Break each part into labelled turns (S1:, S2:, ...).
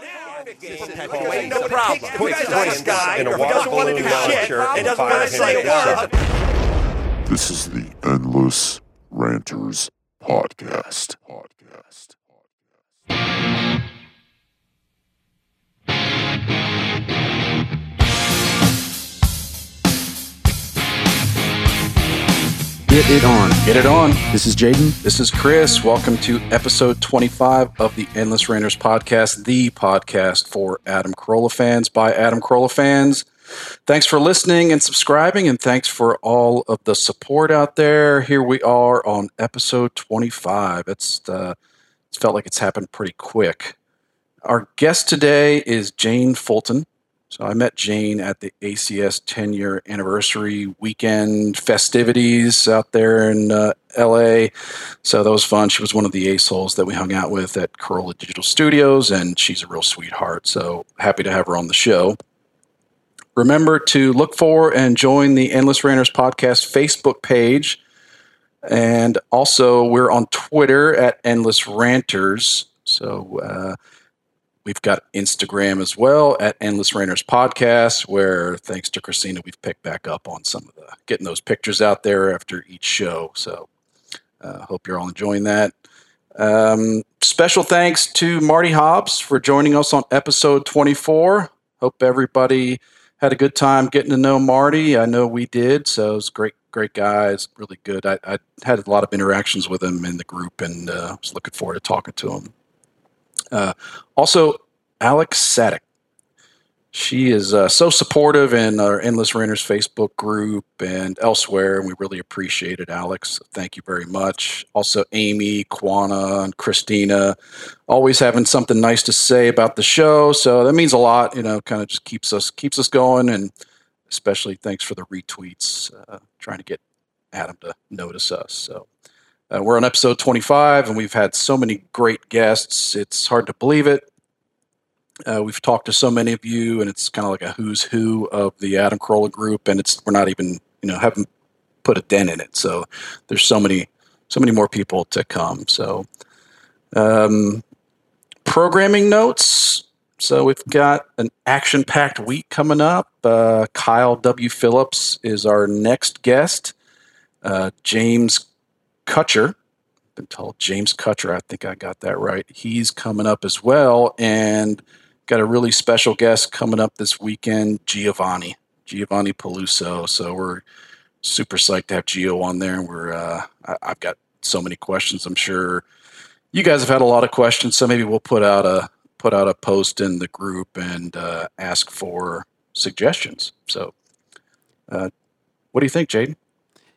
S1: Well, ain't no problem.
S2: Quit
S1: You guys got this
S2: playing
S1: guy
S2: in a
S1: who
S2: water
S1: doesn't want to
S2: balloon
S1: do
S2: dollar
S1: shit
S2: shirt
S1: and
S2: and
S1: doesn't want
S2: fire
S1: to say a
S2: his
S1: word.
S3: This is the Endless Ranters Podcast. Podcast.
S4: Get it on.
S5: Get it on.
S4: This is Jaden.
S5: This is Chris. Welcome to episode 25 of the Endless Rainers podcast, the podcast for Adam Carolla fans by Adam Carolla fans. Thanks for listening and subscribing, and thanks for all of the support out there. Here we are on episode 25. It's the, it's felt like it's happened pretty quick. Our guest today is Jane Fulton. So I met Jane at the ACS 10 year anniversary weekend festivities out there in uh, LA. So that was fun. She was one of the ASOLs that we hung out with at Corolla Digital Studios, and she's a real sweetheart. So happy to have her on the show. Remember to look for and join the Endless Rainers podcast Facebook page. And also, we're on Twitter at Endless Ranters. So uh, we've got Instagram as well at Endless Rainers Podcast, where thanks to Christina, we've picked back up on some of the getting those pictures out there after each show. So uh, hope you're all enjoying that. Um, special thanks to Marty Hobbs for joining us on episode 24. Hope everybody had a good time getting to know Marty. I know we did. So it was a great, great guy. He's really good. I, I had a lot of interactions with him in the group and uh, was looking forward to talking to him. Uh, also, Alex Sadek. She is uh, so supportive in our Endless Renters Facebook group and elsewhere, and we really appreciate it, Alex. Thank you very much. Also, Amy, Kwana, and Christina, always having something nice to say about the show. So that means a lot. You know, kind of just keeps us keeps us going, and especially thanks for the retweets, uh, trying to get Adam to notice us. So. Uh, we're on episode 25, and we've had so many great guests. It's hard to believe it. Uh, we've talked to so many of you, and it's kind of like a who's who of the Adam Carolla group, and it's we're not even you know haven't put a dent in it. So there's so many so many more people to come. So um, programming notes. So we've got an action packed week coming up. Uh, Kyle W. Phillips is our next guest. Uh, James Kutcher been told James Cutcher. I think I got that right. He's coming up as well, and got a really special guest coming up this weekend, Giovanni, Giovanni Peluso. So we're super psyched to have Gio on there. And we're uh, I, I've got so many questions. I'm sure you guys have had a lot of questions, so maybe we'll put out a put out a post in the group and uh, ask for suggestions. So, uh, what do you think, Jaden?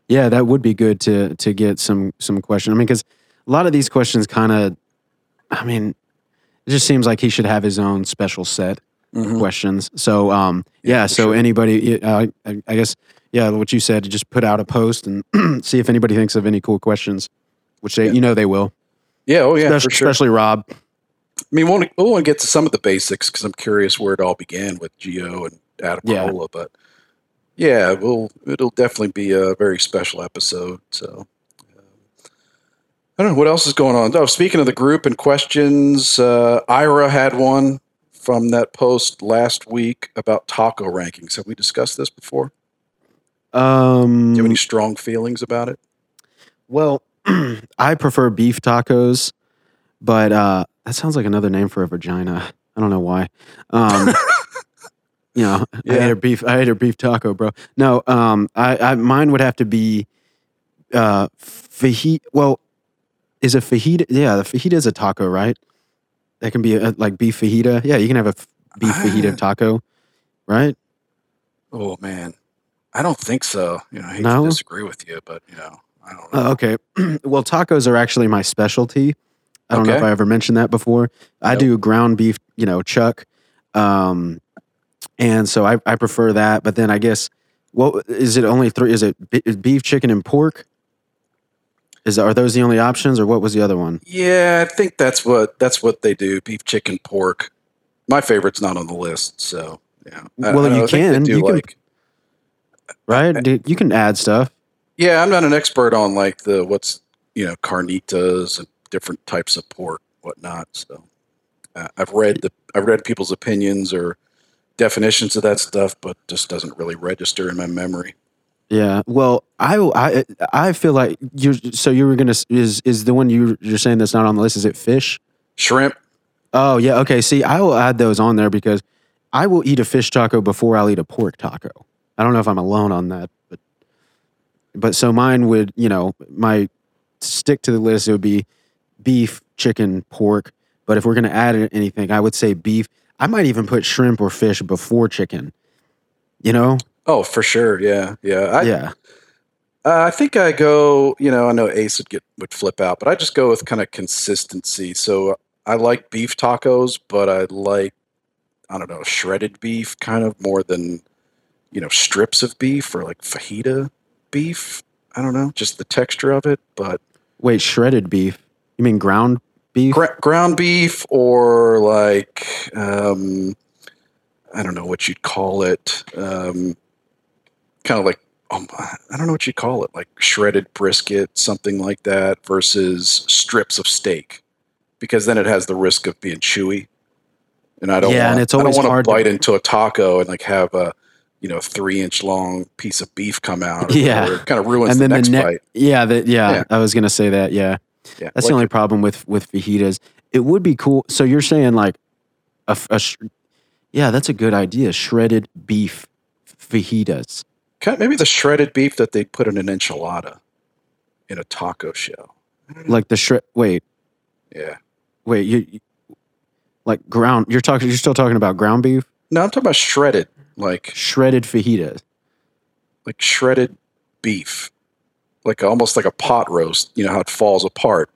S4: Yeah, that would be good to to get some some question. I mean, because a lot of these questions kind of, I mean, it just seems like he should have his own special set of questions. So, um, yeah.
S5: Mm-hmm. for
S4: so
S5: sure.
S4: anybody, uh, I, I guess, yeah, what you said, just put out a post and see if anybody thinks of any cool questions, which they, you know, they will.
S5: Yeah, oh yeah,
S4: Especially,
S5: for sure.
S4: especially Rob.
S5: I mean, we'll, we'll want to get to some of the basics because I'm curious where it all began with Geo and Adam
S4: Yeah.
S5: Carolla, but yeah, we'll it'll definitely be a very special episode. So um, I don't know what else is going on. Oh, speaking of the group and questions, uh, Ira had one from that post last week about taco rankings. Have we discussed this before?
S4: Um,
S5: Do you have any strong feelings about it?
S4: Well, I prefer beef tacos, but uh, that sounds like another name for a vagina. I don't know why. Um, you know, I
S5: Yeah.
S4: ate a beef. I ate a beef taco, bro. No, um, I, I mine would have to be uh, fajita. Well, is a fajita? Yeah, the fajita is a taco, right? That can be a, like beef fajita. Yeah, you can have a f- beef fajita taco, right?
S5: Oh man, I don't think so. You know, I hate
S4: No?
S5: to disagree with you, but you know, I don't know.
S4: Uh, okay. well, tacos are actually my specialty. I don't know if
S5: Okay.
S4: I ever mentioned that before. I
S5: Nope.
S4: do ground beef, you know, chuck. Um, and so I, I prefer that. But then I guess, well, is it only three? Is it b- beef, chicken, and pork? Is Are those the only options or what was the other one?
S5: Yeah, I think that's what that's what they do. Beef, chicken, pork. My favorite's not on the list, so yeah. I-
S4: Well,
S5: I don't
S4: you
S5: know, I think they
S4: can-
S5: do
S4: you can-
S5: like.
S4: Right? Uh, Dude, you can add stuff.
S5: Yeah, I'm not an expert on like the what's you know carnitas and different types of pork, whatnot. So Uh, I've read the I've read people's opinions or definitions of that stuff, but just doesn't really register in my memory.
S4: Yeah. Well, I I I feel like you. So you were gonna is is the one you you're saying that's not on the list? Is it fish?
S5: Shrimp,
S4: Oh yeah. Okay. See, I will add those on there because I will eat a fish taco before I'll eat a pork taco. I don't know if I'm alone on that, but but so mine would you know my stick to the list. It would be beef, chicken, pork. But if we're gonna add in anything, I would say beef. I might even put shrimp or fish before chicken. You know?
S5: oh for sure, yeah, yeah. I,
S4: yeah.
S5: Uh, I think I go, you know, I know Ace would get would flip out, but I just go with kind of consistency. So uh, I like beef tacos, but I like I don't know, shredded beef kind of more than you know, strips of beef or like fajita beef. I don't know, just the texture of it, but
S4: Wait, shredded beef? You mean ground beef?
S5: gra- ground beef or like um I don't know what you'd call it. Um kind of like um, I don't know what you call it, like shredded brisket, something like that, versus strips of steak, because then it has the risk of being chewy. And I don't.
S4: Yeah,
S5: want,
S4: and it's
S5: I
S4: always
S5: don't want
S4: hard
S5: to
S4: to-
S5: bite into a taco and like have a you know three inch long piece of beef come out.
S4: Yeah.
S5: kind of ruins the next
S4: ne-
S5: bite.
S4: Yeah, the, yeah,
S5: Yeah.
S4: I was gonna say that. Yeah,
S5: Yeah,
S4: that's
S5: like-
S4: the only problem with with fajitas. It would be cool. So you're saying like a, f- a sh- yeah, that's a good idea. Shredded beef fajitas.
S5: Kind of- maybe the shredded beef that they put in an enchilada in a taco shell.
S4: Like the shred. Wait,
S5: Yeah.
S4: wait. You, you- like ground. You're talking. You're still talking about ground beef.
S5: No, I'm talking about shredded, like
S4: Shredded fajitas.
S5: like shredded beef, like almost like a pot roast. You know how it falls apart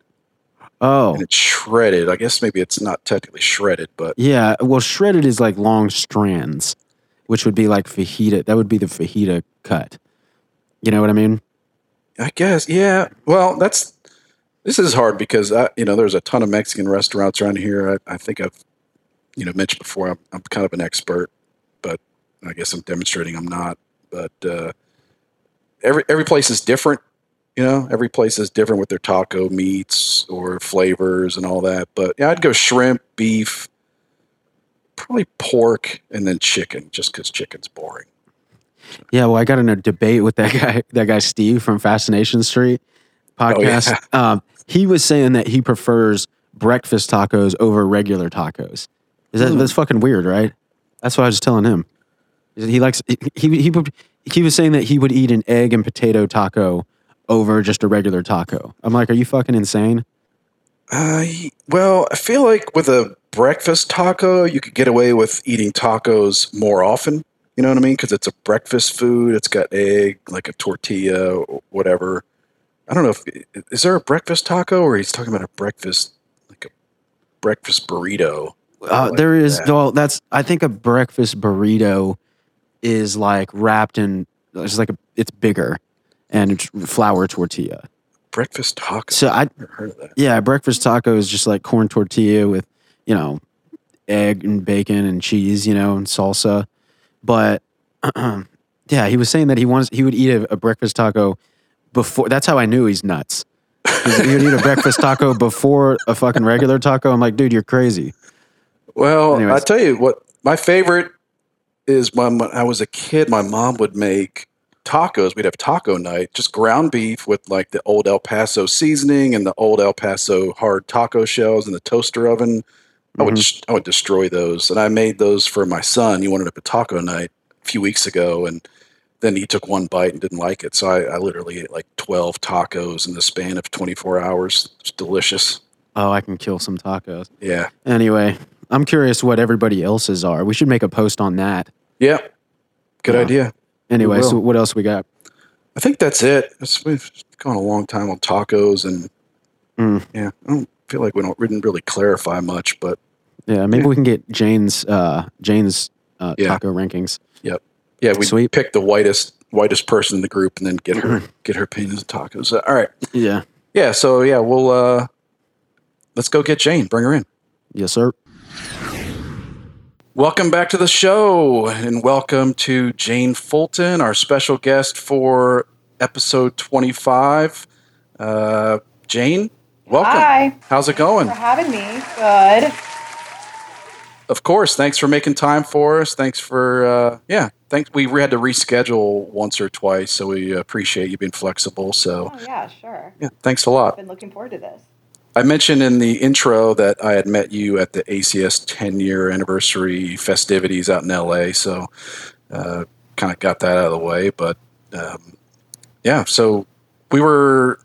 S4: Oh,
S5: and it's shredded. I guess maybe it's not technically shredded, but
S4: yeah. Well, shredded is like long strands, which would be like fajita. That would be the fajita cut. You know what I mean?
S5: I guess yeah. Well, that's this is hard because I, you know there's a ton of Mexican restaurants around here. I, I think I've you know mentioned before I'm, I'm kind of an expert, but I guess I'm demonstrating I'm not. But uh, every every place is different. You know, every place is different with their taco meats or flavors and all that. But yeah, I'd go shrimp, beef, probably pork, and then chicken, just because chicken's boring.
S4: Yeah, well, I got in a debate with that guy, that guy Steve from Fascination Street podcast. um, he was saying that he prefers breakfast tacos over regular tacos. Is that that's fucking weird, right? That's what I was telling him. Is that He likes he he he, would- he was saying that he would eat an egg and potato taco over just a regular taco. I'm like, are you fucking insane?
S5: Uh, well, I feel like with a breakfast taco, you could get away with eating tacos more often. You know what I mean? Because it's a breakfast food. It's got egg, like a tortilla, or whatever. I don't know if is there a breakfast taco, or he's talking about a breakfast like a breakfast burrito.
S4: Uh,
S5: Like
S4: there is
S5: that.
S4: well, that's I think a breakfast burrito is like wrapped in it's like a, it's bigger and it's flour tortilla.
S5: breakfast taco.
S4: So I
S5: Never heard of that.
S4: yeah, breakfast taco is just like corn tortilla with you know egg and bacon and cheese, you know, and salsa. But yeah, he was saying that he wants he would eat a, a breakfast taco before. That's how I knew he's nuts. He's- He would eat a breakfast taco before a fucking regular taco. I'm like, dude, you're crazy.
S5: Well, I
S4: Anyways.
S5: tell you what, my favorite is when when I was a kid, my mom would make tacos. We'd have taco night, just ground beef with like the old El Paso seasoning and the old El Paso hard taco shells in the toaster oven. I would
S4: Mm-hmm.
S5: just- I would destroy those, and I made those for my son. He wanted a taco night a few weeks ago, and then he took one bite and didn't like it. So I, I literally ate like twelve tacos in the span of twenty four hours. It's delicious.
S4: Oh, I can kill some tacos.
S5: Yeah,
S4: Anyway, I'm curious what everybody else's are. We should make a post on that.
S5: yeah, good
S4: Yeah.
S5: idea.
S4: Anyway,
S5: will.
S4: so what else we got?
S5: I think that's it. It's, we've gone a long time on tacos, and
S4: Mm.
S5: yeah, I don't feel like we don't we didn't really clarify much, but
S4: Yeah, maybe we can get Jane's uh, Jane's uh,
S5: Yeah.
S4: taco rankings.
S5: yeah, we
S4: Sweet. Mm-hmm.
S5: picked the whitest whitest person in the group, and then get her get her opinions of tacos. Uh, All right,
S4: Yeah.
S5: yeah, so yeah, we'll uh let's go get Jane, bring her in.
S4: Yes, sir.
S5: Welcome back to the show, and welcome to Jane Fulton, our special guest for episode twenty five. Uh, Jane, welcome.
S2: Hi.
S5: How's it going?
S2: for having me. Good.
S5: Of course. Thanks for making time for us. Thanks for uh, yeah. Thanks. We had to reschedule once or twice, so we appreciate you being flexible. So
S2: Oh, yeah, sure.
S5: yeah, thanks a lot.
S2: I've been looking forward to this.
S5: I mentioned in the intro that I had met you at the ACS 10 year anniversary festivities out in LA. So, uh, kind of got that out of the way. But um, yeah, so we were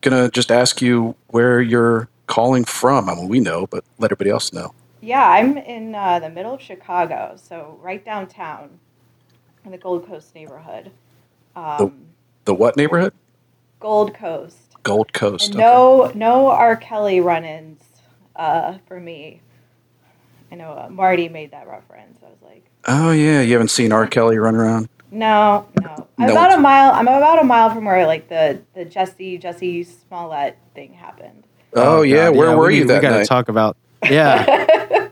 S5: going to just ask you where you're calling from. I mean, we know, but let everybody else know.
S2: Yeah, I'm in uh, the middle of Chicago, so right downtown in the Gold Coast neighborhood. Um,
S5: The what neighborhood?
S2: Gold Coast.
S5: Gold Coast.
S2: And no,
S5: okay.
S2: no R. Kelly run-ins uh, for me. I know uh, Marty made that reference. I was like,
S5: Oh, yeah. You haven't seen R. Kelly run around?
S2: no, no. I'm
S5: No
S2: about
S5: one's-
S2: a mile. I'm about a mile from where like the the Jesse Jesse Smollett thing happened.
S5: Oh, yeah.
S4: God,
S5: Where
S4: we
S5: were
S4: need-
S5: you that
S4: We gotta
S5: night?
S4: talk about. Yeah,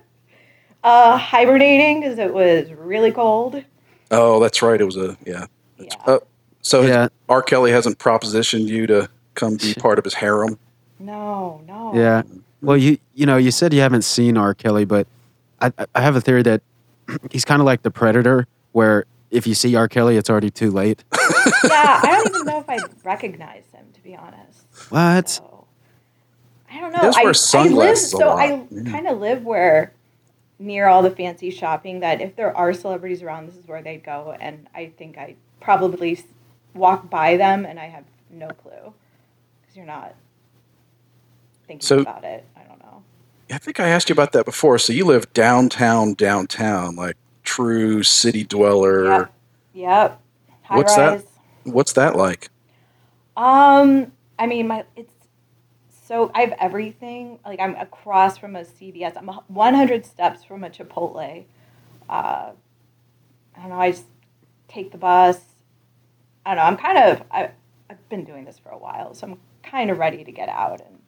S2: Uh, hibernating because it was really cold.
S5: oh, that's right. It was a, yeah.
S2: Yeah.
S5: Uh, So,
S4: yeah,
S5: R. Kelly hasn't propositioned you to come be part of his harem.
S2: No, no.
S4: yeah. Well, you you know you said you haven't seen R. Kelly, but I I- I have a theory that he's kind of like the Predator, where if you see R. Kelly, it's already too late.
S2: yeah, I don't even know if I recognized him to be honest.
S4: What?
S2: So, I don't know.
S5: does
S2: I,
S5: wear
S2: I
S5: sunglasses a
S2: live, so
S5: lot. Mm.
S2: I
S5: Yeah.
S2: kind of live where near all the fancy shopping that if there are celebrities around, this is where they'd go, and I think I probably s- walk by them and I have no clue because you're not thinking
S5: So-
S2: about it. I don't know.
S5: I think I asked you about that before. So you live downtown, downtown, like true city dweller.
S2: Yep. Yep. High
S5: What's that?
S2: rise.
S5: What's that like?
S2: Um, I mean, my it's so I have everything. Like I'm across from a CVS. I'm 100 steps from a Chipotle. Uh, I don't know. I just take the bus. I don't know. I'm kind of I, I've been doing this for a while, so I'm kind of ready to get out. And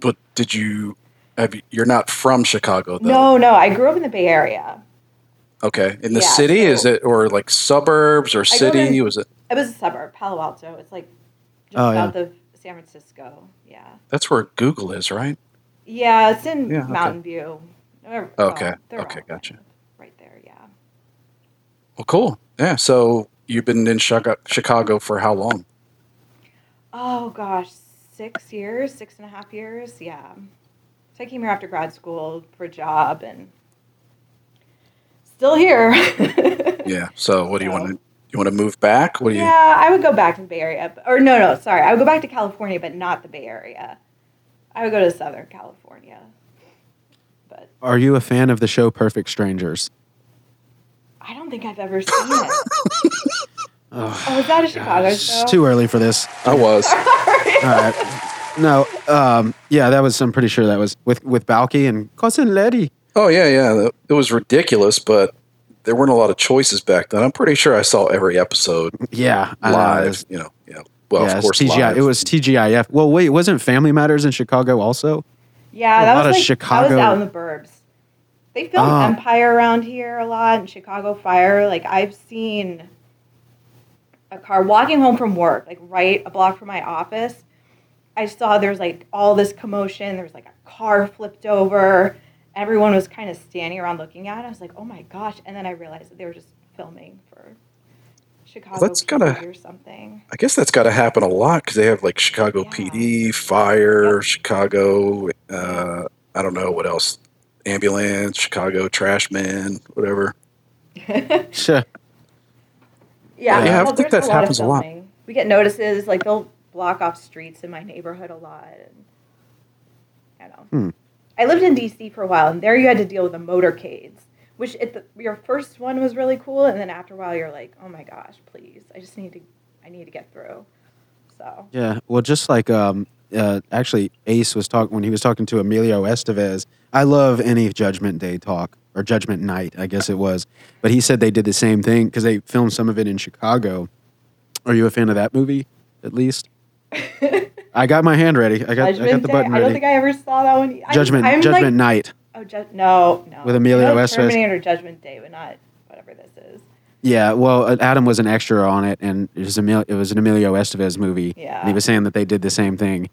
S5: But did you have you, you're not from Chicago though?
S2: no, no, I grew up in the Bay Area.
S5: Okay. In the
S2: Yeah,
S5: city
S2: so-
S5: is it or like suburbs or
S2: grew up
S5: city?
S2: in-
S5: Was it
S2: It was a suburb, Palo Alto. It's like just
S4: Oh, yeah.
S2: south of San Francisco. Yeah.
S5: That's where Google is, right?
S2: Yeah, it's in
S5: Yeah, okay.
S2: Mountain View. They're-
S5: Okay,
S2: well, they're
S5: okay,
S2: all
S5: gotcha.
S2: Right there, yeah.
S5: Well, cool. Yeah. So you've been in Chica- Chicago for how long?
S2: Oh gosh, six years, six and a half years. Yeah. So I came here after grad school for a job and still here.
S5: Yeah. So what do you
S2: No.
S5: want to you want to move back? What do you
S2: Yeah, I would go back to the Bay Area. but- Or no, no, sorry. I would go back to California, but not the Bay Area. I would go to Southern California. But
S4: Are you a fan of the show Perfect Strangers?
S2: I don't think I've ever seen it. oh, is that a Chicago
S4: It's
S2: show?
S4: too early for this.
S5: I was.
S4: All right. No, um, yeah, that was. I'm pretty sure that was with with Balky and cousin Letty.
S5: Oh yeah, yeah. It was ridiculous, but there weren't a lot of choices back then. I'm pretty sure I saw every episode
S4: Yeah, I know, it
S5: live.
S4: was-
S5: You know, yeah. Well,
S4: yeah,
S5: of
S4: it's
S5: course,
S4: TGI.
S5: live.
S4: It was TGIF. Well, wait, wasn't Family Matters in Chicago also?
S2: Yeah,
S4: A
S2: that
S4: lot
S2: was
S4: of
S2: like I
S4: Chicago-
S2: was out in the burbs. They filmed
S4: Ah.
S2: Empire around here a lot and Chicago Fire. Like I've seen a car walking home from work, like right a block from my office. I saw there was like all this commotion. There was like a car flipped over. Everyone was kind of standing around looking at it. I was like, oh my gosh. And then I realized that they were just filming for Chicago
S5: that's gotta-
S2: PD or something.
S5: I guess that's got to happen a lot because they have like Chicago
S2: Yeah.
S5: PD, fire,
S2: Yep.
S5: Chicago. Uh, I don't know what else. Ambulance, Chicago trash man, whatever.
S4: Sure.
S2: Yeah,
S5: Yeah, I
S2: well,
S5: think
S2: there's
S5: that
S2: lot of
S5: happens a lot.
S2: filming. We get notices like they'll block off streets in my neighborhood a lot, and I don't know.
S4: Hmm.
S2: I lived in D.C. for a while, and there you had to deal with the motorcades, which at the, your first one was really cool, and then after a while you're like, oh my gosh, please, I just need to, I need to get through. So
S4: Yeah. Well, just like um, uh, actually, Ace was talking when he was talking to Emilio Estevez. I love any Judgment Day talk or Judgment Night, I guess it was. But he said they did the same thing because they filmed some of it in Chicago. Are you a fan of that movie? At least. I got my hand ready. I got, I got
S2: Judgment
S4: the
S2: Day,
S4: button
S2: I don't
S4: ready.
S2: think I ever saw that one. I-
S4: Judgment
S2: I'm
S4: Judgment
S2: Like,
S4: Night.
S2: oh, ju- no, no.
S4: With Emilio
S2: I know
S4: Estevez.
S2: Terminator Judgment Day, but not whatever this is.
S4: Yeah, well, uh, Adam was an extra on it, and it was, Emil- it was an Emilio Estevez movie.
S2: Yeah.
S4: And he was saying that they did the same thing.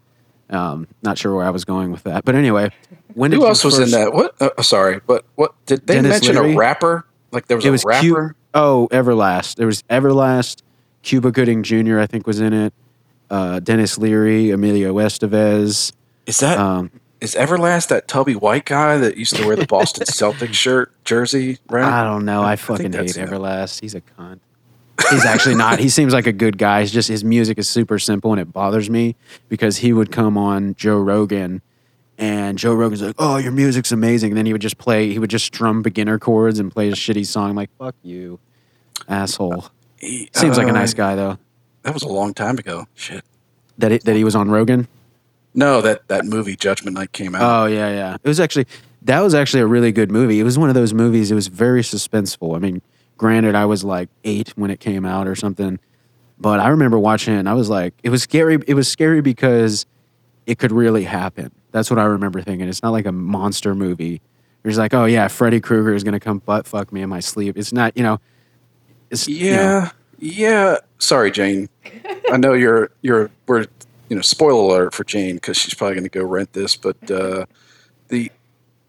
S4: Um, not sure where I was going with that. But anyway, When did
S5: Who
S4: you
S5: else was in
S4: first-
S5: that? What? Uh, sorry, but what did they
S4: Dennis
S5: mention
S4: Leary?
S5: a rapper? Like there was
S4: It
S5: a
S4: was
S5: rapper.
S4: Cu- oh Everlast. There was Everlast. Cuba Gooding Jr. I think was in it. Uh, Dennis Leary, Emilio Estevez.
S5: Is that is
S4: Um,
S5: Everlast that tubby white guy that used to wear the Boston Celtics shirt jersey? Right.
S4: I don't know. I
S5: think
S4: fucking hate
S5: that's him.
S4: Everlast. He's a cunt. He's actually not. He seems like a good guy. He's just his music is super simple and it bothers me because he would come on Joe Rogan and Joe Rogan's like, "Oh, your music's amazing." And then he would just play. He would just strum beginner chords and play a shitty song. I'm like, "Fuck you, asshole."
S5: He-
S4: Seems like a
S5: uh,
S4: nice guy though.
S5: That was a long time ago. Shit.
S4: That it, that he was on Rogan.
S5: No, that that movie Judgment Night came out.
S4: Oh yeah, yeah. It was actually that was actually a really good movie. It was one of those movies. It was very suspenseful. I mean, granted, I was like eight when it came out or something, but I remember watching it. and I was like, it was scary. It was scary because it could really happen. That's what I remember thinking. It's not like a monster movie. It's like, oh yeah, Freddy Krueger is gonna come butt fuck me in my sleep. It's not, you know. It's, you know,
S5: yeah, yeah. Sorry, Jane. I know you're you're we're you know spoiler alert for Jane because she's probably going to go rent this, but uh, the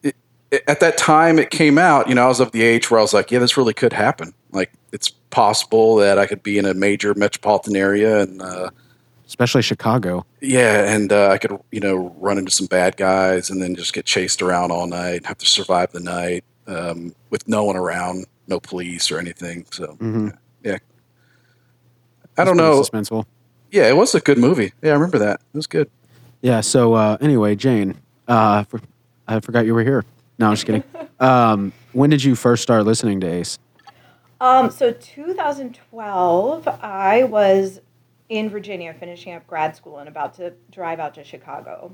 S5: it, it- at that time it came out, you know, I was of the age where I was like, yeah, this really could happen. Like, it's possible that I could be in a major metropolitan area and. Uh,
S4: especially Chicago.
S5: yeah, and uh, I could, you know, run into some bad guys and then just get chased around all night, have to survive the night um, with no one around, no police or anything. So,
S4: Mhm.
S5: yeah. I don't
S4: It's pretty
S5: know.
S4: Suspenseful.
S5: Yeah, it was a good movie. Yeah, I remember that. It was good.
S4: Yeah. So uh, anyway, Jane, uh, for, I forgot you were here. No, I'm just kidding. Um, when did you first start listening to Ace?
S2: Um, so 2012, I was in Virginia finishing up grad school and about to drive out to Chicago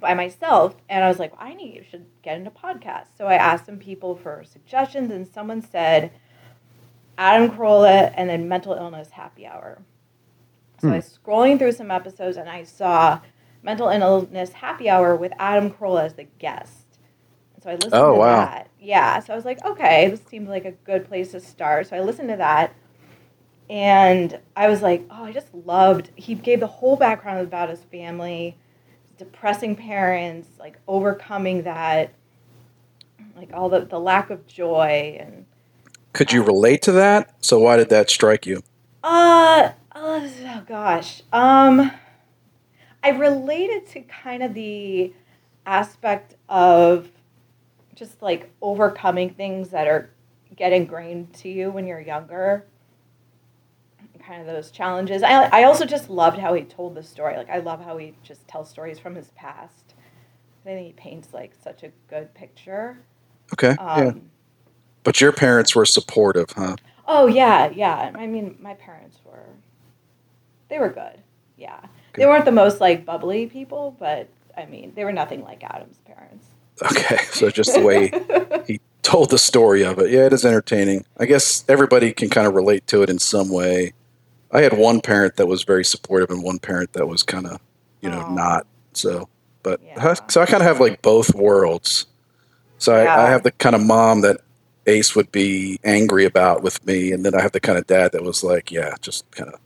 S2: by myself. And I was like, I need should get into podcasts. So I asked some people for suggestions, and someone said Adam Carolla and then Mental Illness Happy Hour. So
S5: Hmm.
S2: I was scrolling through some episodes and I saw Mental Illness Happy Hour with Adam Carolla as the guest. And so I listened
S5: Oh,
S2: to
S5: wow.
S2: that. Yeah. So I was like, okay, this seemed like a good place to start. So I listened to that and I was like, oh, I just loved. He gave the whole background about his family, depressing parents, like overcoming that, like all the the lack of joy and
S5: Could you relate to that? So, why did that strike you?
S2: Uh, oh, oh gosh. Um, I related to kind of the aspect of just like overcoming things that are get ingrained to you when you're younger. Kind of those challenges. I I also just loved how he told the story. Like I love how he just tells stories from his past. I think he paints like such a good picture.
S5: Okay.
S2: Um,
S5: yeah. But your parents were supportive, huh?
S2: Oh yeah, yeah. I mean, my parents were. They were good. Yeah, they
S5: Good.
S2: weren't the most like bubbly people, but I mean, they were nothing like Adam's parents.
S5: Okay. So, just the way he told the story of it. Yeah, it is entertaining. I guess everybody can kind of relate to it in some way. I had one parent that was very supportive and one parent that was kind of, you know,
S2: Aw.
S5: not. So, but
S2: Oh. Yeah.
S5: so I kind of have like both worlds. So I, I
S2: Yeah.
S5: have the kind of mom that Ace would be angry about with me, and then I have the kind of dad that was like, yeah, just kind of.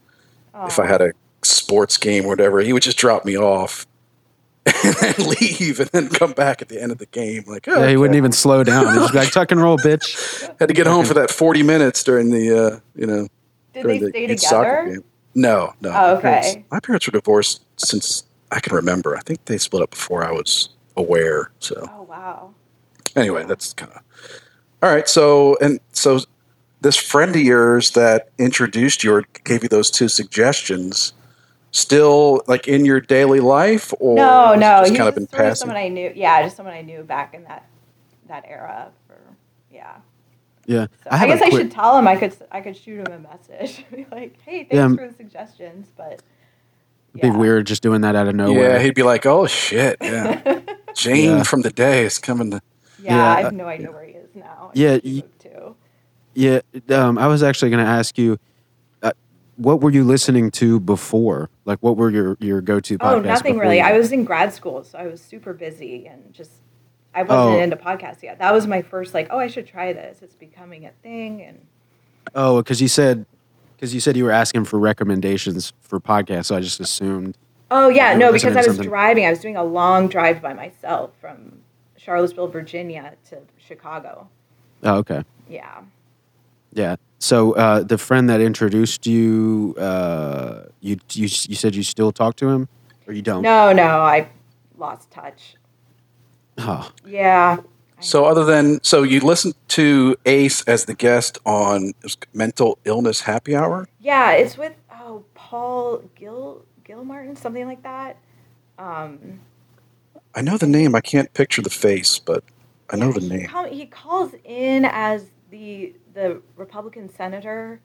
S5: If I
S2: Aw.
S5: had a sports game or whatever, he would just drop me off and then leave, and then come back at the end of the game like, oh,
S4: Yeah, he wouldn't
S5: okay."
S4: even slow down. He'd just be like, tuck and roll, bitch.
S5: Had to get home for that 40 minutes during the, uh, you know,
S2: did
S5: during
S2: they
S5: the
S2: stay
S5: youth soccer
S2: together?
S5: game. No, no.
S2: Oh,
S5: My parents-
S2: okay.
S5: My parents were divorced since I can remember. I think they split up before I was aware. So
S2: Oh wow.
S5: anyway, that's kind of all right. So and so, this friend of yours that introduced you or gave you those two suggestions, still like in your daily life, or
S2: no,
S5: has it
S2: no.
S5: just
S2: he
S5: kind
S2: was
S5: of been
S2: just sort of
S5: passing.
S2: someone I knew. Yeah, just someone I knew back in that that era. For, yeah.
S4: Yeah.
S2: So I,
S4: have a
S2: guess I
S4: quick-
S2: should tell him. I could s- I could shoot him a message. Be like, hey, thanks
S4: Yeah, m-
S2: for the suggestions, but.
S4: It'd be
S2: yeah.
S4: weird just doing that out of
S5: yeah,
S4: nowhere.
S5: he'd be like, "Oh shit, yeah, Jane
S4: Yeah.
S5: from the day is coming to."
S2: Yeah,
S4: Yeah,
S2: I
S4: uh,
S2: have no idea where he is now. I
S4: Yeah,
S2: think he
S4: you-
S2: moved too.
S4: Yeah. um, I was actually going to ask you, uh, what were you listening to before? Like, what were your, your go to podcasts?
S2: Oh, nothing
S4: before
S2: really.
S4: you-
S2: I was in grad school, so I was super busy and just I wasn't
S4: Oh.
S2: into podcasts yet. That was my first like, oh, I should try this. It's becoming a thing, and
S4: Oh, because you said because you said you were asking for recommendations for podcasts, so I just assumed
S2: Oh yeah,
S4: I'm
S2: no, because
S4: listening to
S2: I was
S4: something.
S2: driving. I was doing a long drive by myself from Charlottesville, Virginia to Chicago.
S4: Oh, okay.
S2: Yeah.
S4: Yeah. So uh, the friend that introduced you, uh, you, you, you said you still talk to him, or you don't?
S2: No, no, I lost touch.
S4: Oh,
S2: Yeah.
S5: So other than so you listened to Ace as the guest on it was Mental Illness Happy Hour.
S2: Yeah, it's with oh Paul Gil Gilmartin, something like that. Um,
S5: I know the name. I can't picture the face, but I know the
S2: he
S5: name.
S2: come- he calls in as the the Republican senator.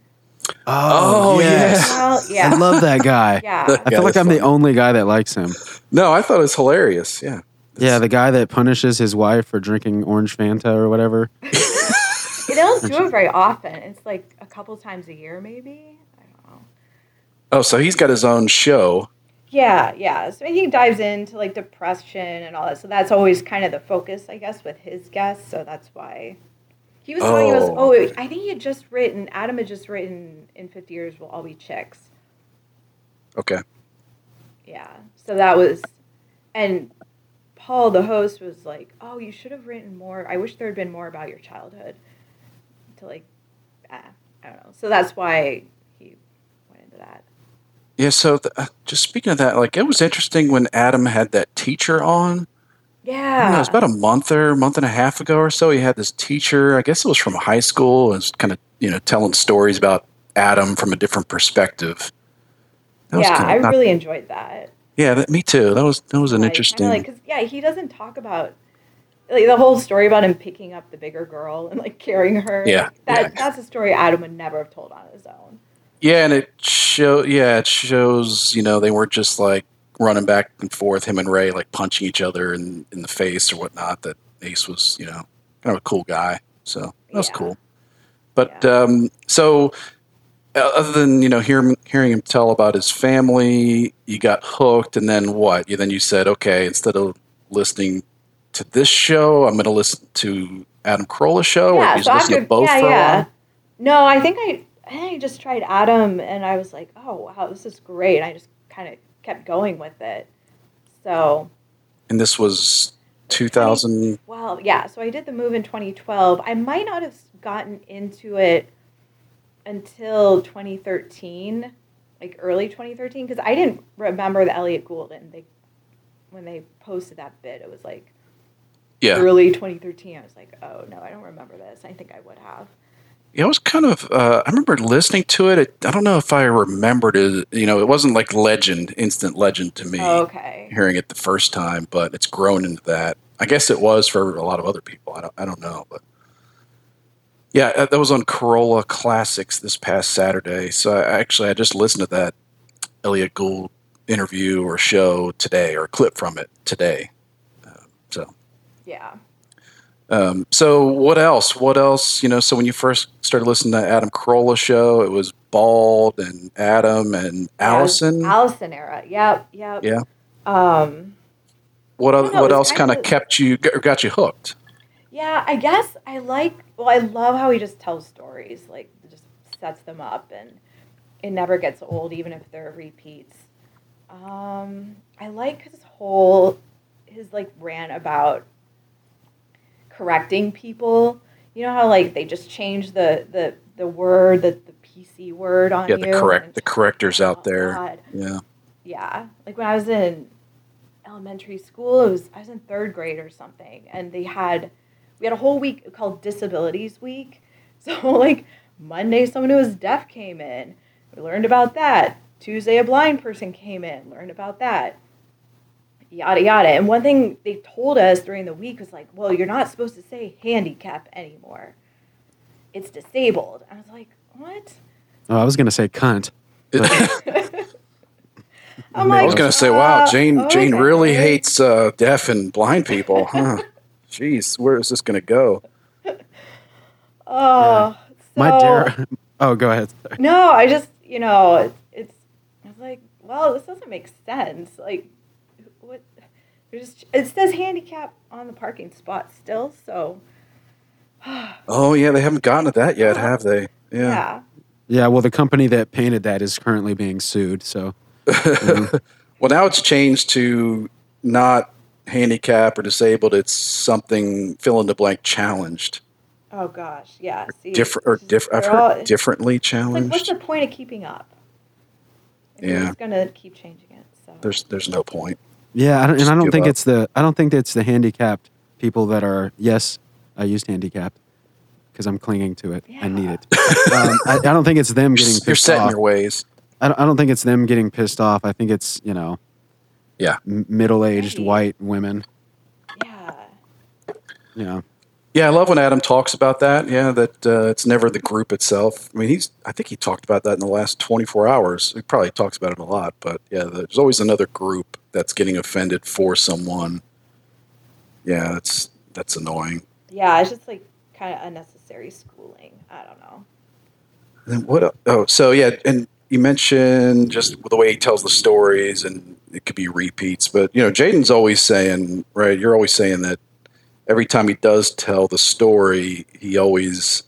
S5: Oh,
S4: yes.
S5: yeah.
S2: Well,
S4: I
S2: yeah,
S4: love that guy.
S2: yeah,
S4: I feel like I'm the only guy that likes him.
S5: No, I thought it was hilarious. Yeah.
S4: Yeah, the guy that punishes his wife for drinking orange Fanta or whatever.
S2: they don't do it very often. It's like a couple times a year, maybe. I don't know.
S5: Oh, so he's got his own show.
S2: Yeah, yeah. So he dives into like depression and all that. So that's always kind of the focus, I guess, with his guests. So that's why he was telling us. Oh,
S5: Oh.
S2: I think he had just written. Adam had just written. In fifty years, we'll all be chicks.
S5: Okay.
S2: Yeah. So that was, and Paul, the host, was like, "Oh, you should have written more. I wish there had been more about your childhood." To like, ah, I don't know. So that's why he went into that.
S5: Yeah. So th- uh, just speaking of that, like it was interesting when Adam had that teacher on. I don't
S2: Yeah.
S5: know, it was about a month or month and a half ago or so. He had this teacher. I guess it was from high school. And was kind of you know telling stories about Adam from a different perspective. That was
S2: yeah,
S5: kinda
S2: I
S5: not-
S2: really enjoyed that.
S5: Yeah, that, me too. That was that was an
S2: Like,
S5: interesting.
S2: Kinda like, cause yeah, he doesn't talk about like the whole story about him picking up the bigger girl and like carrying her.
S5: Yeah,
S2: That
S5: yeah.
S2: that's a story Adam would never have told on his own.
S5: yeah, and it show. Yeah, it shows. You know, they weren't just like running back and forth. Him and Ray like punching each other in in the face or whatnot. That Ace was, you know, kind of a cool guy. So that was
S2: Yeah.
S5: cool. But um, so, uh, other than you know hearing hearing him tell about his family, you got hooked, and then what? You then you said, okay, instead of listening to this show, I'm going to listen to Adam Carolla's show. or you just listen to both for a while.
S2: No, I think I, I think I just tried Adam, and I was like, oh wow, this is great. And I just kind of kept going with it. So
S5: and this was 2000
S2: well, yeah. So I did the move in 2012. I might not have gotten into it until 2013, like early 2013, because I didn't remember the Elliot Gould and they when they posted that bit. It was like
S5: yeah
S2: early 2013. I was like, oh no, I don't remember this. I think I would have.
S5: yeah it was kind of uh, i remember listening to it. it i don't know if i remembered it you know it wasn't like legend instant legend to me
S2: Oh, Okay.
S5: hearing it the first time but it's grown into that i guess it was for a lot of other people i don't, I don't know but yeah uh, that- that was on corolla classics this past saturday so I, actually i just listened to that elliot gould interview or show today or clip from it today Um so
S2: Yeah.
S5: Um, so what else? What else? You know, so when you first started listening to Adam Carolla show, it was Bald and Adam and
S2: Yeah, it was
S5: Allison.
S2: Allison era. Yep. Yep.
S5: Yeah.
S2: Um,
S5: what
S2: don't
S5: oth-
S2: know, it
S5: what
S2: was
S5: else
S2: kind
S5: kind of
S2: of-
S5: kept you g- or got you hooked?
S2: yeah, I guess I like, well, I love how he just tells stories, like, just sets them up and it never gets old, even if they're repeats. Um, I like his whole, his like rant about correcting people. You know how like they just change the, the, the word, the, the PC word on
S5: Yeah,
S2: you?
S5: the correct
S2: and- Oh,
S5: the correctors out there.
S2: God.
S5: Yeah,
S2: yeah like when i was in elementary school it was i was in third grade or something and they had we had a whole week called disabilities week so like monday someone who was deaf came in we learned about that tuesday a blind person came in learned about that yada yada and one thing they told us during the week was like well you're not supposed to say handicap anymore it's disabled i was like what
S4: Oh, I was gonna say cunt.
S2: I'm
S5: I was gonna say, wow,
S2: uh,
S5: Jane Jane
S2: okay.
S5: really hates uh, deaf and blind people, huh? Jeez, where is this gonna go?
S2: oh
S4: My
S2: so-
S4: dear. Oh, go ahead. Sorry.
S2: No, I just, you know, it's, it's I was like, well, this doesn't make sense. Like, what? There's, it says handicap on the parking spot still, so
S5: Oh yeah, they haven't gotten to that yet, have they?
S2: yeah.
S5: Yeah.
S4: Yeah. Well, the company that painted that is currently being sued. So
S5: Well, now it's changed to not handicapped or disabled. It's something fill in the blank challenged,
S2: Oh gosh, yeah. See,
S5: different or
S2: it's just-
S5: different. I've
S2: they're all-
S5: heard differently
S2: It's like, what's
S5: challenged.
S2: the point of keeping up? If
S5: Yeah.
S2: It's gonna keep changing it. So
S5: There's there's no point.
S4: Yeah, I don't, and
S5: Just
S4: I don't
S5: give
S4: think
S5: up.
S4: it's the I don't think it's the handicapped people that are. Yes, I used handicapped because I'm clinging to it. I need
S2: Yeah.
S4: it. um, I, I don't think it's them
S5: You're,
S4: getting
S5: you're
S4: pissed
S5: set in
S4: off.
S5: your ways.
S4: I don't, I don't think it's them getting pissed off. I think it's you know,
S5: Yeah.
S4: m- middle-aged
S2: Right.
S4: white women.
S2: yeah.
S4: You know,
S5: Yeah, I love when Adam talks about that. Yeah, that uh, it's never the group itself. I mean, he's. I think he talked about that in the last 24 hours. He probably talks about it a lot, but yeah, there's always another group that's getting offended for someone. Yeah, that's that's annoying.
S2: Yeah, it's just like kind of unnecessary schooling. I don't know.
S5: And then what? el- Oh, so yeah, and you mentioned just the way he tells the stories, and it could be repeats. But you know, Jaden's always saying, right? You're always saying that every time he does tell the story, he always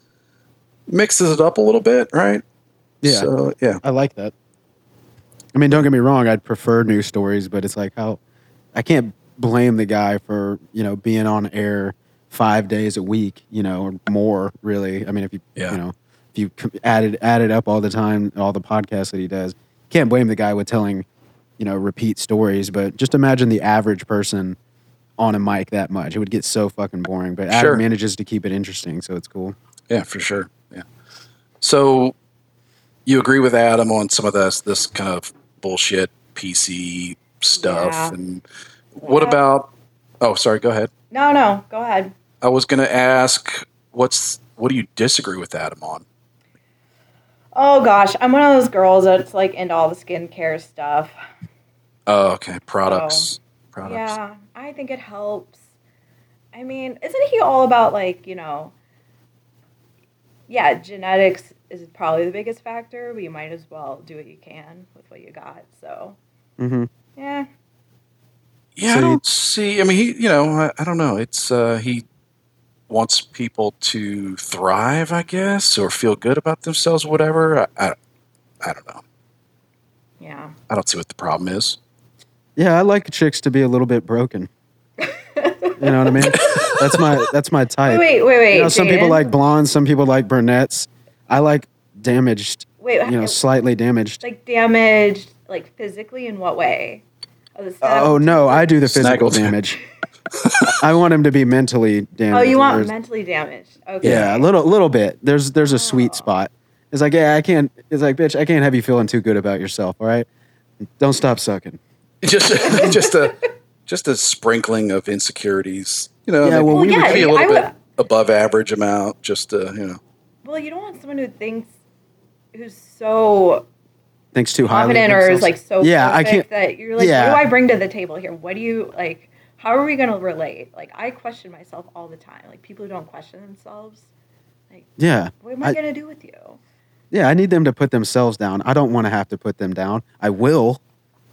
S5: mixes it up a little bit, right?
S4: Yeah.
S5: So yeah,
S4: I like that. I mean, don't get me wrong. I'd prefer new stories, but it's like how I can't blame the guy for you know being on air five days a week, you know, or more. Really, I mean, if you
S5: Yeah.
S4: you know if you com- added added up all the time, all the podcasts that he does, can't blame the guy with telling you know repeat stories. But just imagine the average person on a mic that much; it would get so fucking boring. But Adam
S5: Sure.
S4: manages to keep it interesting, so it's cool.
S5: yeah, for sure. Yeah. So you agree with Adam on some of this this kind of bullshit PC stuff,
S2: Yeah.
S5: and what
S2: Yeah.
S5: about? Oh, sorry. Go ahead.
S2: No, no, go ahead.
S5: I was going to ask, what's what do you disagree with Adam on?
S2: Oh gosh, I'm one of those girls that's like into all the skincare stuff.
S5: Oh, okay, products,
S2: Oh,
S5: products.
S2: Yeah, I think it helps. I mean, isn't he all about like, you know, yeah, genetics is probably the biggest factor, but you might as well do what you can with what you got. So,
S4: Mm-hmm.
S2: yeah.
S5: Yeah,
S4: So
S5: I
S4: you-
S5: don't see. I mean, he, you know, I, I don't know. It's uh, he wants people to thrive, I guess, or feel good about themselves, or whatever. I, I, I don't know.
S2: Yeah.
S5: I don't see what the problem is.
S4: Yeah, I like chicks to be a little bit broken. you know what I mean? That's my that's my type.
S2: Wait, wait, wait, wait.
S4: you know, some people
S2: Jaden.
S4: like blondes, some people like brunettes. I like damaged,
S2: wait,
S4: you know, slightly damaged.
S2: like damaged, like physically in what way? Oh, the snap-
S4: Oh no, I do the physical
S5: Snaggled.
S4: damage. I want him to be mentally damaged.
S2: Oh, you want
S4: Whereas-
S2: mentally damaged? Okay.
S4: Yeah, a little little bit. There's there's a sweet
S2: Oh.
S4: spot. It's like, yeah, I can't it's like, bitch, I can't have you feeling too good about yourself, all right? Don't stop sucking.
S5: Just, just a, just a sprinkling of insecurities. You know,
S4: Yeah,
S5: maybe,
S4: well, we
S2: Well,
S4: would
S2: yeah,
S5: maybe a
S2: I
S5: little
S2: would-
S5: bit above average amount. Just to, you know,
S2: Well, you don't want someone who thinks who's so
S4: Thinks too highly. of
S2: confident or is
S4: themselves.
S2: like so
S4: Yeah, I
S2: perfect
S4: can't
S2: that you're like,
S4: yeah.
S2: what do I bring to the table here? What do you like? How are we going to relate? Like, I question myself all the time. Like, people who don't question themselves,
S4: Yeah.
S2: what am I,
S4: I-
S2: going to do with you?
S4: Yeah, I need them to put themselves down. I don't want to have to put them down. I will,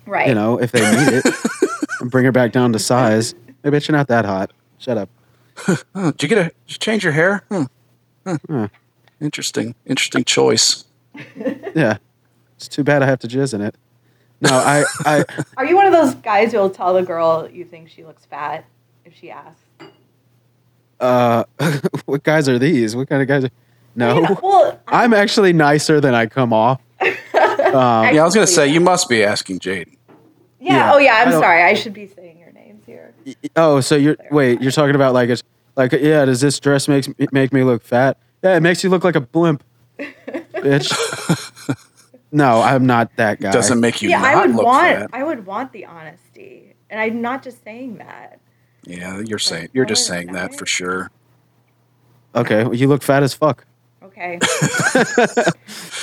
S2: Right.
S4: you know, if they need it. and bring her back down to size. Hey, bitch, you're not that hot. Shut up.
S5: oh, did you get a did you change your hair? Hmm. Hmm.
S4: Huh.
S5: Interesting, interesting choice.
S4: Yeah. It's too bad I have to jizz in it. No, I, I
S2: Are you one of those guys who'll tell the girl you think she looks fat if she asks?
S4: uh what guys are these? What kind of guys are
S2: You know,
S4: No.
S2: well,
S4: I'm actually nicer than I come off. Um,
S5: Yeah, I was gonna say you must be asking Jaden.
S2: yeah,
S4: yeah,
S2: Oh, yeah.
S4: I
S2: I'm
S4: don't-
S2: sorry. I should be saying your names here.
S4: oh, so you're wait, you're talking about like it's like yeah, does this dress makes me- make me look fat? Yeah, it makes you look like a blimp. Bitch. No, I'm not that guy.
S5: Doesn't make you
S2: yeah,
S5: not
S2: I would
S5: look
S2: want.
S5: fat.
S2: I would want the honesty, and I'm not just saying that.
S5: Yeah, you're saying you're just
S2: Like,
S5: saying that for
S2: alright.
S5: sure.
S4: Okay, well, you look fat as fuck.
S2: Okay.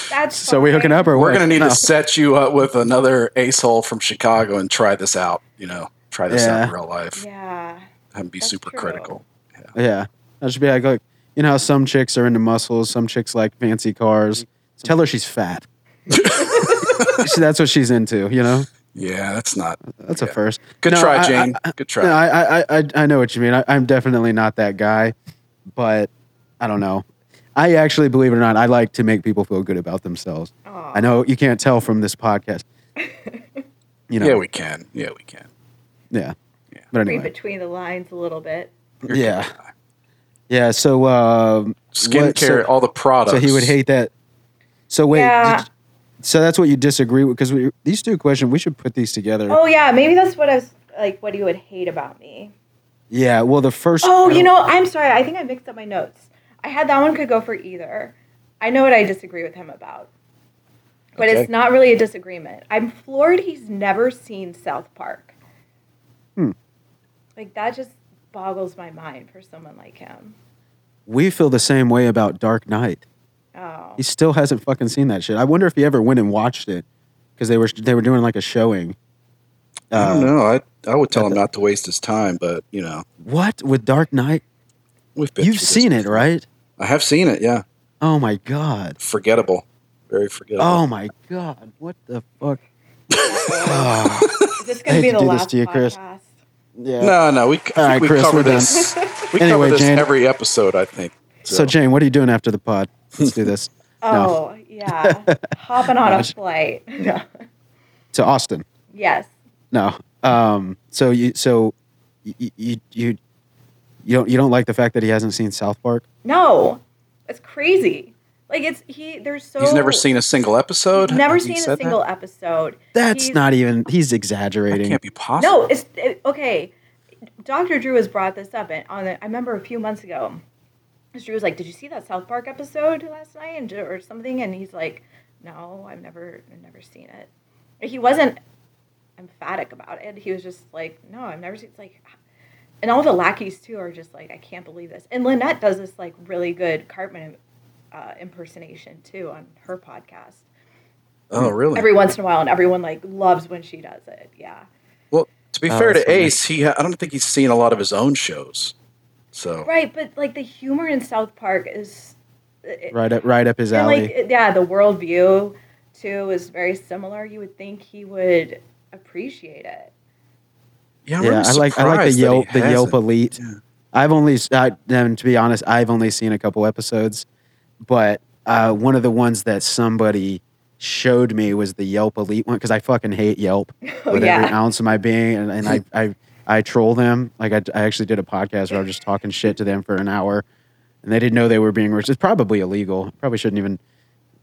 S2: That's
S4: So we hooking
S2: fine.
S4: up or
S5: We're
S4: what?
S5: gonna need
S4: No.
S5: to set you up with another ace hole from Chicago and try this out. You know, try this out in
S4: Yeah.
S5: real life.
S2: Yeah.
S5: and be
S2: that's
S5: super
S2: true.
S5: critical.
S4: Yeah, I should be like, look, you know how some chicks are into muscles, some chicks like fancy cars. Tell her she's fat. See, that's what she's into. You know,
S5: Yeah, that's not
S4: that's a
S5: Yeah.
S4: first.
S5: good.
S4: No,
S5: try,
S4: I-
S5: Jane.
S4: I,
S5: good try.
S4: no, I, I, I, I know what you mean. I, I'm definitely not that guy, but I don't know. I actually, believe it or not, I like to make people feel good about themselves.
S2: Aw.
S4: I know you can't tell from this podcast. You know,
S5: Yeah, we can. Yeah, we can.
S4: yeah. But
S2: Read
S4: anyway,
S2: between the lines a little bit.
S4: yeah, yeah. So, um,
S5: Skincare,
S4: What- so-
S5: all the products.
S4: so he would hate that. So wait,
S2: Yeah.
S4: did- so that's what you disagree with because these two questions we should put these together.
S2: Oh yeah, maybe that's what I was like. What he would hate about me.
S4: Yeah. Well, the first.
S2: Oh, you know, I'm sorry. I think I mixed up my notes. I had that one could go for either. I know what I disagree with him about. But
S5: Okay.
S2: it's not really a disagreement. I'm floored he's never seen South Park.
S4: Hmm.
S2: Like that just boggles my mind for someone like him.
S4: we feel the same way about Dark Knight.
S2: Oh.
S4: He still hasn't fucking seen that shit. I wonder if he ever went and watched it because they were they were doing like a showing. Uh,
S5: I
S4: um,
S5: don't know. I I would tell him not to waste his time, but you know,
S4: What with Dark Knight?
S5: we've been.
S4: You've seen it, right?
S5: I have seen it. Yeah,
S4: Oh my god.
S5: forgettable, very forgettable.
S4: Oh my god. What the fuck? Ah,
S2: Is this gonna
S4: hate
S2: be
S4: to
S2: the
S4: do this
S2: last
S4: to you, Chris.
S2: podcast?
S4: yeah.
S5: no, no. We, I think
S4: All right,
S5: we
S4: Chris,
S5: cover
S4: we're done.
S5: this. We
S4: Anyway,
S5: cover this
S4: Jane-
S5: every episode. I think.
S4: So Jane, what are you doing after the pod? Let's do this
S2: Oh, yeah. Hopping on a
S4: Gotcha.
S2: flight.
S4: to Austin.
S2: yes.
S4: No. Um. So you so you you you, you don't you don't like the fact that he hasn't seen South Park?
S2: No. It's crazy. Like it's he there's so
S5: he's never seen a single episode.
S2: He's never
S5: Have you
S2: seen a
S5: said that?
S2: single episode.
S4: That's
S2: He's-
S4: not even. He's
S5: That
S4: exaggerating.
S5: can't be possible.
S2: No, it's it, okay. Dr. Drew has brought this up, and on the, I remember a few months ago, Mr. Drew was like, "Did you see that South Park episode last night, and, or something?" And he's like, "No, I've never, I've never seen it." He wasn't emphatic about it. He was just like, "No, I've never seen." It's like, and all the lackeys too are just like, "I can't believe this." And Lynette does this like really good Cartman uh, impersonation too on her podcast
S5: Oh, really?
S2: every once in a while, and everyone like loves when she does it. Yeah.
S5: well, to be
S4: Oh,
S5: fair
S4: that's
S5: to
S4: funny.
S5: Ace, he ha- I don't think he's seen a lot of his own shows. So
S2: Right, but like the humor in South Park is it-
S4: right up right up his
S2: and,
S4: alley.
S2: like it- yeah, the worldview too is very similar. You would think he would appreciate it.
S5: yeah, I'm
S4: yeah,
S5: really
S4: I like I like the
S5: surprised that he
S4: Yelp the Yelp
S5: hasn't.
S4: elite.
S5: Yeah.
S4: I've only s- I, and to be honest, I've only seen a couple episodes, but uh, one of the ones that somebody showed me was the Yelp elite one because I fucking hate Yelp
S2: Oh,
S4: with every
S2: yeah.
S4: ounce of my being, and, and I I I troll them. Like I, I actually did a podcast where I was just talking shit to them for an hour, and they didn't know they were being rich. It's probably illegal. Probably shouldn't even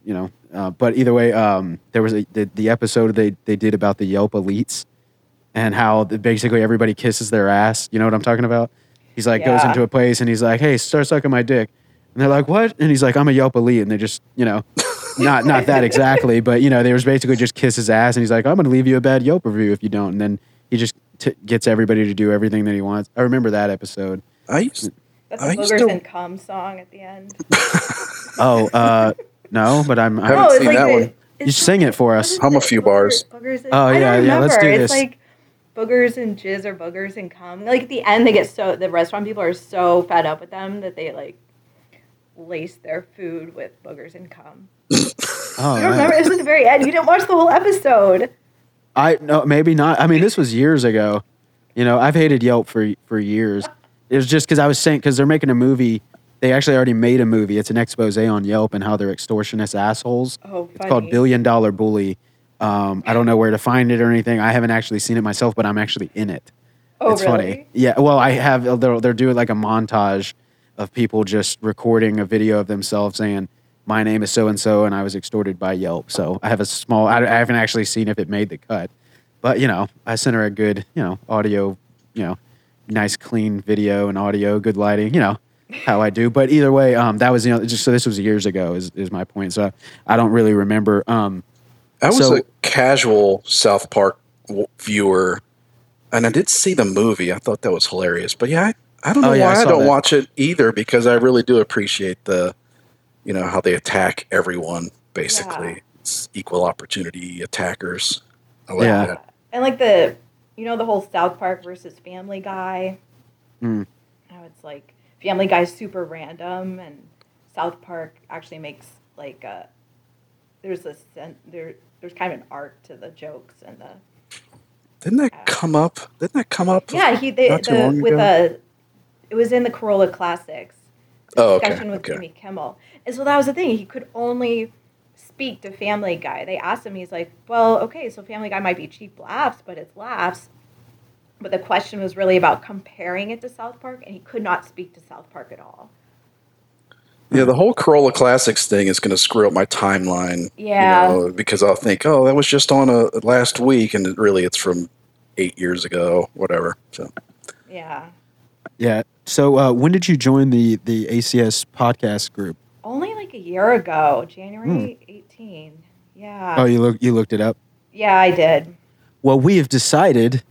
S4: you know. Uh, but either way, um, there was a, the, the episode they, they did about the Yelp elites and how the, basically everybody kisses their ass. You know what I'm talking about? He's like goes
S2: Yeah.
S4: into a place and he's like, "Hey, start sucking my dick," and they're like, "What?" And he's like, "I'm a Yelp elite," and they just you know. not not that exactly, but you know, they was basically just kiss his ass, and he's like, "I'm gonna leave you a bad Yelp review if you don't." And then he just t- gets everybody to do everything that he wants. I remember that episode.
S5: I used,
S2: That's
S5: I
S2: the
S5: used
S2: boogers
S5: to-
S2: and cum song at the end.
S4: Oh, uh, no, but I'm,
S5: I
S4: I'm
S5: haven't
S2: it's
S5: seen that
S2: the-
S5: one.
S2: it's
S4: You
S2: just
S4: sing it for
S2: what
S4: us.
S2: is
S5: Hum a
S2: it?
S5: few
S2: Booger-
S5: bars.
S2: Boogers and,
S4: Oh,
S2: I don't
S4: yeah, yeah, let's
S2: remember.
S4: do
S2: It's
S4: this.
S2: like boogers and jizz or boogers and cum. Like at the end, they get so the restaurant people are so fed up with them that they like lace their food with boogers and cum.
S4: oh,
S2: You don't
S4: man.
S2: remember? It was at the very end. You didn't watch the whole episode.
S4: I no, maybe not. I mean, this was years ago. You know, I've hated Yelp for for years. It was just because I was saying because they're making a movie. They actually already made a movie. It's an expose on Yelp and how they're extortionist assholes.
S2: Oh,
S4: it's called
S2: funny.
S4: Billion Dollar Bully. Um, I don't know where to find it or anything. I haven't actually seen it myself, but I'm actually in it.
S2: Oh,
S4: it's
S2: really?
S4: funny. Yeah. Well, I have. uh, They're, they're doing like a montage of people just recording a video of themselves saying, "My name is so and so, and I was extorted by Yelp." So I have a small. I, I haven't actually seen if it made the cut, but you know, I sent her a good, you know, audio, you know, nice clean video and audio, good lighting, you know. How I do, but either way, um, that was you know just so this was years ago is, is my point. So I don't really remember. Um,
S5: I was
S4: So-
S5: a casual South Park w- viewer, and I did see the movie. I thought that was hilarious. But yeah, I, I don't know
S4: Oh, yeah, I
S5: why I,
S4: saw
S5: don't
S4: that.
S5: watch it either because I really do appreciate the, you know, how they attack everyone. Basically,
S2: Yeah.
S5: it's equal opportunity attackers. I like
S4: Yeah.
S5: that.
S2: And like the, you know, the whole South Park versus Family Guy.
S4: Mm.
S2: How it's like Family Guy's super random, and South Park actually makes like a. There's a sen- there. There's kind of an art to the jokes and the.
S5: Didn't that come up? Didn't that come up?
S2: Yeah, he they,
S5: Not too long
S2: the with
S5: ago.
S2: a. It was in the Corolla Classics.
S5: Oh, okay.
S2: discussion with
S5: okay.
S2: Jimmy Kimmel. And so that was the thing. He could only s- speak to Family Guy. They asked him, he's like, well, okay, so Family Guy might be cheap laughs, but it's laughs. But the question was really about comparing it to South Park, and he could not speak to South Park at all.
S5: Yeah, the whole Corolla Classics thing is going to screw up my timeline. you
S2: Yeah.
S5: know, because I'll think, oh, that was just on a last week, and it- really, it's from eight years ago, whatever. So
S2: Yeah.
S4: Yeah. So uh, when did you join the the ACS podcast group?
S2: Only like a year ago,
S5: Hmm.
S2: January 18. Yeah.
S4: Oh, you look you looked it up.
S2: yeah, I did.
S4: Well, we have decided.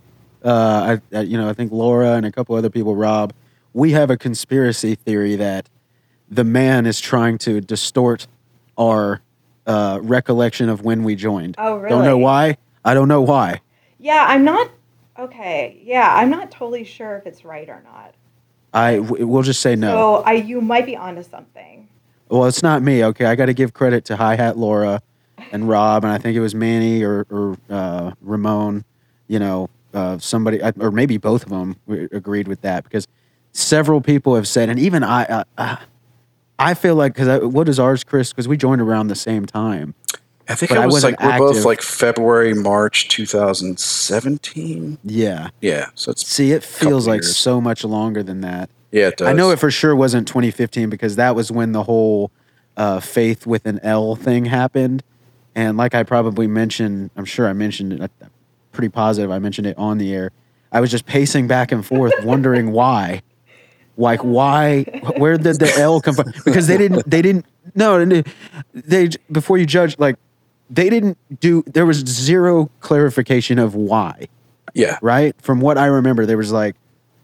S4: Uh, I, I you know I think Laura and a couple other people, Rob, we have a conspiracy theory that the man is trying to distort our uh, recollection of when we joined.
S2: Oh,
S4: Don't know
S2: really?
S4: why. I don't know why.
S2: Yeah, I'm not. Okay. Yeah, I'm not totally sure if it's right or not.
S4: I w- we'll just say no.
S2: So I, you might be onto something.
S4: Well, it's not me. Okay, I got to give credit to Hi Hat Laura and Rob, and I think it was Manny or, or uh, Ramon. You know, uh, somebody I- or maybe both of them agreed with that because several people have said, and even I, uh, uh, I feel like because what is ours, Chris? Because we joined around the same time.
S5: I think
S4: But
S5: I
S4: I
S5: was
S4: wasn't
S5: like, we're both
S4: active.
S5: like February, March 2017.
S4: Yeah.
S5: Yeah. So it's,
S4: See, it feels like
S5: years.
S4: so much longer than that.
S5: yeah, it does.
S4: I know it for sure wasn't 2015 because that was when the whole uh, faith with an L thing happened. And like I probably mentioned, I'm sure I mentioned it, I'm pretty positive I mentioned it on the air. I was just pacing back and forth, wondering why. Like why? Where did the L come from? Because they didn't. They didn't. No, they- they before you judge, like they didn't do. There was zero clarification of why
S5: Yeah.
S4: right? From what I remember, there was like,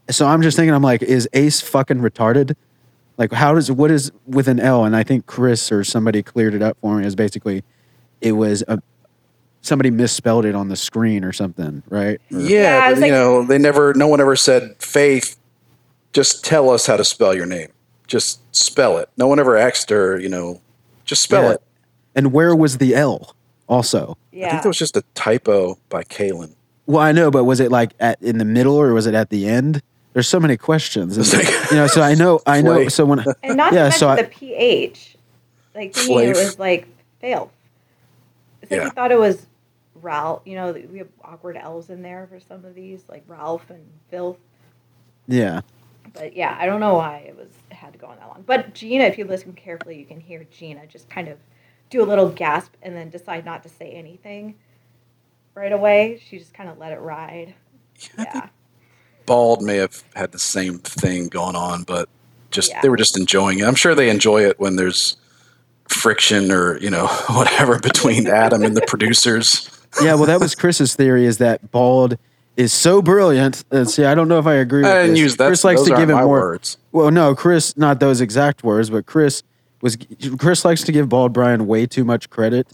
S4: so I'm just thinking, I'm like, is Ace fucking retarded? Like, how does what is with an L? And I think Chris or somebody cleared it up for me. Is basically, it was a somebody misspelled it on the screen or something, right? Or-
S5: Mm. Yeah.
S2: Yeah, I
S5: but,
S2: was
S5: you
S2: like-
S5: know, they never, no one ever said, Faith, just tell us how to spell your name. Just spell it. No one ever asked her, you know, just spell
S4: Yeah.
S5: it.
S4: And where was the L? Also,
S2: Yeah.
S5: I think that was just a typo by Kalen.
S4: well, I know, but was it like at in the middle or was it at the end? There's so many questions,
S5: It's like-
S4: you know. So I know, I know.
S5: Flay.
S4: So when
S2: and not
S4: Yeah,
S2: to mention
S4: so I-
S2: the pH. Like to me, it
S5: Flav.
S2: was like fail. It's like
S5: Yeah.
S2: you thought it was Ralph. You know, we have awkward L's in there for some of these, like Ralph and Filth.
S4: yeah,
S2: But yeah, I don't know why it was it had to go on that long. But Gina, if you listen carefully, you can hear Gina just kind of do a little gasp and then decide not to say anything right away. She just kind of let it ride. Yeah.
S5: Bald may have had the same thing going on, but just
S2: Yeah.
S5: they were just enjoying it. I'm sure they enjoy it when there's friction or you know whatever between Adam and the producers.
S4: yeah. Well, that was Chris's theory: is that bald is so brilliant. And see, I don't know if I agree. With
S5: I didn't
S4: this.
S5: use that.
S4: Chris likes
S5: those
S4: to
S5: aren't
S4: give it
S5: my
S4: more.
S5: words.
S4: Well, no, Chris, not those exact words, but Chris was Chris likes to give Bald Brian way too much credit.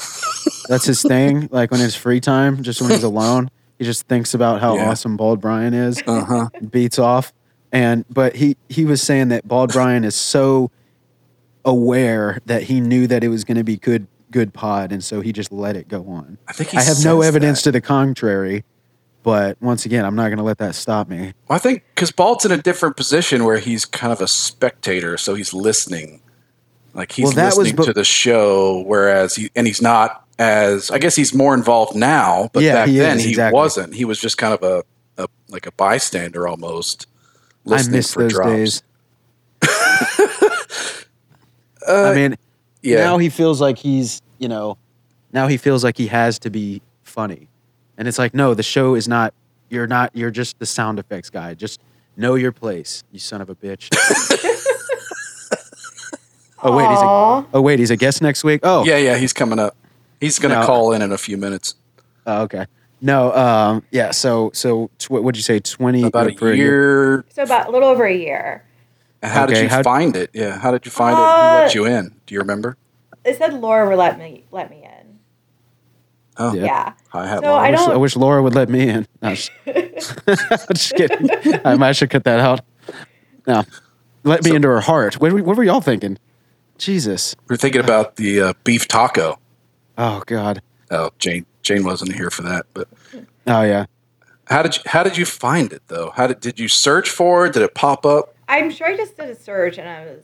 S4: That's his thing. Like when his free time, just when he's alone, he just thinks about how
S5: Yeah.
S4: awesome Bald Brian is,
S5: Uh huh.
S4: beats off. And but he he was saying that Bald Brian is so aware that he knew that it was going to be good good pod, and so he just let it go on.
S5: I think he
S4: I have no
S5: says
S4: evidence
S5: that.
S4: to the contrary, but once again, I'm not going to let that stop me.
S5: Well, I think because Bald's in a different position where he's kind of a spectator, so he's listening. Like he's
S4: Well, that was
S5: listening
S4: bu-
S5: to the show, whereas he and he's not as I guess he's more involved now, but
S4: Yeah,
S5: back
S4: he
S5: then
S4: is,
S5: he
S4: exactly.
S5: wasn't. He was just kind of a, a like a bystander almost.
S4: I miss those days. I mean,
S5: Uh, Yeah.
S4: now he feels like he's you know now he feels like he has to be funny and it's like no the show is not you're not you're just the sound effects guy just know your place you son of a bitch oh wait he's a,
S2: Aw.
S4: oh wait he's a guest next week oh
S5: yeah, yeah, he's coming up. He's going to
S4: No.
S5: call in in a few minutes.
S4: Oh, okay no um yeah so so tw- what'd you say 20
S5: About
S4: or
S5: a
S4: per
S5: year.
S2: So about a little over a year.
S5: How did
S4: Okay,
S5: you
S4: how-
S5: find it? Yeah, how did you find it? Who
S2: Uh,
S5: let you in? Do you remember?
S2: It said Laura let me let me in.
S5: Oh,
S4: Yeah.
S2: Yeah.
S5: I had
S2: So I
S4: I wish,
S2: don't-
S4: I wish Laura would let me in. No, I'm just, I'm just kidding. I might should cut that out. No, let me into her heart. What, were- what were y'all thinking? Jesus.
S5: We're thinking about the uh, beef taco.
S4: Oh God.
S5: Oh, Jane, Jane wasn't here for that. But
S4: Oh yeah.
S5: how did you, how did you find it though? How did did you search for it? Did it pop up?
S2: I'm sure I just did a search and I was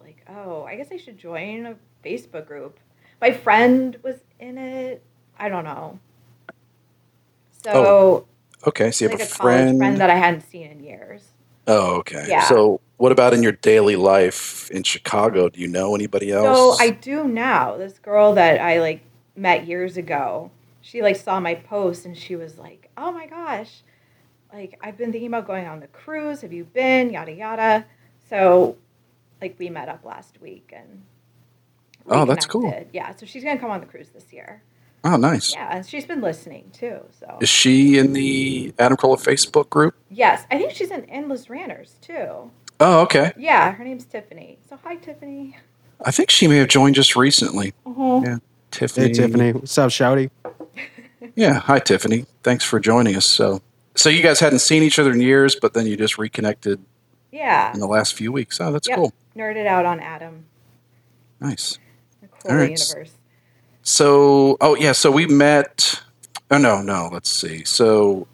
S2: like, oh, I guess I should join a Facebook group. my friend was in it. I don't know. So
S5: Okay, so you
S2: like
S5: have
S2: a
S5: a
S2: college
S5: friend.
S2: friend that I hadn't seen in years.
S5: oh, okay.
S2: Yeah.
S5: So what about in your daily life in Chicago? Do you know anybody
S2: So
S5: else?
S2: I do now. This girl that I like met years ago, she like saw my post and she was like, "Oh my gosh, like I've been thinking about going on the cruise. Have you been? Yada yada." So, like we met up last week and
S5: Oh, that's cool.
S2: reconnected. Yeah, so she's gonna come on the cruise this year.
S5: oh, nice.
S2: Yeah, and she's been listening too. So
S5: Is she in the Adam Carolla Facebook group?
S2: yes, I think she's in Endless Ranners too.
S5: Oh, okay.
S2: Yeah, her name's Tiffany. So hi, Tiffany.
S5: I think she may have joined just recently.
S2: Mhm.
S5: Tiffany.
S4: Hey, Tiffany. What's up, Shouty?
S5: Yeah. Hi, Tiffany. Thanks for joining us. So, so you guys hadn't seen each other in years, but then you just reconnected
S2: Yeah,
S5: in the last few weeks. Oh, that's
S2: Yep.
S5: cool.
S2: nerded out on Adam.
S5: Nice.
S2: The
S5: All
S2: Corolla
S5: right.
S2: universe.
S5: So, oh yeah. So we met. Oh no, no. Let's see. So,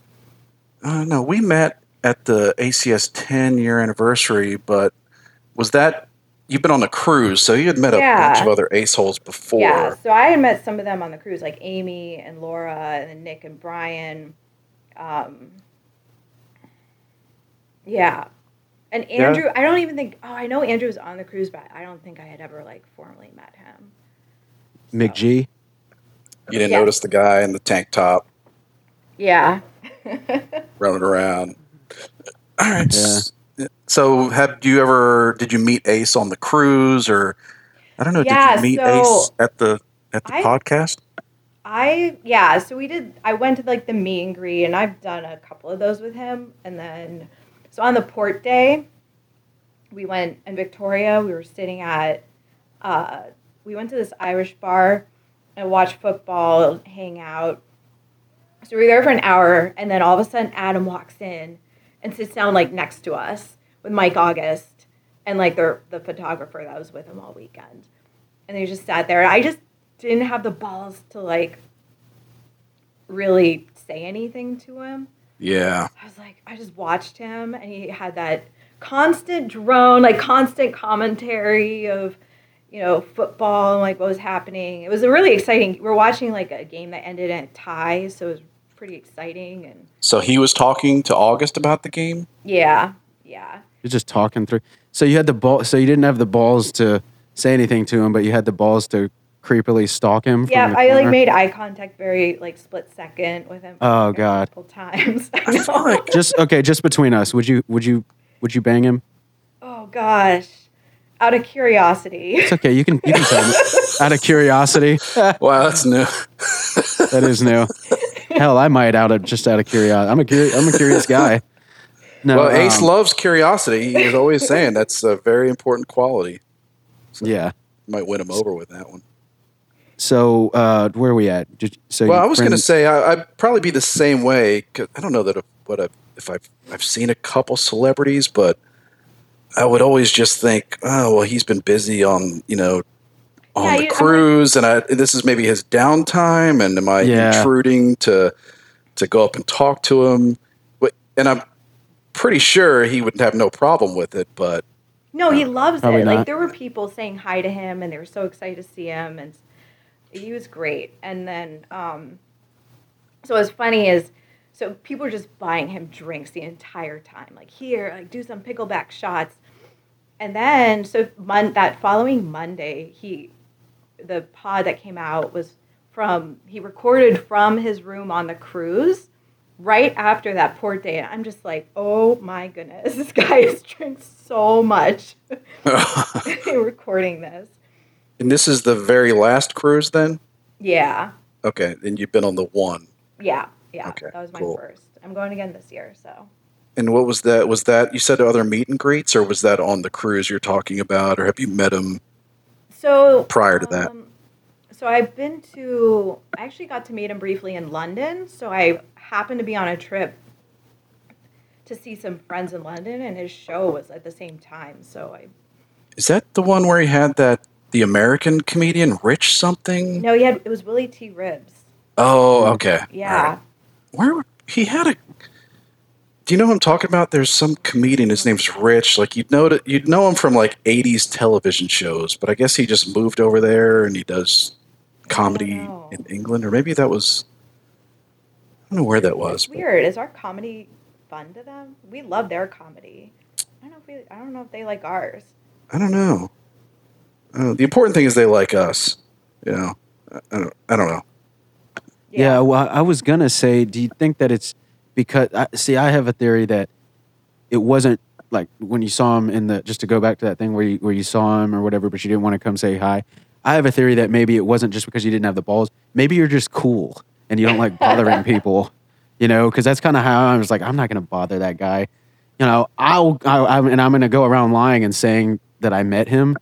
S5: uh, no, we met at the ACS 10 year anniversary. But was that you've been on a cruise? So you had met a bunch
S2: Yeah.
S5: of other ace holes before.
S2: Yeah, so I had met some of them on the cruise, like Amy and Laura and then Nick and Brian. Um, yeah. And
S4: Yeah.
S2: Andrew, I don't even think, oh, I know Andrew was on the cruise, but I don't think I had ever like formally met him.
S4: McG.
S5: You didn't
S2: Yeah.
S5: notice the guy in the tank top
S2: Yeah.
S5: running around. All right.
S4: Yeah.
S5: s- So, have you ever did you meet Ace on the cruise, or I don't know? did
S2: Yeah,
S5: you meet
S2: so-
S5: Ace at the at the
S2: I-
S5: podcast?
S2: I, yeah, so we did, I went to like the meet and greet and I've done a couple of those with him. And then, so on the port day, we went in Victoria, we were sitting at, uh, we went to this Irish bar and watched football, hang out. So we were there for an hour, and then all of a sudden, Adam walks in and sits down like next to us with Mike August and like the the photographer that was with him all weekend, and they just sat there. I just didn't have the balls to like really say anything to him.
S5: Yeah.
S2: I was like, I just watched him, and he had that constant drone, like constant commentary of, you know, football and like what was happening. It was a really exciting. We We're watching like a game that ended in a tie, so it was pretty exciting. And
S5: So he was talking to August about the game.
S2: yeah, yeah,
S4: You're just talking through. So you had the ball. So you didn't have the balls to say anything to him, but you had the balls to creepily stalk him. from
S2: yeah.
S4: the
S2: I like
S4: corner?
S2: made eye contact very like split second with him.
S4: Oh,
S2: a
S4: God.
S2: couple times. I
S5: I feel
S2: know.
S5: like
S4: Just okay. Just between us, would you? Would you? Would you bang him?
S2: Oh gosh, out of curiosity.
S4: It's okay. You can. You can tell me. Out of curiosity,
S5: wow, that's new.
S4: that is new. Hell, I might out of just out of curiosity. I'm a curious. I'm a curious guy. No,
S5: Well, Ace
S4: um,
S5: loves curiosity. He is always saying that's a very important quality.
S4: yeah.
S5: Might win him over with that one.
S4: So uh, where are we at? Did, so
S5: Well,
S4: your
S5: I was going to
S4: friend-
S5: say I, I'd probably be the same way. 'cause I don't know that if- what I've, if I've I've seen a couple celebrities, but I would always just think, oh well, he's been busy on you know on
S2: Yeah,
S5: the
S2: you- I'm
S5: cruise, and I this is maybe his downtime, and am I
S4: Yeah.
S5: intruding to to go up and talk to him? But- And I'm pretty sure he would have no problem with it, but
S2: No, he loves
S4: Probably
S2: it.
S4: not.
S2: Like there were people saying hi to him, and they were so excited to see him, and he was great. And then, um, so what's funny is, so people were just buying him drinks the entire time, like here, like do some pickleback shots. And then, so mon- that following Monday, he, the pod that came out was from he recorded from his room on the cruise. Right after that port day, and I'm just like, oh my goodness, this guy has drank so much. recording this.
S5: and this is the very last cruise then?
S2: Yeah,
S5: Okay, then you've been on the one.
S2: yeah, yeah.
S5: Okay,
S2: that was my
S5: cool.
S2: first. I'm going again this year, so
S5: And what was that? Was that you said other meet and greets, or was that on the cruise you're talking about, or have you met him?
S2: so
S5: Prior to that.
S2: um, So I've been to. I actually got to meet him briefly in London. So I happened to be on a trip to see some friends in London, and his show was at the same time. So I
S5: Is that the one where he had that the American comedian Rich something?
S2: no, he had it was Willie T. Ribs.
S5: Oh, okay. all
S2: Yeah,
S5: right. Where would- he had a. Do you know what I'm talking about? There's some comedian. His name's Rich. Like you'd know you'd know him from like '80s television shows, but I guess he just moved over there and he does comedy
S2: know.
S5: in England, or maybe that was. I don't know where that was.
S2: It's weird. Is our comedy fun to them? We love their comedy. I don't know if we, I don't know if they like ours.
S5: I don't know. Uh, the important thing is they like us. You know, I, I don't. I don't know.
S4: Yeah. well, I was gonna say, do you think that it's because? I, see, I have a theory that it wasn't like when you saw him in the. Just to go back to that thing where you where you saw him or whatever, but you didn't want to come say hi. I have a theory that maybe it wasn't just because you didn't have the balls. Maybe you're just cool and you don't like bothering people. You know, because that's kind of how I was like, I'm not gonna bother that guy. You know, I'll I, I'm, and I'm gonna go around lying and saying that I met him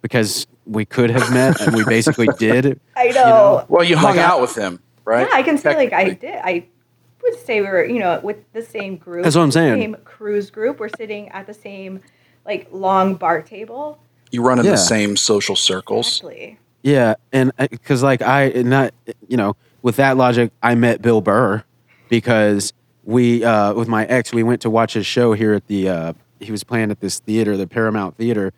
S4: because we could have met and we basically did.
S2: I know.
S5: Well, you hung
S4: Like, I-
S5: out with him, right?
S2: Yeah, I can say like I
S5: Technically.
S2: did. I would say we were, you know, with the same group.
S4: That's what I'm
S2: the
S4: saying.
S2: Same cruise group. We're sitting at the same like long bar table.
S5: You run in
S4: Yeah.
S5: the same social circles.
S2: Exactly.
S4: Yeah, and because like I not you know with that logic, I met Bill Burr because we uh, with my ex we went to watch his show here at the uh, he was playing at this theater, the Paramount Theater,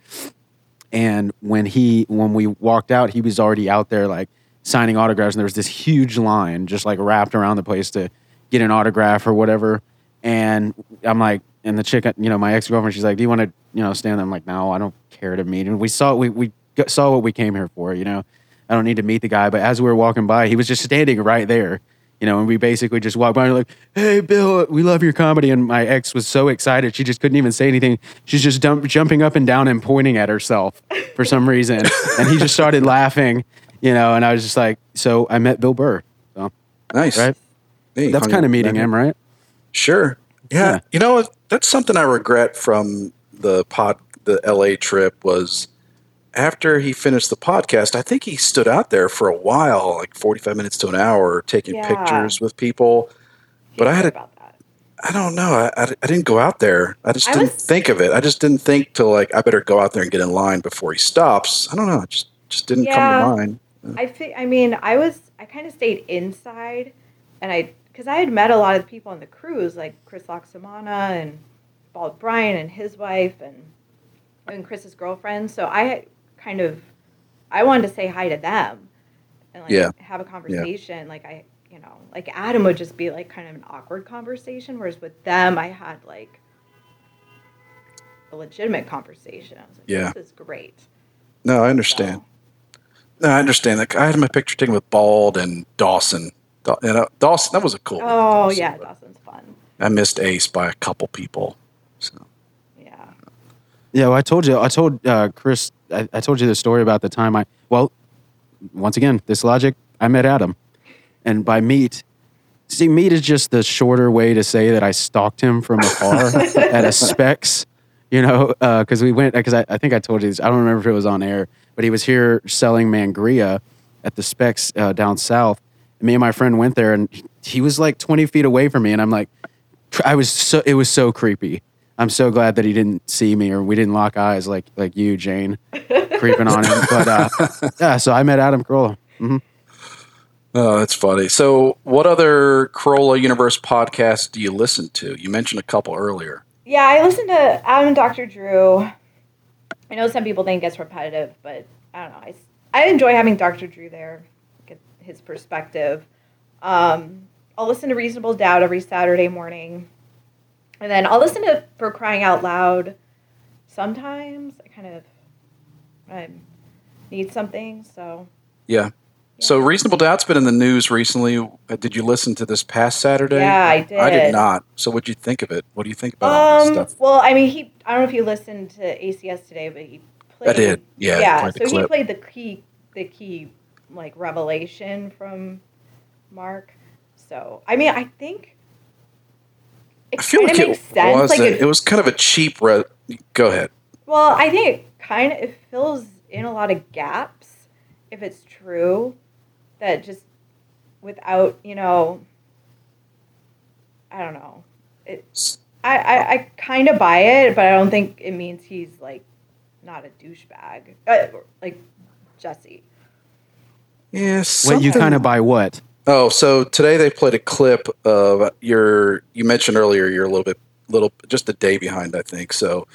S4: and when he when we walked out, he was already out there like signing autographs, and there was this huge line just like wrapped around the place to get an autograph or whatever. And I'm like, and the chick, you know, my ex girlfriend, she's like, "Do you want to, you know, stand?" there?" I'm like, "No, I don't care to meet." And we saw we we got- saw what we came here for, you know. I don't need to meet the guy, but as we were walking by, he was just standing right there, you know, and we basically just walked by and we're like, "Hey, Bill, we love your comedy." And my ex was so excited, she just couldn't even say anything. She's just dump, jumping up and down and pointing at herself for some reason, and he just started laughing, you know. And I was just like, "So I met Bill Burr." So
S5: Nice.
S4: right,
S5: Hey, you
S4: that's
S5: hung
S4: kind
S5: out
S4: of
S5: with
S4: meeting him, right?
S5: Sure. Yeah.
S4: Yeah.
S5: You know, what? that's something I regret from the pod, the LA trip was after he finished the podcast, I think he stood out there for a while, like 45 minutes to an hour, taking
S2: Yeah.
S5: pictures with people. But I had a,
S2: about that.
S5: I don't know. I, I, I didn't go out there. I just
S2: I
S5: didn't
S2: was-
S5: think of it. I just didn't think to like, I better go out there and get in line before he stops. I don't know. It just, just didn't
S2: Yeah.
S5: come to mind.
S2: I fi- I mean, I was I kind of stayed inside, and I because I had met a lot of people on the cruise, like Chris Loxamana and Bald Brian and his wife and and Chris's girlfriend. So I kind of I wanted to say hi to them and like
S5: Yeah.
S2: have a conversation. Like I you know like Adam would just be like kind of an awkward conversation, whereas with them I had like a legitimate conversation. I was like,
S5: Yeah.
S2: this is great.
S5: No, I understand.
S2: So-
S5: No, I understand. Like I had my picture taken with Bald and Dawson. Daw- and, uh, Dawson, that was a cool. one.
S2: Oh
S5: Dawson,
S2: yeah,
S5: but
S2: Dawson's fun.
S5: I missed Ace by a couple people. So
S2: Yeah.
S4: Yeah, well, I told you. I told uh, Chris. I, I told you the story about the time I. Well, once again, this logic. I met Adam, and by meet, see, meet is just the shorter way to say that I stalked him from afar at a Specs. You know, because we went. Because I, I think I told you this. I don't remember if it was on air, but he was here selling mangria at the Specs uh, down south. And me and my friend went there, and he- he was like twenty feet away from me, and I'm like, tr- I was so it was so creepy. I'm so glad that he didn't see me or we didn't lock eyes like like you, Jane, creeping on him. But uh, yeah, so I met Adam Carolla. hmm
S5: oh, that's funny. So, what other Corolla Universe podcasts do you listen to? You mentioned a couple earlier.
S2: Yeah, I listen to Adam and Dr. Drew. I know some people think it's repetitive, but I don't know. I, s- I enjoy having Dr. Drew there, get his perspective. Um, I'll listen to Reasonable Doubt every Saturday morning. And then I'll listen to For Crying Out Loud sometimes. I kind of I need something, so.
S5: Yeah. So,
S2: Yeah.
S5: Reasonable Doubt's been in the news recently. Uh, Did you listen to this past Saturday?
S2: Yeah, I
S5: I did
S2: did.
S5: not. So, what'd you think of it? What do you think about all this
S2: Um,
S5: stuff?
S2: well, I mean, he. I don't know if you listened to ACS today, but he played.
S5: I did. Yeah, I
S2: Yeah.
S5: played the
S2: So he
S5: clip.
S2: played the key, the key, like revelation from Mark. So I mean, I think it
S5: I feel
S2: kind
S5: like
S2: of
S5: it
S2: makes sense.
S5: was.
S2: like
S5: a-
S2: it,
S5: it was kind of a cheap. Re- Go ahead.
S2: Well, I think it kind of it fills in a lot of gaps if it's true that just without you know. I don't know. It I, I, I kind of buy it, but I don't think it means he's like not a douchebag, uh, like Jesse.
S5: Yes.
S4: Wait, you kind of buy what?
S5: Oh, so today they played a clip of your. You mentioned earlier you're a little bit, little, just a day behind, I think. So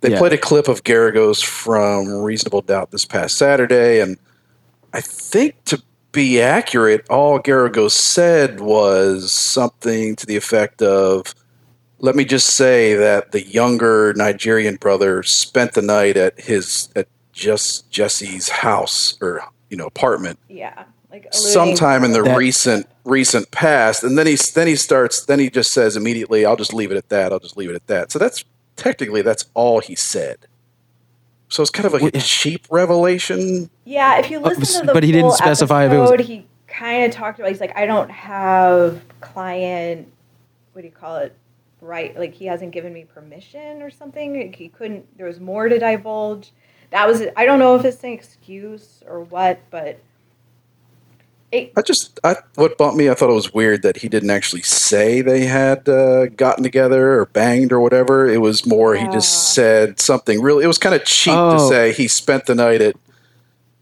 S5: they
S4: Yeah.
S5: played a clip of Garagos from Reasonable Doubt this past Saturday, and I think to be accurate, all Garagos said was something to the effect of let me just say that the younger Nigerian brother spent the night at his at just Jesse's house or you know apartment
S2: Yeah. Like alluding-
S5: sometime in the
S4: That-
S5: recent recent past and then he then he starts then he just says immediately I'll just leave it at that I'll just leave it at that so that's technically that's all he said so it's kind of like a
S4: Wh- eh.
S5: cheap revelation
S2: Yeah, if you listen
S4: Oh, s-
S2: to the
S4: but he didn't
S2: full
S4: specify if it was-
S2: episode, he kind of talked about. He's like, I don't have client. What do you call it? Right, like he hasn't given me permission or something. Like, he couldn't. There was more to divulge. That was. I don't know if it's an excuse or what, but it.
S5: I just I what bumped me I thought it was weird that he didn't actually say they had uh, gotten together or banged or whatever it was more he just
S2: Ah.
S5: said something really it was kind of cheap to
S4: Oh.
S5: say he spent the night at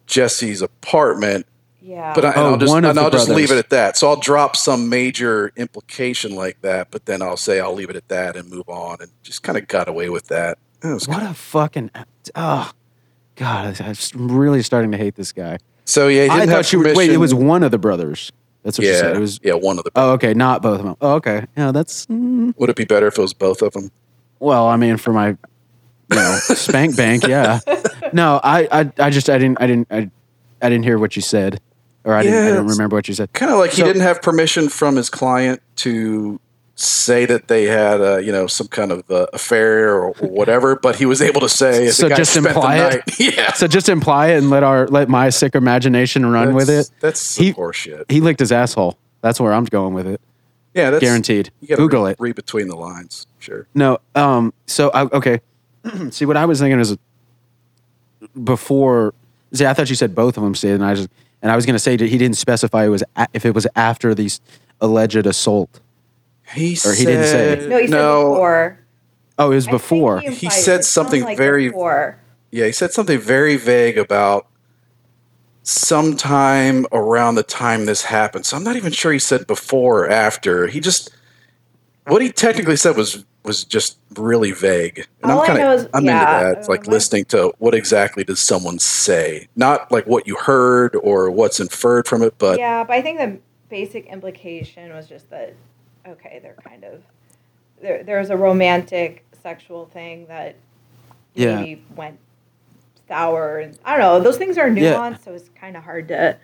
S5: Jesse's apartment
S2: Yeah.
S5: But I, and
S4: Oh,
S5: I'll just
S4: one of
S5: and
S4: the
S5: I'll just
S4: brothers.
S5: leave it at that. So I'll drop some major implication like that, but then I'll say I'll leave it at that and move on, and just kind of got away with that. It was
S4: What a fucking oh god! I- I'm really starting to hate this guy.
S5: So yeah, he didn't
S4: I
S5: have
S4: thought you were wait. It
S5: permission.
S4: was one of the brothers. That's what you
S5: yeah,
S4: said. It was
S5: yeah, one of the.
S4: oh okay, not both of them. Oh, okay, yeah, that's mm,
S5: Would it be better if it was both of them?
S4: well. I mean, for my you know spank bank, yeah. No, I, I I just I didn't I didn't I, I didn't hear what you said, or I didn't I don't
S5: Yes.
S4: remember what you said.
S5: Kind of like he
S4: So-
S5: didn't have permission from his client to say that they had uh, you know some kind of uh, affair or, or whatever, but he was able to say.
S4: So
S5: the guy
S4: just
S5: spent the
S4: imply it?
S5: night- yeah,
S4: So just imply it and let our let my sick imagination run with
S5: That's-
S4: it.
S5: That's some
S4: He-
S5: horseshit.
S4: He licked his asshole. That's where I'm going with it.
S5: yeah, that's
S4: Guaranteed.
S5: You gotta
S4: Google
S5: re-
S4: it.
S5: Read between the lines. Sure.
S4: No. Um. So I, okay. see, what I was thinking is before. See, I thought you said both of them stayed, and I just and I was going to say that he didn't specify it was a, if it was after the s- alleged assault.
S5: He
S4: Or he didn't say.
S5: said-
S2: no, he said before.
S4: Oh, it was
S2: I think
S4: before.
S2: implied-
S5: He
S2: it
S5: said
S2: sounds
S5: something
S2: like
S5: very-
S2: Before.
S5: Yeah, he said something very vague about sometime around the time this happened. So I'm not even sure he said before or after. He just what he technically said was was just really vague. And
S2: All I
S5: I'm kind
S2: know is-
S5: of I'm
S2: yeah,
S5: into that. It's
S2: uh,
S5: like
S2: my-
S5: listening to what exactly does someone say, not like what you heard or what's inferred from it, but
S2: yeah, but I think the basic implication was just that okay, they're kind of there. There's a romantic sexual thing that
S4: Yeah.
S2: maybe went sour, and I don't know. Those things are nuanced,
S4: Yeah.
S2: so it's kind of hard to.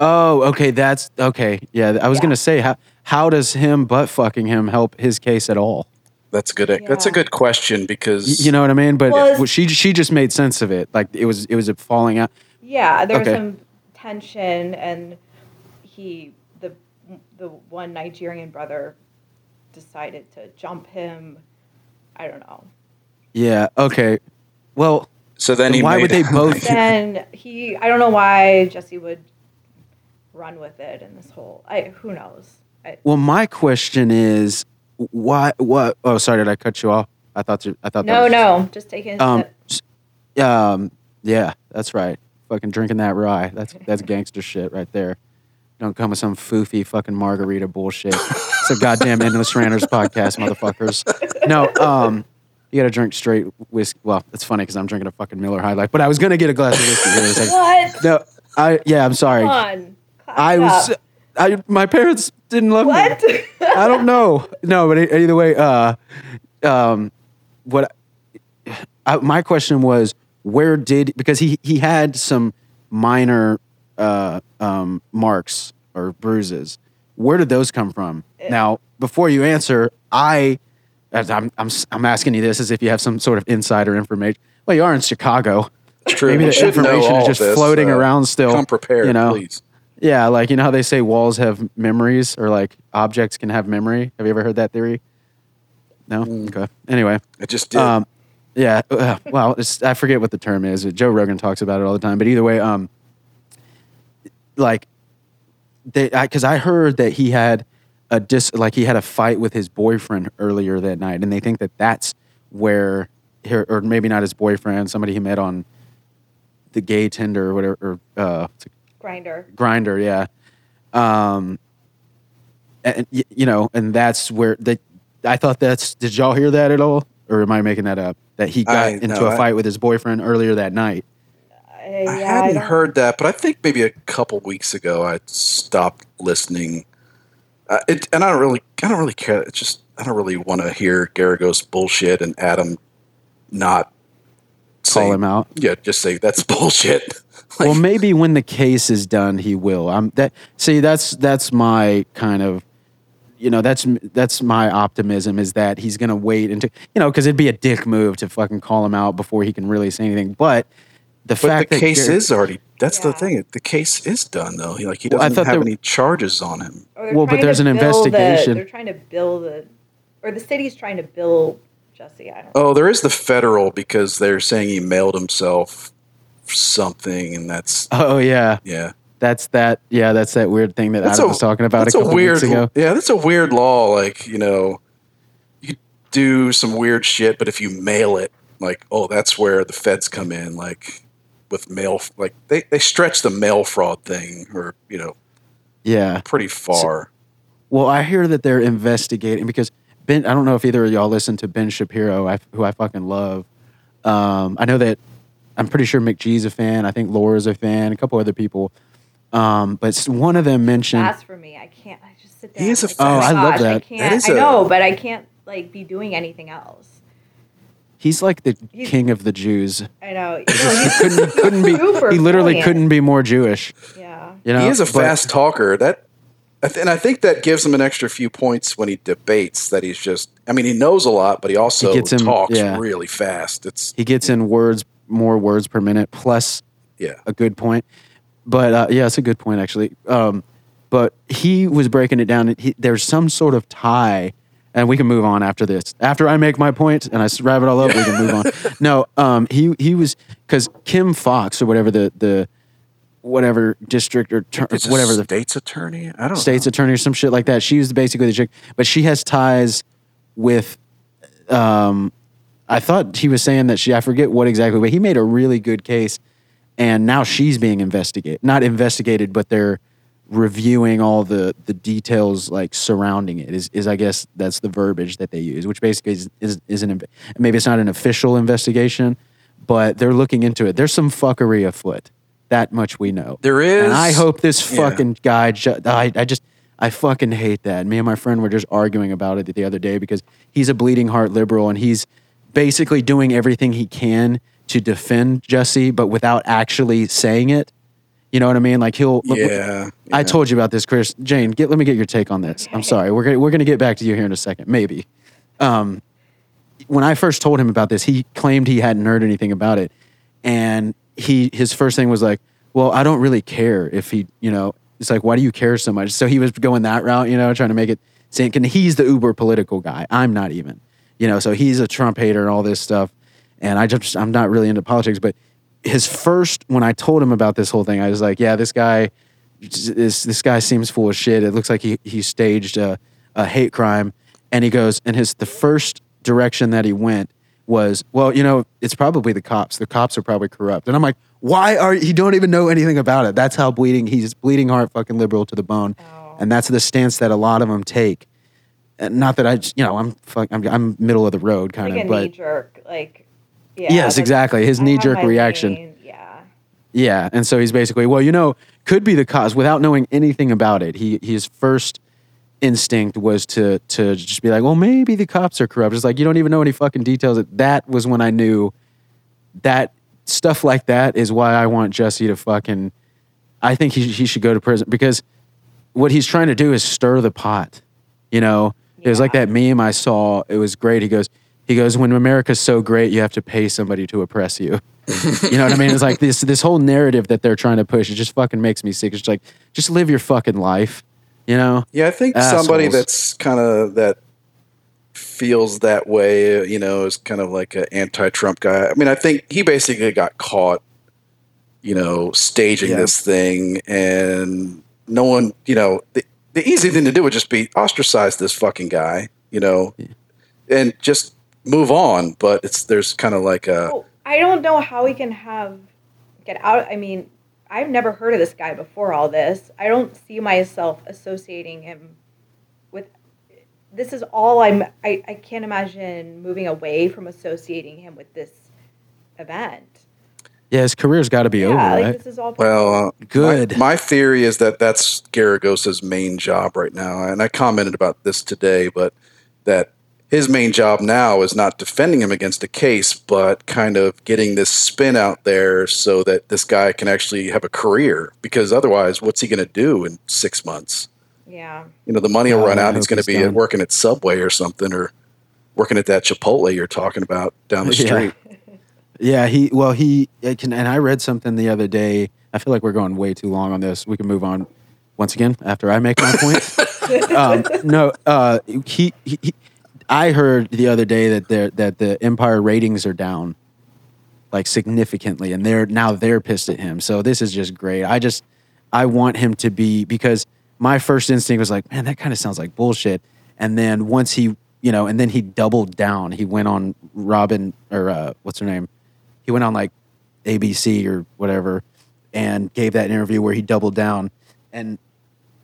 S4: Oh, okay. That's okay. Yeah, I was
S2: Yeah.
S4: going to say how how does him butt fucking him help his case at all?
S5: that's a good that's a
S2: Yeah.
S5: good question because
S4: Y- You know what I mean? But
S2: Well, it's-
S4: she she just made sense of it. Like it was it was a falling out.
S2: Yeah, there was
S4: Okay.
S2: some tension, and he the the one Nigerian brother decided to jump him. I don't know.
S4: Yeah. Okay. Well,
S5: so then he
S4: why
S5: made-
S4: would they both?
S2: then he I don't know why Jesse would run with it in this whole I who knows. I,
S4: Well, my question is why? What? Oh, sorry, did I cut you off? I thought you. I thought.
S2: no,
S4: that
S2: no, just taking
S4: was, Um. s- Um. Yeah, that's right. Fucking drinking that rye. That's that's gangster shit right there. Don't come with some foofy fucking margarita bullshit. It's a goddamn endless ranters podcast, motherfuckers. No. Um. You gotta drink straight whiskey. Well, it's funny because I'm drinking a fucking Miller High Life, but I was gonna get a glass of whiskey. here in a second.
S2: What?
S4: No. I yeah. I'm sorry.
S2: Come on. Clap
S4: I
S2: it
S4: was.
S2: up.
S4: I my parents didn't love me.
S2: What?
S4: I don't know. No, but e- either way, uh, um, what I, my question was, where did because he he had some minor uh, um, marks or bruises. Where did those come from? Now, before you answer, I as I'm I'm s- I'm asking you this as if you have some sort of insider information. Well, you are in Chicago.
S5: It's true.
S4: Maybe
S5: You
S4: the
S5: should know
S4: information is
S5: all
S4: just
S5: this,
S4: floating
S5: uh,
S4: around still.
S5: Come prepared,
S4: you know?
S5: please.
S4: Yeah, like you know how they say walls have memories or like objects can have memory. Have you ever heard that theory? No. Okay. Anyway,
S5: It just did.
S4: um, yeah. uh, well, it's, I forget what the term is. Joe Rogan talks about it all the time. But either way, um, like, they because I, heard that he had a dis like he had a fight with his boyfriend earlier that night, and they think that that's where, her, or maybe not his boyfriend, somebody he met on the gay Tinder or whatever, or uh, it's a
S2: Grinder.
S4: grinder yeah um and y- you know and that's where the i thought that's did y'all hear that at all or am i making that up that he got
S5: I-
S4: into
S5: no,
S4: a
S5: I-
S4: fight with his boyfriend earlier that night
S5: I
S2: yeah,
S5: hadn't
S2: don't-
S5: heard that, but I think maybe a couple weeks ago I stopped listening. Uh, it, and I don't really, I don't really care. It's just I don't really want to hear Garagos bullshit and Adam not
S4: Call
S5: say-
S4: him out.
S5: Yeah, just say that's bullshit. Like,
S4: well, maybe when the case is done, he will. I'm that. See, that's that's my kind of, you know, that's that's my optimism is that he's gonna wait until you know because it'd be a dick move to fucking call him out before he can really say anything. But the
S5: but
S4: fact
S5: the
S4: that
S5: case
S4: Gar-
S5: is already. That's the
S2: Yeah.
S5: thing. The case is done though. He, like he
S4: Well, I
S5: doesn't
S4: thought
S5: have
S4: there-
S5: any charges on him.
S2: or they're
S4: Well, but
S2: trying to
S4: there's an
S2: bill the-
S4: investigation.
S2: they're trying to bill the, or the city's trying to bill Jesse. I don't.
S5: Oh, there is the federal because they're saying he mailed himself something, and that's
S4: oh yeah,
S5: yeah.
S4: that's that yeah that's that weird thing that
S5: That's
S4: Adam
S5: a-
S4: was talking about a
S5: That's a
S4: couple
S5: weird.
S4: weeks ago.
S5: Yeah, that's a weird law. Like you know, you do some weird shit, but if you mail it, like oh, that's where the feds come in. Like with mail, like they they stretch the mail fraud thing, or you know,
S4: Yeah.
S5: pretty far.
S4: Well, I hear that they're investigating because Ben. I don't know if either of y'all listen to Ben Shapiro, I, who I fucking love. Um, I know that I'm pretty sure McGee's a fan. I think Laura's a fan. A couple other people, um, but s- one of them mentioned.
S2: Blasphemy. I can't. I just sit down.
S5: He is a
S2: like, my
S4: Oh, I love
S2: gosh, I
S4: that.
S2: can't.
S5: That is
S2: I
S5: a-
S2: know, but I can't like be doing anything else.
S4: he's like the
S2: He's-
S4: king of the Jews.
S2: I know. No, he's
S4: Couldn't, couldn't be.
S2: super
S4: He literally
S2: brilliant.
S4: couldn't be more Jewish.
S2: Yeah.
S4: You know,
S5: he is a
S4: But-
S5: fast talker. That. I th- And I think that gives him an extra few points when he debates. That he's just—I mean, he knows a lot, but he also
S4: gets him-
S5: talks
S4: yeah.
S5: really fast. It's
S4: He gets in words more words per minute. Plus,
S5: yeah.
S4: a good point. But uh, yeah, it's a good point actually. Um, but he was breaking it down. He, there's some sort of tie, and we can move on after this. After I make my point and I s- wrap it all up, we can move on. No, um, he he was because Kim Fox or whatever the the whatever district or ter-
S5: It's
S4: whatever the
S5: state's attorney. I don't
S4: state's attorney or some shit like that. She was basically the chick, but she has ties with. Um, I thought he was saying that she. I forget what exactly, but he made a really good case, and now she's being investigated. Not investigated, but they're reviewing all the the details like surrounding it. Is is I guess that's the verbiage that they use, which basically is is, is an inve- maybe it's not an official investigation, but they're looking into it. There's some fuckery afoot. That much we know.
S5: There
S4: and I
S5: is.
S4: hope this
S5: Yeah.
S4: fucking guy. Ju- I, I just, I fucking hate that. Me and my friend were just arguing about it the other day because he's a bleeding heart liberal and he's basically doing everything he can to defend Jesse, but without actually saying it. You know what I mean? Like he'll.
S5: Yeah, yeah.
S4: I told you about this, Chris. Jane, get, let me get your take on this. I'm sorry. We're gonna, we're going to get back to you here in a second, maybe. Um, when I first told him about this, he claimed he hadn't heard anything about it, and he his first thing was like, "Well, I don't really care if he, you know." It's like, why do you care so much? So he was going that route, you know, trying to make it. Saying, and he's the uber political guy. I'm not even, you know. So he's a Trump hater and all this stuff, and I just I'm not really into politics. But his first, when I told him about this whole thing, I was like, yeah, this guy this this guy seems full of shit. It looks like he he staged a, a hate crime, and he goes and his the first direction that he went was well, you know, it's probably the cops. The cops are probably corrupt, and I'm like, why are you don't even know anything about it? That's how bleeding he's bleeding heart fucking liberal to the bone,
S2: Oh.
S4: and that's the stance that a lot of them take. And not that I, just, you know, I'm fuck, I'm I'm middle of the road kind
S2: Like a
S4: of, but
S2: knee jerk. Like. Yeah,
S4: Yes,
S2: that's-
S4: exactly. His
S2: I have
S4: knee-jerk
S2: my
S4: reaction.
S2: pain. Yeah.
S4: Yeah, and so he's basically, well, you know, could be the cause without knowing anything about it. He his first instinct was to to just be like, well, maybe the cops are corrupt. It's like you don't even know any fucking details. That was when I knew that stuff like that is why I want Jesse to fucking. I think he he should go to prison because what he's trying to do is stir the pot. You know, it was like
S2: Yeah.
S4: that meme I saw. It was great. He goes, he goes, when America's so great, you have to pay somebody to oppress you. you know what I mean? It's like this this whole narrative that they're trying to push. It just fucking makes me sick. It's like just live your fucking life. You know?
S5: Yeah, I think somebody
S4: Assholes.
S5: that's kind of that feels that way, you know, is kind of like an anti-Trump guy. I mean, I think he basically got caught, you know, staging
S4: Yeah.
S5: this thing, and no one, you know, the, the easy thing to do would just be ostracize this fucking guy, you know, and just move on. But it's there's kind of like a
S2: Oh, I don't know how he can have get out. I mean, I've never heard of this guy before all this. I don't see myself associating him with. This is all I'm. I, I can't imagine moving away from associating him with this event.
S4: Yeah, his career's got to be
S2: yeah,
S4: over,
S2: like
S4: right?
S2: this is all.
S5: Well, uh,
S4: Good.
S5: My, my theory is that that's Garagos's main job right now, and I commented about this today, but that his main job now is not defending him against a case, but kind of getting this spin out there so that this guy can actually have a career. Because otherwise, what's he going to do in six months?
S2: yeah,
S5: You know, the money will
S4: Yeah,
S5: run
S4: I
S5: out. and He's
S4: hope
S5: going to
S4: he's
S5: be
S4: done.
S5: working at Subway or something, or working at that Chipotle you're talking about down the
S4: Yeah.
S5: street.
S4: Yeah, he well he it can, and I read something the other day. I feel like we're going way too long on this. We can move on once again after I make my point. um, no, uh, he, he, he- I heard the other day that they're, that the Empire ratings are down like significantly, and they're now they're pissed at him. So this is just great. I just I want him to be because my first instinct was like, man, that kind of sounds like bullshit. And then once he, you know, and then he doubled down. He went on Robin or uh, what's her name? he went on like ABC or whatever and gave that interview where he doubled down and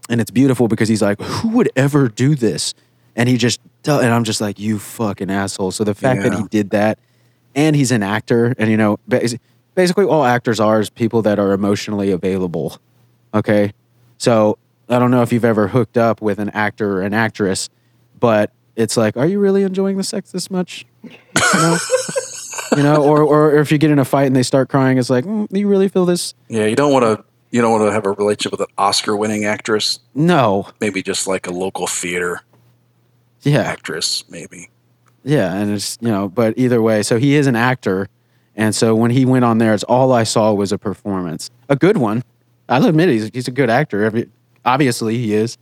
S4: and it's beautiful because he's like who would ever do this and he just do- and I'm just like you fucking asshole so the fact that
S5: Yeah.
S4: he did that and he's an actor and you know bas- basically all actors are is people that are emotionally available okay so I don't know if you've ever hooked up with an actor or an actress but it's like are you really enjoying the sex this much you know? you know, or, or if you get in a fight and they start crying, it's like, mm, you really feel this?
S5: Yeah, you don't want to. You don't want to have a relationship with an Oscar-winning actress.
S4: No.
S5: Maybe just like a local theater
S4: Yeah.
S5: actress, maybe.
S4: Yeah. And it's, you know, but either way, so he is an actor. And so when he went on there, it's all I saw was a performance, a good one. I'll admit he's, he's a good actor. Every, obviously, he is.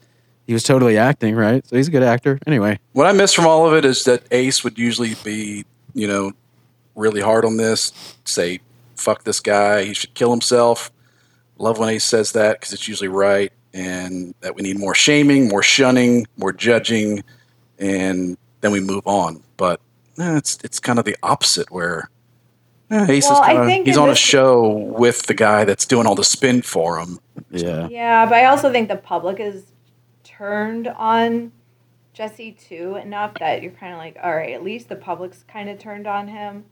S4: He was totally acting, right? So he's a good actor. Anyway,
S5: What I miss from all of it is that Ace would usually be, you know, really hard on this, say, fuck this guy, he should kill himself. Love when Ace says that because it's usually right, and that we need more shaming, more shunning, more judging, and then we move on. But eh, it's it's kind of the opposite where eh, Ace
S2: Well,
S5: is
S2: I
S5: kinda,
S2: think
S5: he's
S2: in
S5: on a
S2: this-
S5: show with the guy that's doing all the spin for him.
S4: yeah.
S2: yeah, but I also think the public is turned on Jesse too enough that you're kind of like, all right, at least the public's kind of turned on him,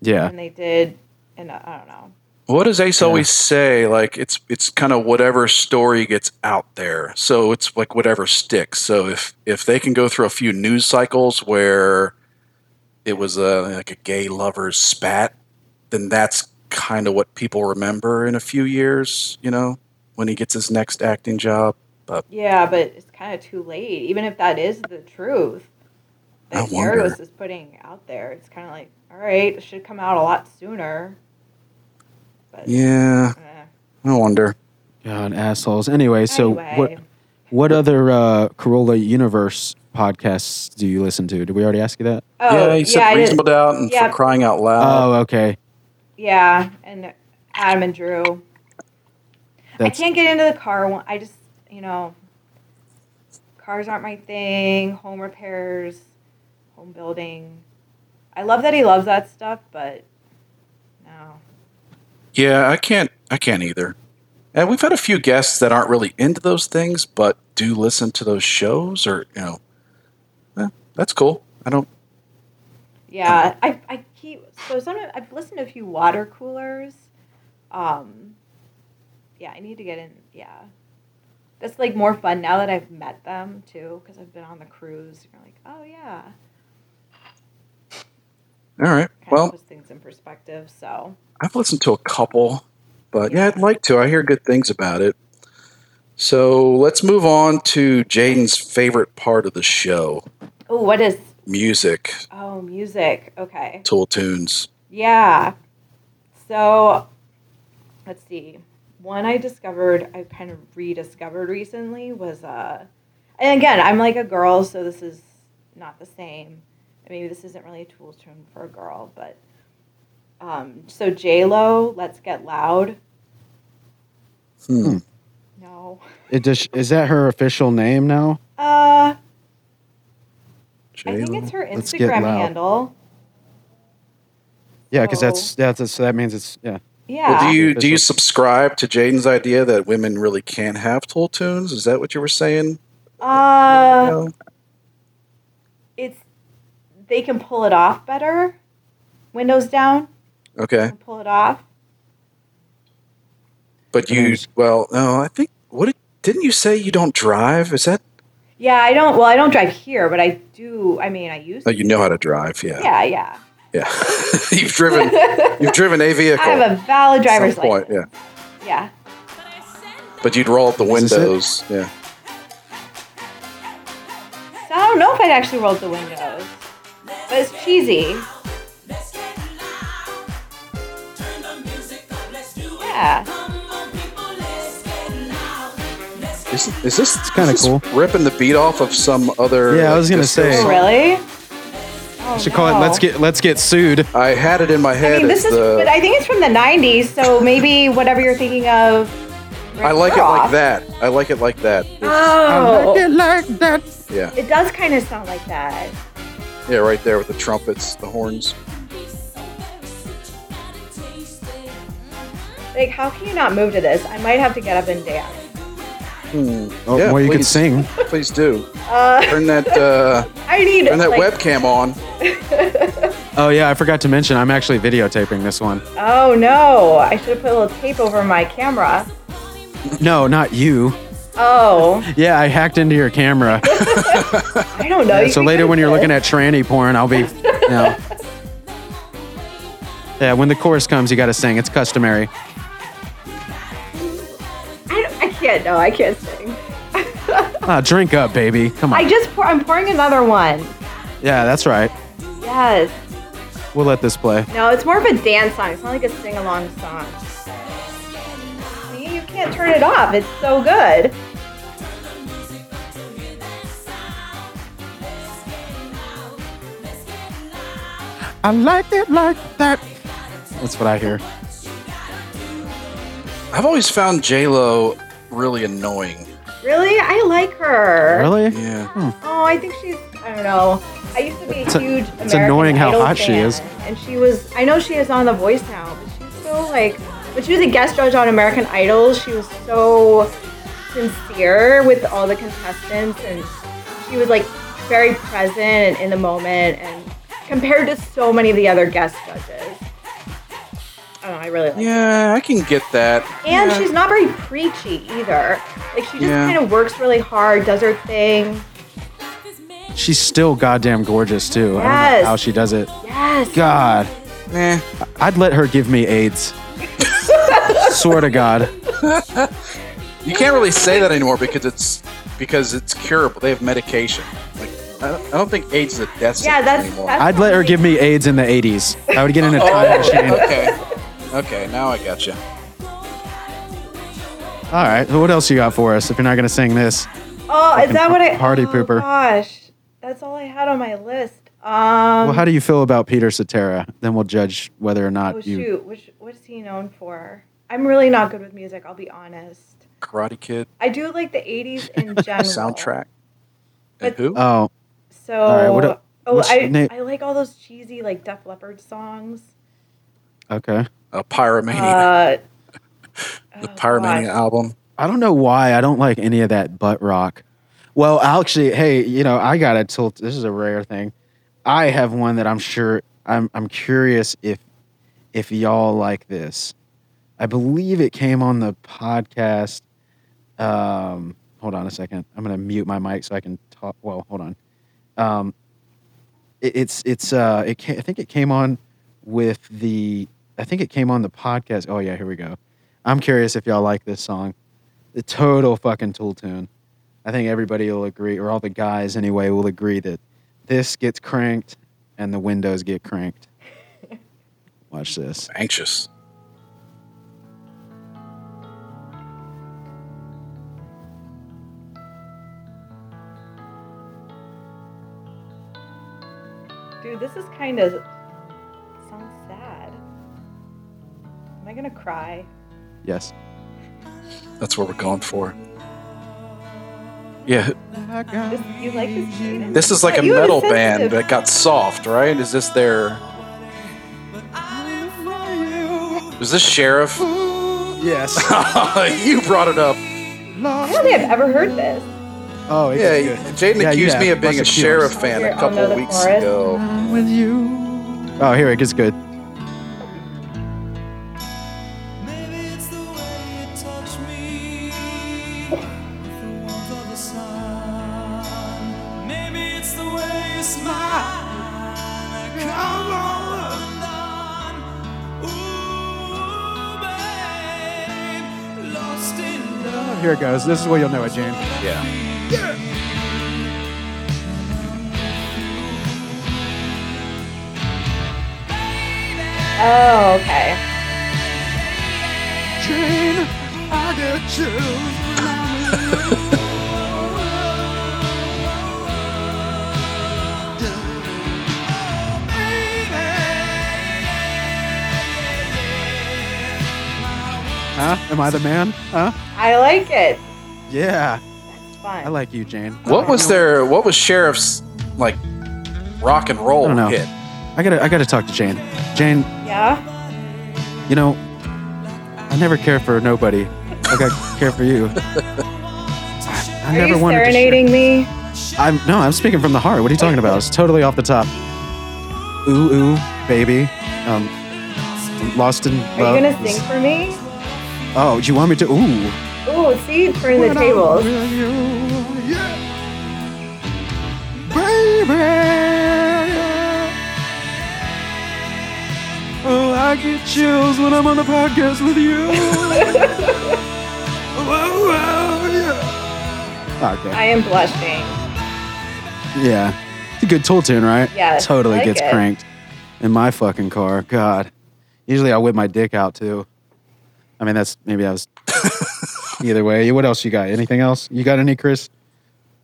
S4: Yeah.
S2: and they did, and I don't know.
S5: What does Ace
S4: Yeah.
S5: always say? Like it's it's kind of whatever story gets out there, so it's like whatever sticks. So if if they can go through a few news cycles where it was a like a gay lovers spat, then that's kind of what people remember in a few years. You know, when he gets his next acting job.
S2: Yeah, but it's kind of too late. Even if that is the truth
S5: I
S2: that
S5: wonder.
S2: Garagos is putting out there, it's kind of like, all right, it should come out a lot sooner. But
S5: Yeah,
S2: eh,
S5: I wonder.
S4: God, assholes. Anyway, so
S2: anyway,
S4: what, what other uh, Corolla Universe podcasts do you listen to? Did we already ask you that?
S2: oh
S5: yeah, he said
S2: yeah, I did-
S5: reasonable doubt and
S2: yeah.
S5: for crying out loud.
S4: oh, okay.
S2: yeah, and Adam and Drew. I can't get into the car one. I just, you know, cars aren't my thing. Home repairs, home building. I love that he loves that stuff, but no.
S5: Yeah, I can't. I can't either. And we've had a few guests that aren't really into those things, but do listen to those shows, or you know, eh, that's cool. I don't.
S2: Yeah, I, I keep so sometimes I've listened to a few water coolers. Um, yeah, I need to get in. Yeah, that's like more fun now that I've met them too, because I've been on the cruise. You're like, oh yeah,
S5: All right.
S2: kind of
S5: Well,
S2: puts things in perspective. So
S5: I've listened to a couple, but yeah, I'd like to. I hear good things about it. So let's move on to Jaden's favorite part of the show:
S2: oh, what is
S5: music,
S2: oh music? Okay,
S5: Tool tunes.
S2: yeah. So let's see. One I discovered, I kind of rediscovered recently was uh, and again, I'm like a girl, so this is not the same. And maybe this isn't really a tools tune for a girl, but um, so J Lo, let's get loud.
S5: Hmm.
S2: No,
S4: It just, is that her official name now?
S2: uh, I
S5: J-Lo.
S2: think it's her
S4: Let's Get
S2: Instagram
S4: Loud.
S2: handle.
S4: Yeah, because
S2: So-
S4: that's that's so that means it's yeah.
S2: Yeah.
S5: Well, do you do you
S4: Official.
S5: subscribe to Jaden's idea that women really can't have tool tunes? Is that what you were saying?
S2: uh,
S5: No?
S2: it's they can pull it off better. Windows down.
S5: Okay.
S2: and pull it off.
S5: But you, well, no, I think, what did, didn't you say you don't drive? Is that,
S2: Yeah, I don't. Well, I don't drive here, but I do. I mean, I used.
S5: oh,
S2: to.
S5: you know how to drive. Yeah.
S2: Yeah, yeah.
S5: Yeah. you've driven, you've driven a vehicle.
S2: I have a valid
S5: at some
S2: driver's
S5: point,
S2: license.
S5: Yeah.
S2: Yeah.
S5: But you'd roll up the
S4: Is this it?
S5: windows. Yeah.
S2: So I don't know if I'd actually rolled the windows, but it's cheesy. Yeah.
S5: Is, is this
S4: kinda
S5: is this
S4: cool.
S5: Ripping the beat off of some other.
S4: Yeah, I was gonna
S5: disco
S4: say.
S5: song?
S2: Oh, really? Oh,
S4: Should call it
S2: no.
S4: "Let's Get Let's Get Sued."
S5: I had it in my
S2: I
S5: head.
S2: mean, this
S5: as
S2: is.
S5: the,
S2: But I think it's from the '90s, so maybe whatever you're thinking of.
S5: I like it
S2: Roth.
S5: like that. I like it like that.
S2: Oh,
S4: like that.
S5: Yeah.
S2: it does kind of sound like that.
S5: Yeah, right there with the trumpets, the horns.
S2: Like, how can you not move to this? I might have to get up and dance.
S4: Oh,
S5: Yeah,
S4: well, you could
S5: please.
S4: sing.
S5: Please do.
S2: Uh,
S5: Turn that uh
S2: I need.
S5: turn that
S2: like,
S5: webcam on.
S4: Oh yeah, I forgot to mention I'm actually videotaping this one.
S2: Oh no! I should have put a little tape over my camera.
S4: No, not you.
S2: Oh,
S4: Yeah, I hacked into your camera.
S2: I don't know. You
S4: so
S2: can
S4: later
S2: do
S4: when you're
S2: this.
S4: looking at tranny porn, I'll be. No. Yeah, when the chorus comes, you gotta sing. It's customary.
S2: I, don't- I can't. No, I can't sing.
S4: Ah, drink up, baby. Come on.
S2: I just pour. I'm pouring another one.
S4: yeah, that's right.
S2: Yes.
S4: We'll let this play.
S2: No, it's more of a dance song. It's not like a sing along song. See, you can't turn it off. It's so good.
S4: I like it like that. That's what I hear.
S5: I've always found J Lo really annoying.
S2: Really, I like her.
S4: Really?
S5: Yeah.
S2: Oh, I think she's. I don't know. I used to be a
S4: It's a-
S2: huge.
S4: it's
S2: American
S4: annoying how
S2: Idol
S4: hot she
S2: fan,
S4: is.
S2: And she was. I know she is on The Voice now, but she's so like. When she was a guest judge on American Idol, she was so sincere with all the contestants, and she was like very present and in the moment, and compared to so many of the other guest judges. I don't know. I really like.
S5: Yeah, I can get that.
S2: her. And
S5: Yeah.
S2: she's not very preachy either. Like she just
S5: Yeah.
S2: kind of works really hard, does her thing.
S4: She's still goddamn gorgeous too. I don't
S2: Yes.
S4: know how she does it.
S2: Yes.
S4: God,
S5: Eh.
S4: I'd let her give me AIDS. Swear to God.
S5: You can't really say that anymore because it's because it's curable. They have medication. Like I don't, I don't think AIDS is a death
S2: Yeah,
S5: sentence
S2: that's-
S5: anymore.
S2: that's-
S4: I'd let her give me AIDS in the 80s. I would get in a time
S2: Oh.
S4: machine. All
S5: okay. Okay, now I got you.
S4: right. so What else you got for us if you're not going to sing this?
S2: Oh, is that what I
S4: party
S2: oh,
S4: pooper.
S2: Gosh, that's all I had on my list. Um,
S4: Well, how do you feel about Peter Cetera? Then we'll judge whether or not
S2: oh
S4: you.
S2: shoot, which what is he known for? I'm really not good with music. I'll be honest.
S5: Karate Kid
S2: I do like the '80s in general.
S5: soundtrack.
S2: But-
S5: And
S2: uh,
S5: who?
S4: Oh,
S2: So,
S4: right, what el-
S2: oh,
S4: what's
S2: I
S4: the name-
S2: I like all those cheesy like Def Leppard songs.
S4: okay.
S5: a Pyromania.
S2: Uh,
S5: the
S2: oh,
S5: Pyromania
S2: gosh.
S5: album.
S4: I don't know why I don't like any of that butt rock. Well, I'll actually, hey, you know, I got to tilt. This is a rare thing. I have one that I'm sure I'm I'm curious if if y'all like this. I believe it came on the podcast. Um, hold on a second. I'm gonna mute my mic so I can talk. Well, hold on. Um, it, it's it's uh, it ca I think it came on with the. I think it came on the podcast. Oh yeah, here we go. I'm curious if y'all like this song. The total fucking tool tune. I think everybody will agree, or all the guys anyway, will agree that this gets cranked and the windows get cranked. Watch this.
S5: Anxious.
S2: Dude, this is kind of sounds sad. Am I gonna cry?
S4: Yes.
S5: That's what we're going for. Yeah,
S2: This, you like this? cadence?
S5: this is like a
S2: You have
S5: metal
S2: sensitive-
S5: band that got soft, right? Is this their? Is this Sheriff?
S4: Yes.
S5: you brought it up.
S2: I don't think I've ever heard this.
S4: Oh, it's
S5: Yeah,
S4: good.
S5: Jaden
S4: Yeah, you
S5: accused
S4: have.
S5: me of being a
S4: Must accuse.
S5: Sheriff fan
S2: Here,
S5: a
S2: I'll
S5: couple
S2: know
S5: of
S2: the
S5: weeks
S2: chorus.
S5: ago.
S4: Oh, here it gets good. Oh,
S6: Here it goes. This is where you'll know it, Jane.
S5: Yeah.
S2: Oh, okay.
S6: Jane, I get chills. Huh? Am I the man? Huh?
S2: I like it.
S6: Yeah.
S2: That's fun.
S6: I like you, Jane.
S5: What was their What was Sheriff's like rock and roll
S4: I don't know.
S5: hit?
S4: I gotta, I gotta talk to Jane. Jane,
S2: Yeah.
S4: you know, I never care for nobody. Like I care for you. I, I
S2: Are
S4: never
S2: you
S4: wanted
S2: serenading me?
S4: to. Share. I'm no, I'm speaking from the heart. What are you talking about? It's totally off the top. Ooh ooh, baby. Um, lost in
S2: Are
S4: love.
S2: you gonna sing for me?
S4: Oh, do you want me to? Ooh.
S2: Ooh, see, turn the tables.
S6: Will you? Yeah. Baby. Oh, I get chills when I'm on the podcast with you.
S4: Oh,
S6: Whoa, whoa, yeah.
S4: oh, Okay.
S2: I am blushing.
S4: Yeah. It's a good tool tune, right?
S2: Yes,
S4: Totally
S2: like
S4: gets
S2: it.
S4: cranked in my fucking car. God. Usually I whip my dick out too. I mean, that's maybe I was. Either way, what else you got? Anything else? You got any, Chris?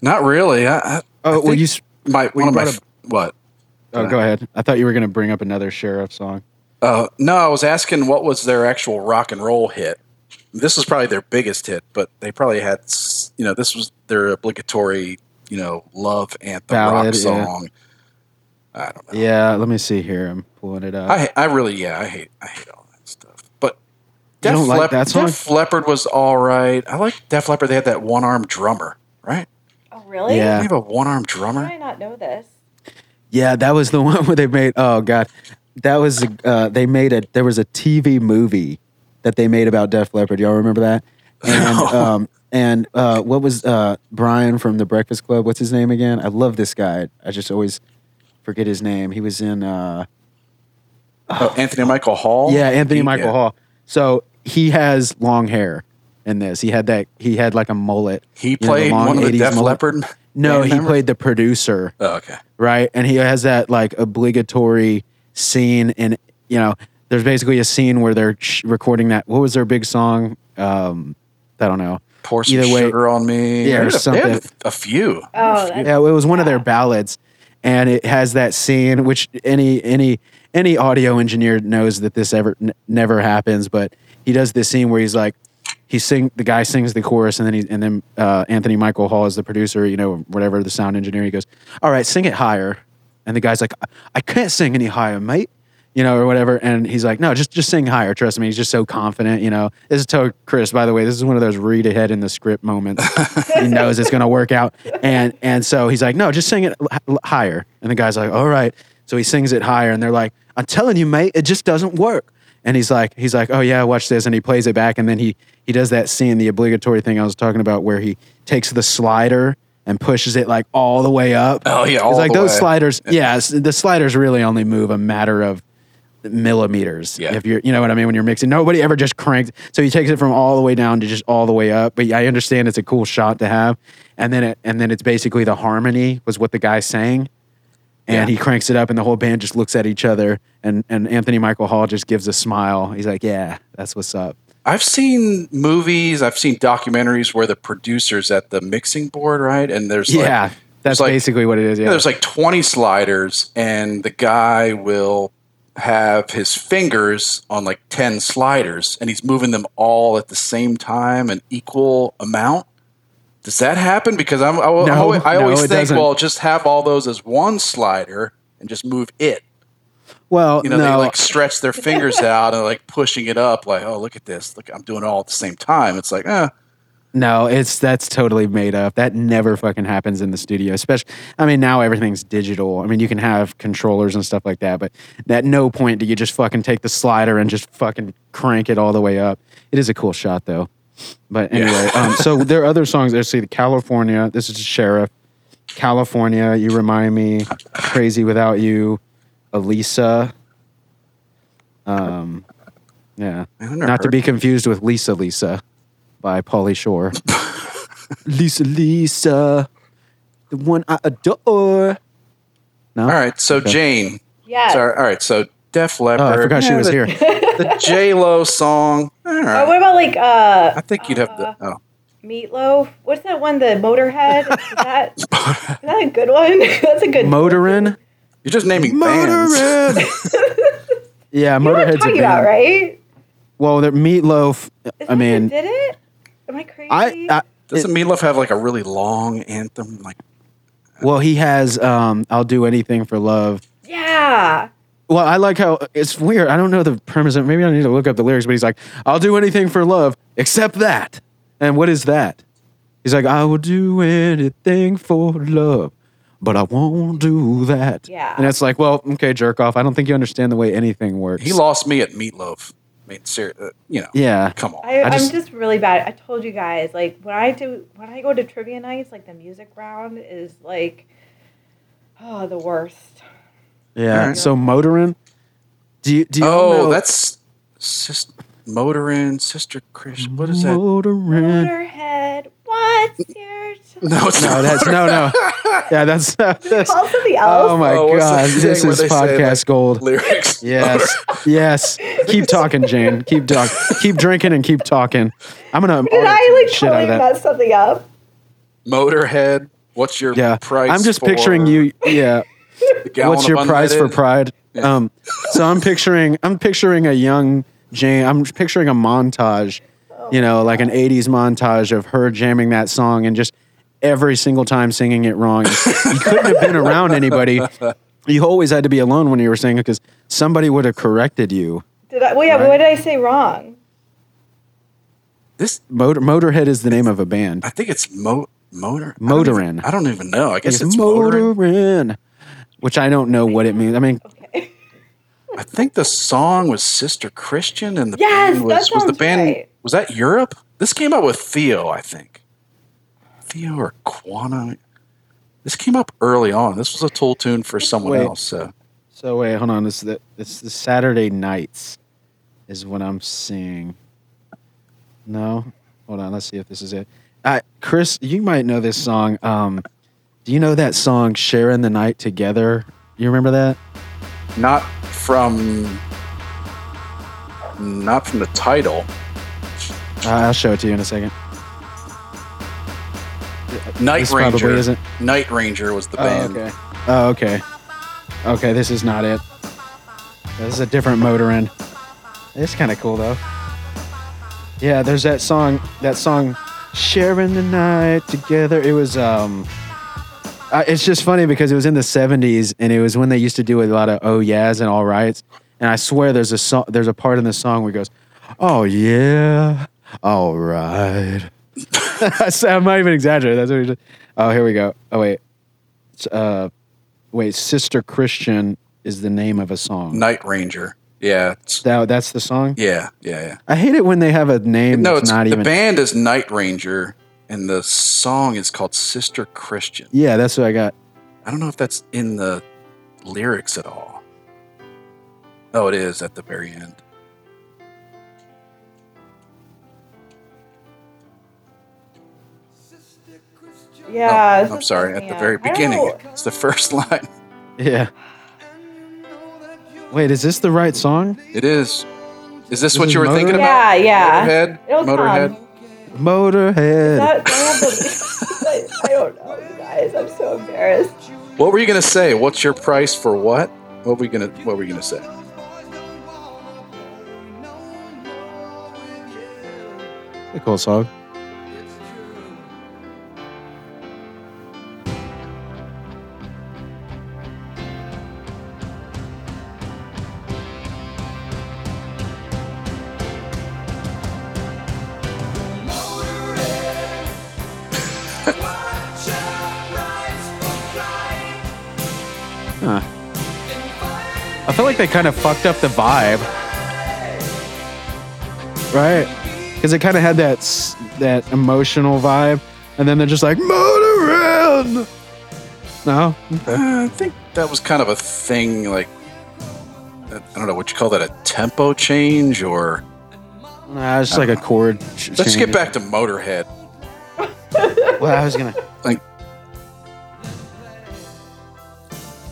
S5: Not really. I, I,
S4: Oh, well,
S5: think-
S4: you. s-
S5: my
S4: Well,
S5: one
S4: you
S5: of my
S4: brought
S5: f- what?
S4: Oh, go ahead. I thought you were going to bring up another sheriff song.
S5: Uh, no, I was asking what was their actual rock and roll hit. This was probably their biggest hit, but they probably had, s- you know, this was their obligatory, you know, love anthem rock
S4: Ballad, yeah.
S5: song. I don't know.
S4: Yeah, let me see here. I'm pulling it up.
S5: I I really yeah I hate I hate all that stuff. But
S4: You
S5: Def,
S4: don't like
S5: Lep-
S4: that song?
S5: Def Leppard was all right. I like Def Leppard. They had that one arm drummer, right?
S2: Oh, really?
S5: They
S4: Yeah.
S5: have a one arm
S2: How did
S5: drummer.
S2: I not know this?
S4: yeah, that was the one where they made. Oh God, that was uh, they made a. There was a TV movie that they made about Def Leppard. Y'all remember that? And um, and uh, what was uh, Brian from the Breakfast Club? What's his name again? I love this guy. I just always forget his name. He was in. Uh,
S5: Oh, Anthony Michael Hall.
S4: Yeah, Anthony
S5: He-
S4: Michael
S5: yeah.
S4: Hall. So he has long hair in this. He had that. He had like a mullet.
S5: He
S4: You know,
S5: played
S4: long
S5: one of the
S4: 80s
S5: Def
S4: mullet.
S5: Leppard.
S4: No,
S5: band
S4: he
S5: members?
S4: played the producer,
S5: Oh, okay.
S4: right? And he has that like obligatory scene, and you know, there's basically a scene where they're sh- recording that. What was their big song? Um, I don't know.
S5: Pour some
S4: Either way-
S5: sugar on me.
S4: Yeah, or
S5: They had a- they had
S4: something.
S5: A few.
S2: Oh, that's,
S4: Yeah, it was one of their ballads, and it has that scene which any any any audio engineer knows that this ever n- never happens. But he does this scene where he's like, he sing the guy sings the chorus, and then he and then uh, Anthony Michael Hall is the producer, you know, whatever the sound engineer. He goes, "All right, sing it higher," and the guy's like, "I- "I can't sing any higher, mate." You know, or whatever, and he's like, "No, just just sing higher." Trust me, he's just so confident. You know, this is to Chris. By the way, this is one of those read ahead in the script moments. he knows it's going to work out. And and so he's like, no, just sing it h- h- higher. And the guy's like, all right. So he sings it higher, and they're like, I'm telling you, mate, it just doesn't work. And he's like, he's like, oh yeah, watch this. And he plays it back, and then he he does that scene, the obligatory thing I was talking about, where he takes the slider and pushes it like all the way up.
S5: Oh, yeah, all
S4: it's like
S5: the
S4: those
S5: way.
S4: sliders. Yeah, s- the sliders really only move a matter of millimeters.
S5: Yeah.
S4: If you're, you know what I mean, when you're mixing, nobody ever just cranked. So he takes it from all the way down to just all the way up. But I understand it's a cool shot to have. And then it, and then it's basically the harmony was what the guy sang. And he
S5: Yeah.
S4: cranks it up, and the whole band just looks at each other. And, and Anthony Michael Hall just gives a smile. He's like, "Yeah, that's what's up."
S5: I've seen movies, I've seen documentaries where the producers at the mixing board, right? And there's like,
S4: yeah,
S5: there's
S4: that's
S5: like-
S4: basically what it is. Yeah,
S5: there's like 20 sliders, and the guy will have his fingers on like 10 sliders, and he's moving them all at the same time, an equal amount. Does that happen? Because I'm, I, I
S4: No,
S5: always, I
S4: no,
S5: always
S4: it
S5: think,
S4: doesn't.
S5: well, just have all those as one slider and just move it.
S4: well,
S5: You know,
S4: no,
S5: they like stretch their fingers out and like pushing it up, like, oh, look at this. Look, I'm doing it all at the same time. It's like, eh,
S4: No, it's that's totally made up. That never fucking happens in the studio. Especially, I mean, now everything's digital. I mean, you can have controllers and stuff like that, but at no point do you just fucking take the slider and just fucking crank it all the way up. It is a cool shot though. But anyway, um, so there are other songs. There's see the California. This is Sheriff. California, you remind me. Crazy without you. Elisa. Um, yeah.
S5: I've never
S4: Not to
S5: heard-
S4: be confused with Lisa Lisa by Pauly Shore. Lisa, Lisa, the one I adore. No,
S5: All right, so Jane.
S2: Yes.
S5: Sorry, all right, so Def
S4: Oh,
S5: Leppard.
S4: I forgot she
S5: Yeah,
S4: was
S5: the,
S4: here.
S5: The J Lo song. All
S2: Oh,
S5: right.
S2: what about like uh,
S5: I think you'd have to. Oh,
S2: meatloaf? What's that one? The Motorhead. Is that, is that a good one? That's a good.
S4: Motorin.
S5: you're just naming bands.
S4: Motorin. yeah,
S2: You know what I'm
S4: Motorhead's a
S2: talking
S4: band.
S2: about, right?
S4: Well, that meatloaf.
S2: Is
S4: I
S2: that who
S4: mean,
S2: did it? Am I crazy?
S4: I, I
S5: Doesn't Meatloaf have like a really long anthem? Like,
S4: well, he has. Um, I'll do anything for love.
S2: yeah.
S4: Well, I like how it's weird. I don't know the premise. Maybe I need to look up the lyrics, but he's like, I'll do anything for love except that. And what is that? He's like, I will do anything for love, but I won't do that.
S2: Yeah.
S4: And it's like, well, okay, jerk off. I don't think you understand the way anything works.
S5: he lost me at Meatloaf. I mean, ser- uh, you know.
S4: Yeah.
S5: Come on.
S2: I,
S4: I just-
S2: I'm just really bad. I told you guys, like when I do when I go to trivia nights, like the music round is like oh the worst.
S4: Yeah.
S5: Alright.
S4: So Motorin. Do you, do you
S5: oh,
S4: know
S5: that's sis- Motorin, Sister Chris. What is that?
S4: Motorin?
S2: Motorhead, what's your
S5: No, it's
S4: No,
S5: not.
S4: Oh, that's no, no. Yeah, that's, that's
S2: call something else?
S4: Oh my
S5: Oh, what's
S4: god,
S5: that thing
S4: this
S5: where
S4: is
S5: they say, like,
S4: podcast gold.
S5: lyrics.
S4: Yes. yes. Keep talking, Jane. Keep talk. Keep drinking and keep talking. I'm gonna
S2: Did
S4: audit
S2: I like
S4: the shit out
S2: totally
S4: of that.
S2: mess something up?
S5: Motorhead. What's your
S4: Yeah.
S5: price?
S4: I'm just
S5: for
S4: picturing you. Yeah.
S5: the gallon
S4: What's
S5: of
S4: your prize for
S5: unleaded?
S4: pride? Um. So I'm picturing. I'm picturing a young Jane. I'm picturing a montage. You know, like an '80s montage of her jamming that song and just every single time singing it wrong. You couldn't have been around anybody. You always had to be alone when you were singing because somebody would have corrected you.
S2: Did I well yeah,
S4: Right.
S2: what did I say wrong?
S5: This,
S4: Motor, Motorhead is the name of a band.
S5: I think it's mo- motor. I don't even-
S4: Motorin.
S5: I don't even know. I guess
S4: It's,
S5: it's Motorin.
S4: Motorin, which I don't know what it means. I mean,
S2: Okay.
S5: I think the song was Sister Christian, and the
S2: Yes,
S5: band
S2: that
S5: was, was the
S2: sounds
S5: band
S2: right.
S5: was that Europe? This came out with Theo, I think. Theo or Quanah. This came up early on. This was a tool tune for someone
S4: Wait.
S5: else. So.
S4: so wait, hold on. It's the it's the Saturday nights, is what I'm seeing. No, hold on. Let's see if this is it. Uh, Chris, you might know this song. Um, do you know that song "Sharing the Night Together"? You remember that?
S5: not from not from the title
S4: Uh, I'll show it to you in a second.
S5: night
S4: This probably
S5: ranger
S4: isn't-
S5: night ranger was the
S4: Oh,
S5: band
S4: okay. Oh, okay. Okay, this is not it. This is a different Motorin. It's kind of cool though. Yeah, there's that song. That song, sharing the night together. It was um. I, it's just funny because it was in the '70s and it was when they used to do a lot of oh yeahs and all rights. And I swear there's a song. There's a part in the song where it goes, oh yeah, all right. I'm not even exaggerating. That's what he did. Oh, here we go. Oh wait, It's, uh, wait. Sister Christian is the name of a song.
S5: night ranger yeah it's-
S4: That, that's the song.
S5: yeah yeah yeah
S4: I hate it when they have a name
S5: no
S4: that's
S5: it's
S4: not
S5: the
S4: even.
S5: band is night ranger and the song is called sister christian
S4: Yeah, that's what I got.
S5: i don't know if that's in the lyrics at all oh it is at the very end No,
S2: Yeah. this
S5: Oh, i'm
S2: is
S5: sorry at
S2: something
S5: the
S2: else.
S5: very
S2: I don't
S5: beginning
S2: know.
S5: it's the first line
S4: Yeah. Wait, is this the right song?
S5: it is is this,
S4: This
S5: what
S4: is
S5: you were thinking
S4: Motorhead?
S5: about
S2: Yeah, yeah. um,
S5: Motorhead?
S2: It'll
S5: Motorhead?
S2: come.
S4: Motorhead.
S2: That, I, have the, I don't know, you guys. I'm so embarrassed.
S5: What were you gonna say? What's your price for what? What were you gonna What were you gonna say?
S4: That's a cool song. Huh. I feel like they kind of fucked up the vibe, right? Because it kind of had that s- that emotional vibe, and then they're just like Motorin. No,
S5: Uh, I think that was kind of a thing. Like I don't know. Would you call that a tempo change or?
S4: I Nah, it's just like a chord. ch-
S5: Let's
S4: change.
S5: get back to Motorhead.
S4: Well, I was gonna.
S5: Like,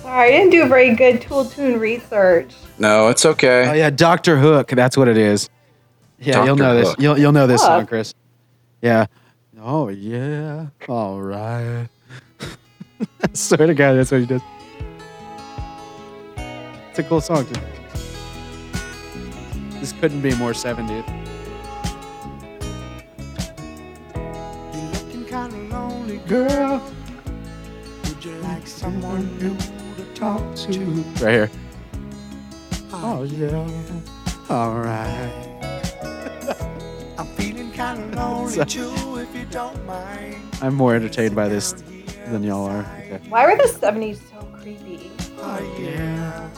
S2: Sorry, I didn't do very good tool tune research.
S5: no, it's okay.
S4: Oh yeah, Doctor Hook. That's what it is. Yeah, you'll
S5: Dr.
S4: know this.
S5: Hook.
S4: You'll you'll know this
S2: Hook.
S4: song, Chris. Yeah. Oh yeah. All right. I swear to God, that's what he does. It's a cool song too. This couldn't be more 70s.
S7: Looking kinda lonely, girl. Would you like someone new to talk to?
S4: Right here.
S7: Oh yeah.
S4: All right.
S7: I'm feeling kinda lonely too, if you don't mind.
S4: I'm more entertained by this than y'all are. Okay.
S2: Why were the 70s so creepy?
S7: Oh yeah.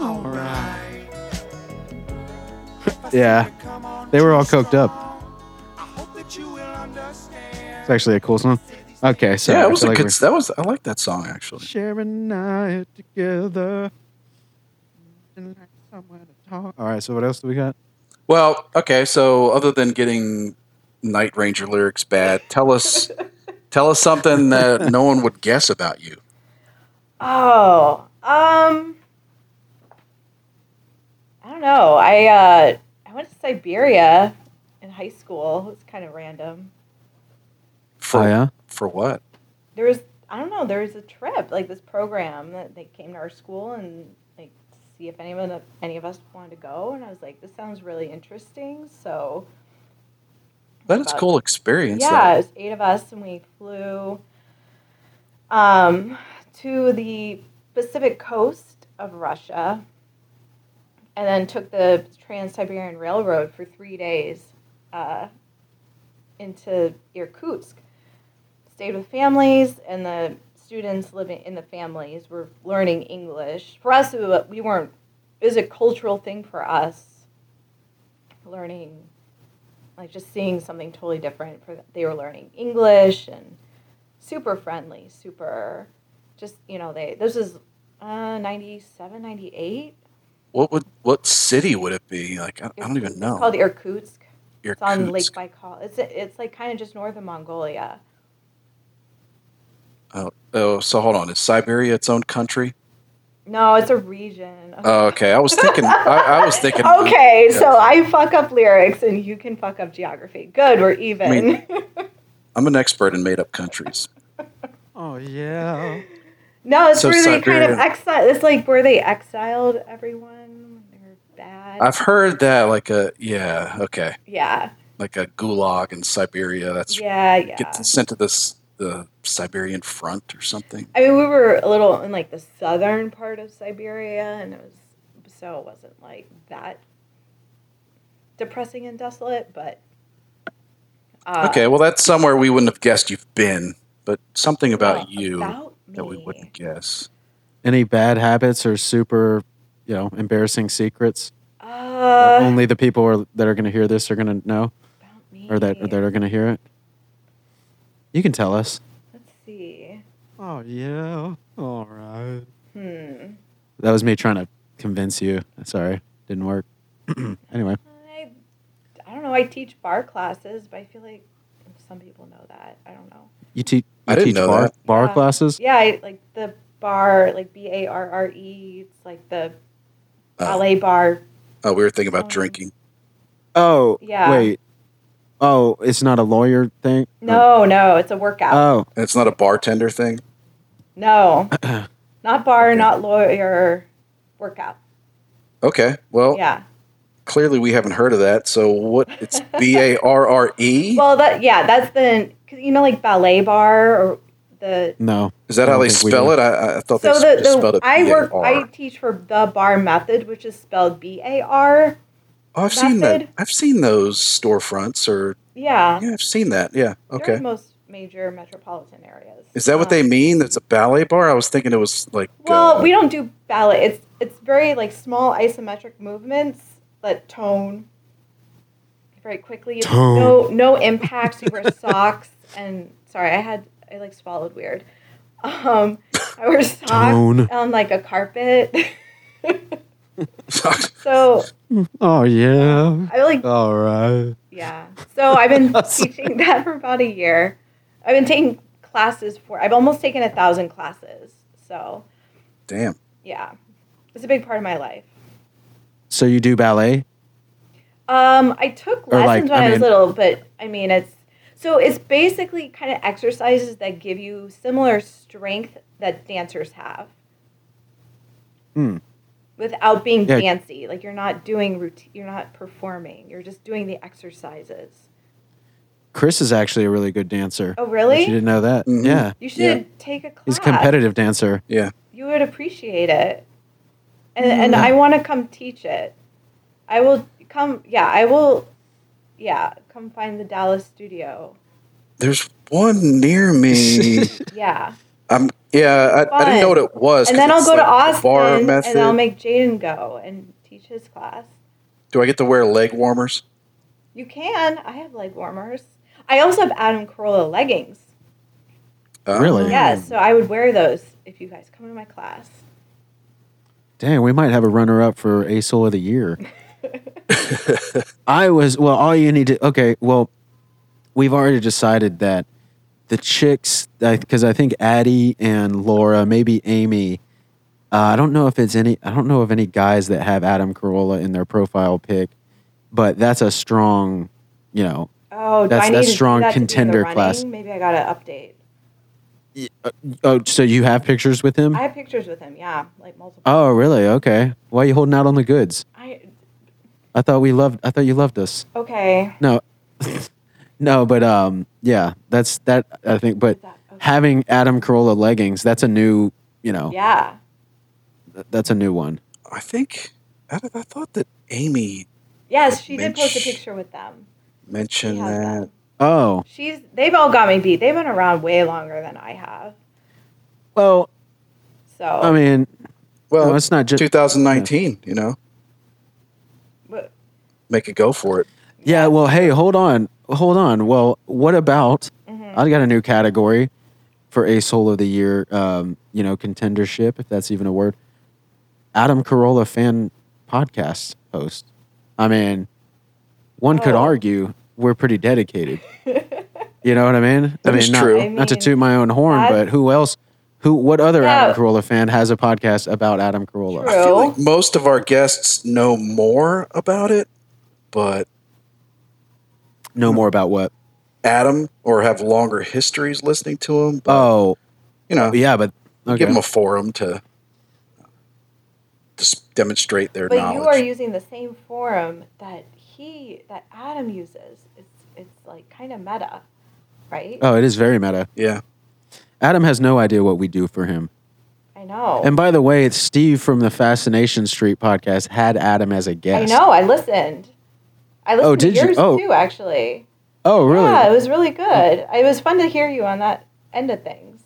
S7: Alright.
S4: Yeah.
S7: Come on,
S4: They were all
S7: just
S4: coked up.
S7: song. I hope that you will understand.
S4: It's actually a cool song. Okay, so
S5: yeah,
S4: I
S5: it was a
S4: feel like
S5: good.
S4: we're-
S5: That was I like that song actually.
S4: Sharing night together. All right, so what else do we got?
S5: Well, okay. So other than getting Night Ranger lyrics bad, tell us tell us something that no one would guess about you.
S2: Oh, um, I don't know. I uh, I went to Siberia in high school. It was kind of random.
S5: For
S4: Oh, yeah?
S5: for what?
S2: There was I don't know. There was a trip like this program that they came to our school and like see if anyone any of us wanted to go. And I was like, this sounds really interesting. So
S5: That is a cool experience.
S2: yeah,
S5: though.
S2: it was eight of us, and we flew um, to the Pacific coast of Russia, and then took the Trans-Siberian Railroad for three days uh, into Irkutsk. Stayed with families, and the students living in the families were learning English. For us, we wa- we weren't. It was a cultural thing for us, learning like just seeing something totally different for they were learning english and super friendly super just you know they this is uh 97 98
S5: What would what city would it be? Like I, I don't even know.
S2: it's called irkutsk it's on lake
S5: Irkutsk.
S2: baikal it's it's like kind of just north of mongolia
S5: Oh, oh, so hold on. Is Siberia its own country?
S2: no it's a region
S5: Oh, okay, I was thinking. I, I was thinking.
S2: okay
S5: yeah.
S2: so i fuck up lyrics and you can fuck up geography good we're even
S5: mean- I'm an expert in made up countries.
S4: Oh yeah.
S2: no it's
S5: So
S2: where they kind of
S5: Siberia-
S2: exile it's like where they exiled everyone when they were bad
S5: I've heard that like a yeah okay
S2: yeah
S5: like a gulag in Siberia. That's
S2: yeah yeah
S5: gets sent to this the Siberian front or something.
S2: I mean, we were a little in like the southern part of Siberia, and it was so it wasn't like that depressing and desolate, but uh,
S5: okay, well that's somewhere we wouldn't have guessed you've been, but something about
S2: well,
S5: you
S2: about
S5: that we
S2: me.
S5: wouldn't guess.
S4: Any bad habits or super, you know, embarrassing secrets? that
S2: Uh,
S4: Only the people are, that are going to hear this are going to know,
S2: about me.
S4: or that or that are going to hear it. You can tell us.
S2: Let's see.
S4: Oh yeah. All right.
S2: Hmm.
S4: That was me trying to convince you. Sorry, didn't work. anyway,
S2: I, I don't know. I teach bar classes, but I feel like some people know that. I don't know.
S4: you, te- you
S5: I didn't
S4: teach
S5: know
S4: bar,
S5: that.
S4: bar
S2: Yeah.
S4: classes.
S2: Uh, Yeah, I, like the bar, like B A R R E. It's like the
S5: Oh.
S2: ballet bar.
S5: Oh, we were thinking about
S2: Um,
S5: drinking.
S4: Oh,
S2: Yeah.
S4: Wait. Oh, it's not a lawyer thing?
S2: No, no, it's a workout.
S4: Oh,
S5: And it's not a bartender thing.
S2: No. not bar,
S5: Okay.
S2: not lawyer, workout.
S5: Okay, well
S2: Yeah.
S5: clearly we haven't heard of that. So what? It's B A R R E.
S2: Well, that yeah, that's the cause, you know like ballet bar or the
S4: no.
S5: Is that
S4: I
S5: how
S4: don't
S5: they
S4: think we
S5: spell
S4: do.
S5: it? I, I thought
S2: so
S5: they
S2: the,
S5: just spelled
S2: the
S5: it
S2: I work
S5: B-A-R.
S2: I teach for the bar method, which is spelled B A R.
S5: Oh, I've seen that.
S2: method.
S5: I've seen those storefronts, or
S2: Yeah.
S5: yeah, I've seen that. Yeah,
S2: They're
S5: okay.
S2: in most major metropolitan areas.
S5: Is that what they
S2: Um,
S5: mean? It's a ballet bar. I was thinking it was like.
S2: Well,
S5: uh,
S2: we don't do ballet. It's it's very like small isometric movements, but tone very quickly. It's
S4: Tone.
S2: No no impacts. You wear socks and sorry, I had I like swallowed weird. Um, I wear socks
S4: Tone.
S2: on like a carpet. So
S4: Oh yeah.
S2: I like
S4: All right.
S2: Yeah. So I've been teaching that for about a year. I've been taking classes for, I've almost taken a thousand classes. So
S5: Damn.
S2: yeah, it's a big part of my life.
S4: So you do ballet?
S2: Um, I took
S4: Or, like,
S2: lessons when
S4: I
S2: I, was
S4: mean-
S2: little, but I mean, it's, so it's basically kind of exercises that give you similar strength that dancers have.
S4: Hmm.
S2: Without being
S4: Yeah.
S2: fancy, like you're not doing routine, you're not performing, you're just doing the exercises.
S4: Chris is actually a really good dancer.
S2: Oh, really? Ah.
S4: She didn't know that.
S5: Mhm.
S4: Yeah.
S2: You should
S5: Yeah.
S2: take a class.
S4: He's a competitive dancer.
S5: Yeah.
S2: you would appreciate it. And
S4: Hmm.
S2: and I want to come teach it. I will come. Yeah, I will. Yeah, come find the Dallas studio.
S5: There's one near me.
S2: Yeah,
S5: I'm yeah. I, I didn't know what
S2: Fun.
S5: it was.
S2: and
S5: 'cause
S2: then I'll
S5: it's
S2: go to
S5: like the Bar
S2: Austin
S5: method.
S2: and I'll make Jaden go and teach his class.
S5: Do I get to wear leg warmers?
S2: You can. I have leg warmers. I also have Adam Carolla leggings.
S5: Uh,
S4: Really?
S2: Yes, so I would wear those if you guys come to my class.
S4: Dang, we might have a runner up for a soul of the year. I was well. All you need to okay. Well, we've already decided that the chicks, because I think Addie and Laura, maybe Amy. Uh, I don't know if it's any. I don't know of any guys that have Adam Carolla in their profile pic, but that's a strong, you know,
S2: Oh, do
S4: That's-
S2: I need
S4: that's
S2: to do
S4: strong
S2: that to do the
S4: contender class.
S2: running? Maybe I gotta update.
S4: Oh, so you have pictures with him?
S2: I have pictures with him. Yeah, like multiple.
S4: oh, really? Okay. Why are you holding out on the goods?
S2: I
S4: I thought we loved. I thought you loved us.
S2: okay.
S4: No, no, but um, yeah, that's that. I think, but
S2: Is that- okay.
S4: having Adam Carolla leggings, that's a new. You know,
S2: Yeah.
S4: th- that's a new one.
S5: I think I, I thought that Amy
S2: Yes,
S5: Like
S2: she did post a
S5: Mitch.
S2: picture with them. She
S5: mentioned
S2: has
S5: that.
S2: them.
S4: Oh,
S2: She's they've all got me beat. They've been around way longer than I have.
S4: well,
S2: So
S4: I mean,
S5: Well,
S4: no, it's not just.
S5: 2019. You know,
S2: but-
S5: make it go for it.
S4: Yeah, well, hey, hold on, hold on. Well, what about?
S2: Mm-hmm.
S4: I got a new category for a soul of the year. Um, you know, contendership, if that's even a word. Adam Carolla fan podcast host. I mean, one could
S2: Oh.
S4: argue we're pretty dedicated. you know what I mean? I
S5: That
S4: mean,
S5: is
S4: not,
S5: true.
S2: I
S4: Not to
S2: mean,
S4: toot my own horn,
S2: that's-
S4: but who else? Who? What other
S2: No.
S4: Adam Carolla fan has a podcast about Adam Carolla?
S2: True.
S5: I feel like most of our guests know more about it, but
S4: Know more about what?
S5: Adam or have longer histories listening to him. But,
S4: Oh,
S5: you know,
S4: yeah, but okay.
S5: give them a forum to just demonstrate their
S2: but
S5: knowledge.
S2: you are using the same forum that he that Adam uses. It's it's like kind of meta, right?
S4: oh, it is very meta.
S5: yeah,
S4: Adam has no idea what we do for him.
S2: I know.
S4: And by the way, it's Steve from the Fascination Street podcast had Adam as a
S2: I
S4: guest.
S2: know. I listened. I listened
S4: Oh,
S2: to
S4: did you?
S2: yours
S4: Oh.
S2: too, actually.
S4: Oh, really?
S2: Yeah, it was really good. It was fun to hear you on that end of things.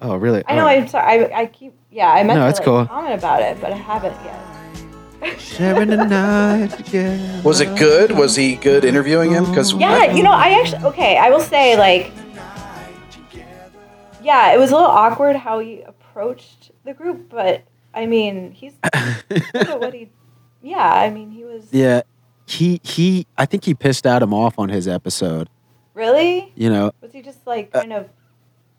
S4: Oh, really?
S2: I know.
S4: Oh.
S2: I'm sorry. I, I keep. Yeah, I meant to
S4: No, that's
S2: like,
S4: cool.
S2: comment about it, but I haven't yet.
S4: Sharing a night together.
S5: was it good? Was he good interviewing him? Because
S2: Uh-huh.
S4: Oh,
S2: Yeah, you know, I actually okay. I will say like, yeah, it was a little awkward how he approached the group, but I mean, he's look at what he. Yeah, I mean, he was
S4: Yeah, he he. I think he pissed Adam off on his episode.
S2: really.
S4: You know,
S2: Was he just like
S4: Uh,
S2: kind of?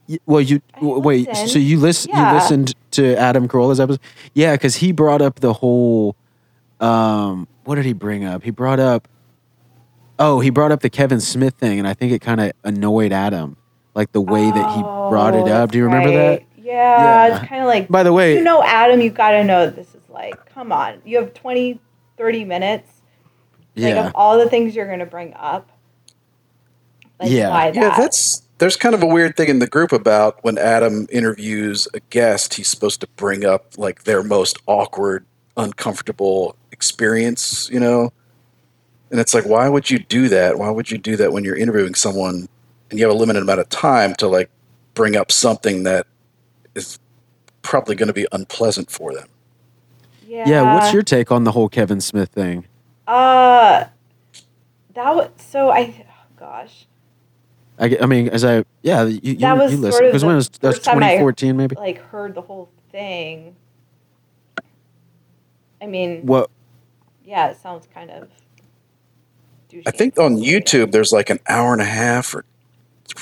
S4: Y- well, you
S2: I
S4: w- wait.
S2: listened.
S4: So you listen?
S2: Yeah.
S4: You listened to Adam Carolla's episode? Yeah, because he brought up the whole. Um, what did he bring up? He brought up. Oh, he brought up the Kevin Smith thing, and I think it kind of annoyed Adam, like the way that he brought
S2: Oh,
S4: it up. Do you remember that?
S2: right. Yeah,
S4: Yeah.
S2: it's kind of like.
S4: By the way,
S2: you know, Adam, you gotta know what this is like. Come on, you have 20, 30 minutes. Like
S4: yeah,
S2: of all the things you're gonna bring up. Like,
S4: Yeah.
S2: why
S5: yeah,
S2: that?
S5: that's there's kind of a weird thing in the group about when Adam interviews a guest, he's supposed to bring up like their most awkward, uncomfortable experience, you know. And it's like, why would you do that? Why would you do that when you're interviewing someone and you have a limited amount of time to like bring up something that is probably going to be unpleasant for them?
S2: yeah.
S4: yeah. What's your take on the whole Kevin Smith thing?
S2: Uh, that was so I. Oh gosh,
S4: I, g- I mean, as I yeah, you, you,
S2: That was
S4: you
S2: sort
S4: listen
S2: of
S4: because
S2: the
S4: when it was, that was
S2: first time I-
S4: 2014 maybe.
S2: like heard the whole thing. I mean,
S4: What
S2: yeah, it sounds kind of. douchey.
S5: I think on YouTube there's like an hour and a half or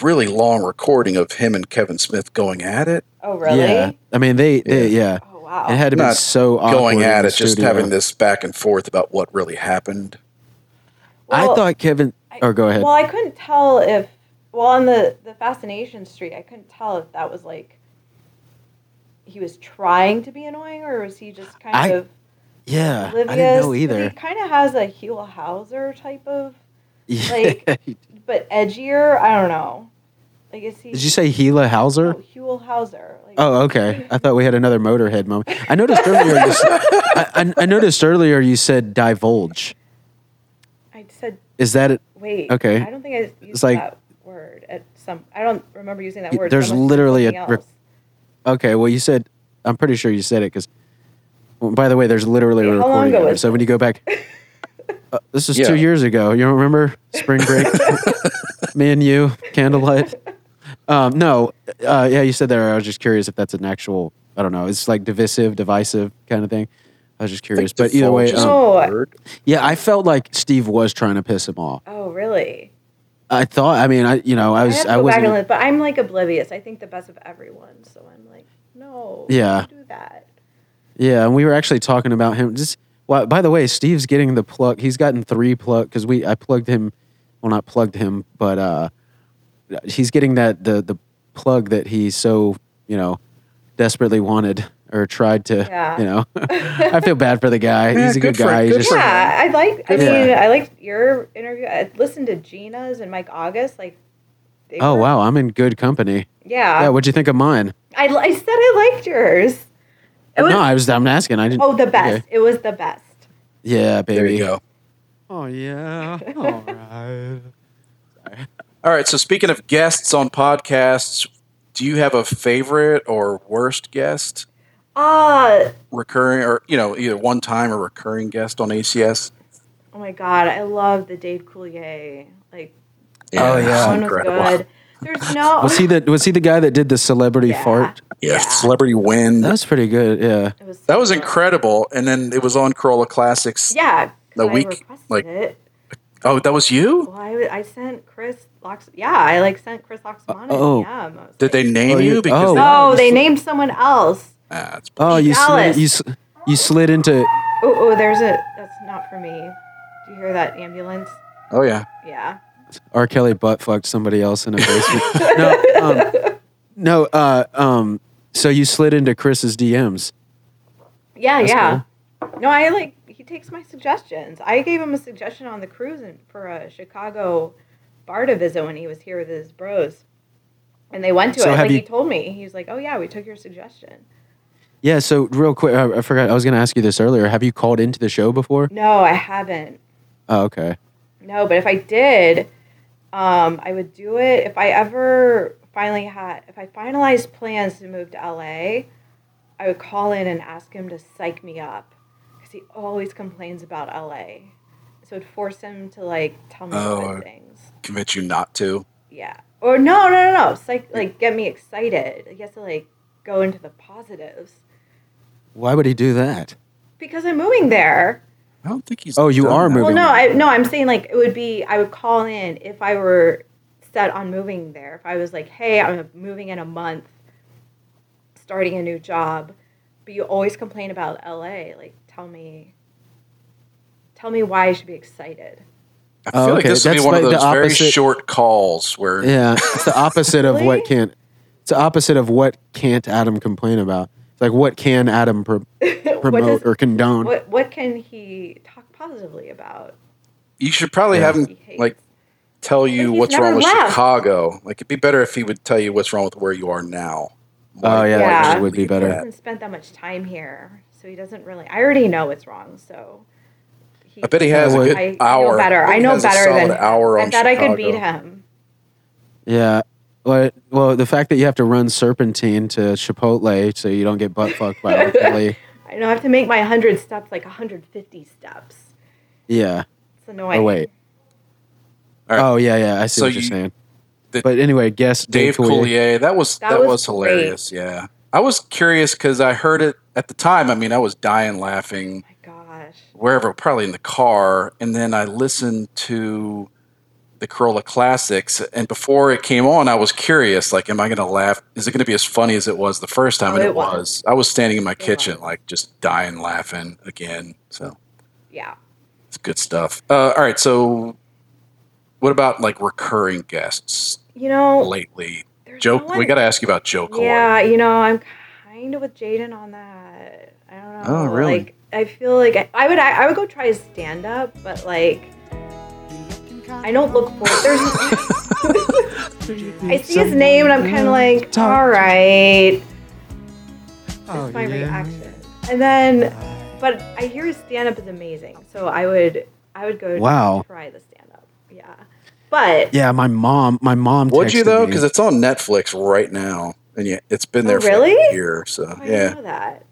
S5: really long recording of him and Kevin Smith going at it.
S2: Oh really?
S4: Yeah. I mean, they, they yeah.
S2: Oh wow.
S4: It had to be
S5: Not
S4: so awkward
S5: going
S4: in
S5: at
S4: the
S5: it, just
S4: studio.
S5: having this back and forth about what really happened.
S4: I
S2: Well,
S4: thought Kevin.
S2: I-
S4: Oh, go ahead.
S2: Well, I couldn't tell if well on the the fascination street, I couldn't tell if that was like he was trying to be annoying or was he just kind
S4: I-
S2: of
S4: yeah,
S2: oblivious?
S4: I didn't know
S2: 'Cause He
S4: either.
S2: kind of has a Hugh Hauser type of, like-
S4: Yeah.
S2: but edgier. I don't know. Like is he?
S4: Did you say Gila Hauser?
S2: Oh, Hugh Hauser. Like,
S4: Oh, okay. I thought we had another Motorhead moment. I noticed earlier. You, s- I, I- I noticed earlier you said divulge.
S2: I said
S4: Is that it?
S2: wait.
S4: Okay.
S2: I don't think I used
S4: like-
S2: that word at some. I don't remember using that
S4: Y-
S2: word. so
S4: there's
S2: I must have said
S4: literally a
S2: something
S4: re-
S2: else.
S4: Okay. Well, you said. I'm pretty sure you said it because. Well, by the way, there's literally a
S2: Wait, how long
S4: recording.
S2: ago
S4: of it,
S2: was
S4: so when you go back, uh, this is
S5: Yeah.
S4: two years ago. You don't remember spring break? Me and you, candlelight. Um, no, uh, yeah, you said that. I was just curious if that's an actual. I don't know. It's like divisive, divisive kind of thing. I was just
S5: I
S4: curious,
S5: think
S4: but either way,
S5: divulge is a
S4: um,
S2: um,
S5: word.
S4: yeah, I felt like Steve was trying to piss him off.
S2: Oh really?
S4: I thought. I mean, I you know, I
S2: I,
S4: was,
S2: have to
S4: I,
S2: go back
S4: wasn't.
S2: and look, but I'm like oblivious. I think the best of everyone, so I'm like, no,
S4: Yeah.
S2: don't do that.
S4: yeah, and we were actually talking about him. Just well, by the way, Steve's getting the plug. He's gotten three plug because we I plugged him. Well, not plugged him, but uh, he's getting that the the plug that he so you know desperately wanted or tried to.
S2: Yeah.
S4: You know, I feel bad for the guy.
S5: Yeah,
S4: he's a good,
S5: good for-
S4: guy. He's
S5: good
S4: just
S5: for him.
S2: Yeah, I like. I
S4: Good for
S2: mean,
S4: him.
S2: I liked your interview. I listened to Gina's and Mike August. Like, they
S4: oh
S2: were-
S4: wow, I'm in good company.
S2: yeah.
S4: Yeah, what'd you think of mine?
S2: I, li- I said I liked yours. It was
S4: no, I was. I'm asking. I didn't.
S2: oh the best.
S4: okay.
S2: It was the best.
S4: Yeah, baby.
S5: There you go.
S4: Oh yeah. All right.
S5: All right. So speaking of guests on podcasts, do you have a favorite or worst guest,
S2: Uh
S5: recurring or you know either one time or recurring guest on ACS?
S2: oh my god, I love the Dave Coulier. Like
S4: Oh, yeah.
S5: it's
S2: that one was good. There's no.
S4: Was he the Was he the guy that did the celebrity
S2: Yeah.
S4: fart?
S5: Yeah,
S2: Yeah.
S5: celebrity win.
S4: That's pretty good. Yeah.
S2: It so
S5: That was
S2: good.
S5: incredible. And then it was on Corolla Classics.
S2: Yeah, 'cause
S5: The
S2: I
S5: week,
S2: requested
S5: like-
S2: it.
S5: Oh, that was you?
S2: Well, I, w- I sent Chris Lox. Yeah, I like sent Chris Loxamana.
S4: Oh.
S2: Yeah, I was
S5: Did
S2: like-
S5: they name
S4: Oh, you-
S5: you? Because
S4: oh.
S5: they-
S2: No, they named someone else.
S5: Ah, it's-
S4: Oh, you slid,
S2: Dallas.
S4: you sl- you slid into.
S2: Oh, oh, there's a. That's not for me. Do you hear that ambulance?
S5: oh yeah.
S2: Yeah.
S4: R. Kelly butt fucked somebody else in a basement. no, um, no. Uh, um, so you slid into Chris's DMs.
S2: Yeah,
S4: That's
S2: yeah. No, I like he takes my suggestions. I gave him a suggestion on the cruise and for a Chicago bar to visit when he was here with his bros. And they went to
S4: So
S2: it.
S4: have
S2: Like
S4: you-
S2: he told me. He's like, Oh yeah, we took your suggestion.
S4: Yeah. So real quick, I, I forgot. I was going to ask you this earlier. Have you called into the show before?
S2: No, I haven't.
S4: Oh, okay.
S2: No, but if I did, um, I would do it if I ever finally had if I finalized plans to move to LA, I would call in and ask him to psych me up because he always complains about LA. So it'd force him to like tell me
S5: Oh.
S2: good things.
S5: Convince you not to.
S2: Yeah. Or no, no, no, no. Psych like get me excited. He has to like go into the positives
S4: Why would he do that?
S2: because I'm moving there.
S5: I don't think he's.
S4: Oh, you
S5: done
S4: are
S5: that.
S4: moving.
S2: Well, no, I no, I'm saying like it would be I would call in if I were set on moving there. If I was like, hey, I'm moving in a month, starting a new job, but you always complain about LA. Like, tell me, tell me why I should be excited.
S5: I feel
S4: Oh,
S5: like
S4: okay.
S5: this would be
S4: That's
S5: one of
S4: like the
S5: those very
S4: opposite-
S5: short calls where
S4: Yeah, it's the opposite of
S2: Really?
S4: what can't. It's the opposite of what can't Adam complain about. It's like what can Adam pro- promote
S2: does-
S4: or condone?
S2: What what can he talk positively about?
S5: you should probably
S4: Yeah.
S5: have
S2: He
S5: him
S2: hates.
S5: like tell you
S2: But he's
S5: what's
S2: never
S5: wrong with
S2: left.
S5: Chicago. Like it'd be better if he would tell you what's wrong with where you are now.
S4: Oh yeah,
S2: Yeah.
S4: that actually would be
S5: Leave
S2: He
S4: better.
S2: hasn't spent that much time here, so he doesn't really. I already know what's wrong, so. He,
S5: I bet he has
S4: Yeah,
S5: a
S4: well-
S5: good
S2: I
S5: hour.
S2: know better.
S5: bet
S2: I
S5: he
S2: know
S5: has a
S2: better than
S5: solid hour
S2: I
S5: on
S2: bet I could
S5: Chicago.
S2: beat him.
S4: Yeah. Well, well, the fact that you have to run serpentine to Chipotle so you don't get butt fucked by R. Kelly.
S2: I know I have to make my 100 steps like 150 steps.
S4: Yeah.
S2: It's annoying.
S4: Oh wait.
S5: All right.
S4: Oh yeah, yeah. I see
S5: So
S4: what you're
S5: you-
S4: saying.
S5: the-
S4: but anyway, guess
S5: Dave Coulier. That was that,
S2: That was
S5: was,
S2: great.
S5: hilarious. Yeah, I was curious because I heard it at the time. I mean, I was dying laughing.
S2: Oh, My God. gosh.
S5: wherever, probably in the car, and then I listened to the Corolla Classics. And before it came on, I was curious, like, am I going to laugh? Is it going to be as funny as it was the first time?
S2: Oh,
S5: and
S2: it
S5: it was.
S2: was.
S5: I was standing in my
S2: was.
S5: kitchen, like, just dying laughing again. So
S2: Yeah.
S5: it's good stuff. Uh, all right, so what about like recurring guests
S2: You know,
S5: lately?
S2: Oh. there's
S5: Joe,
S2: no one-
S5: we got to ask you about Joe Coy.
S2: Yeah, you know, I'm kind of with Jaden on that. I don't know.
S5: Oh, really?
S2: Like, I feel like I, I would I, I would go try stand up, but like I don't look for there's I see his name and I'm kind of like, all right. That's my reaction. And then, but I hear his stand up is amazing, so I would I would go
S4: Wow.
S2: try the stand up. Yeah, but
S4: Yeah, my mom. My mom.
S5: Would you
S4: texted
S5: though?
S4: me.
S5: Because it's on Netflix right now, and yeah, it's been
S2: Oh,
S5: there
S2: really? Oh,
S5: for a year. So
S2: I didn't
S5: yeah,
S2: know that.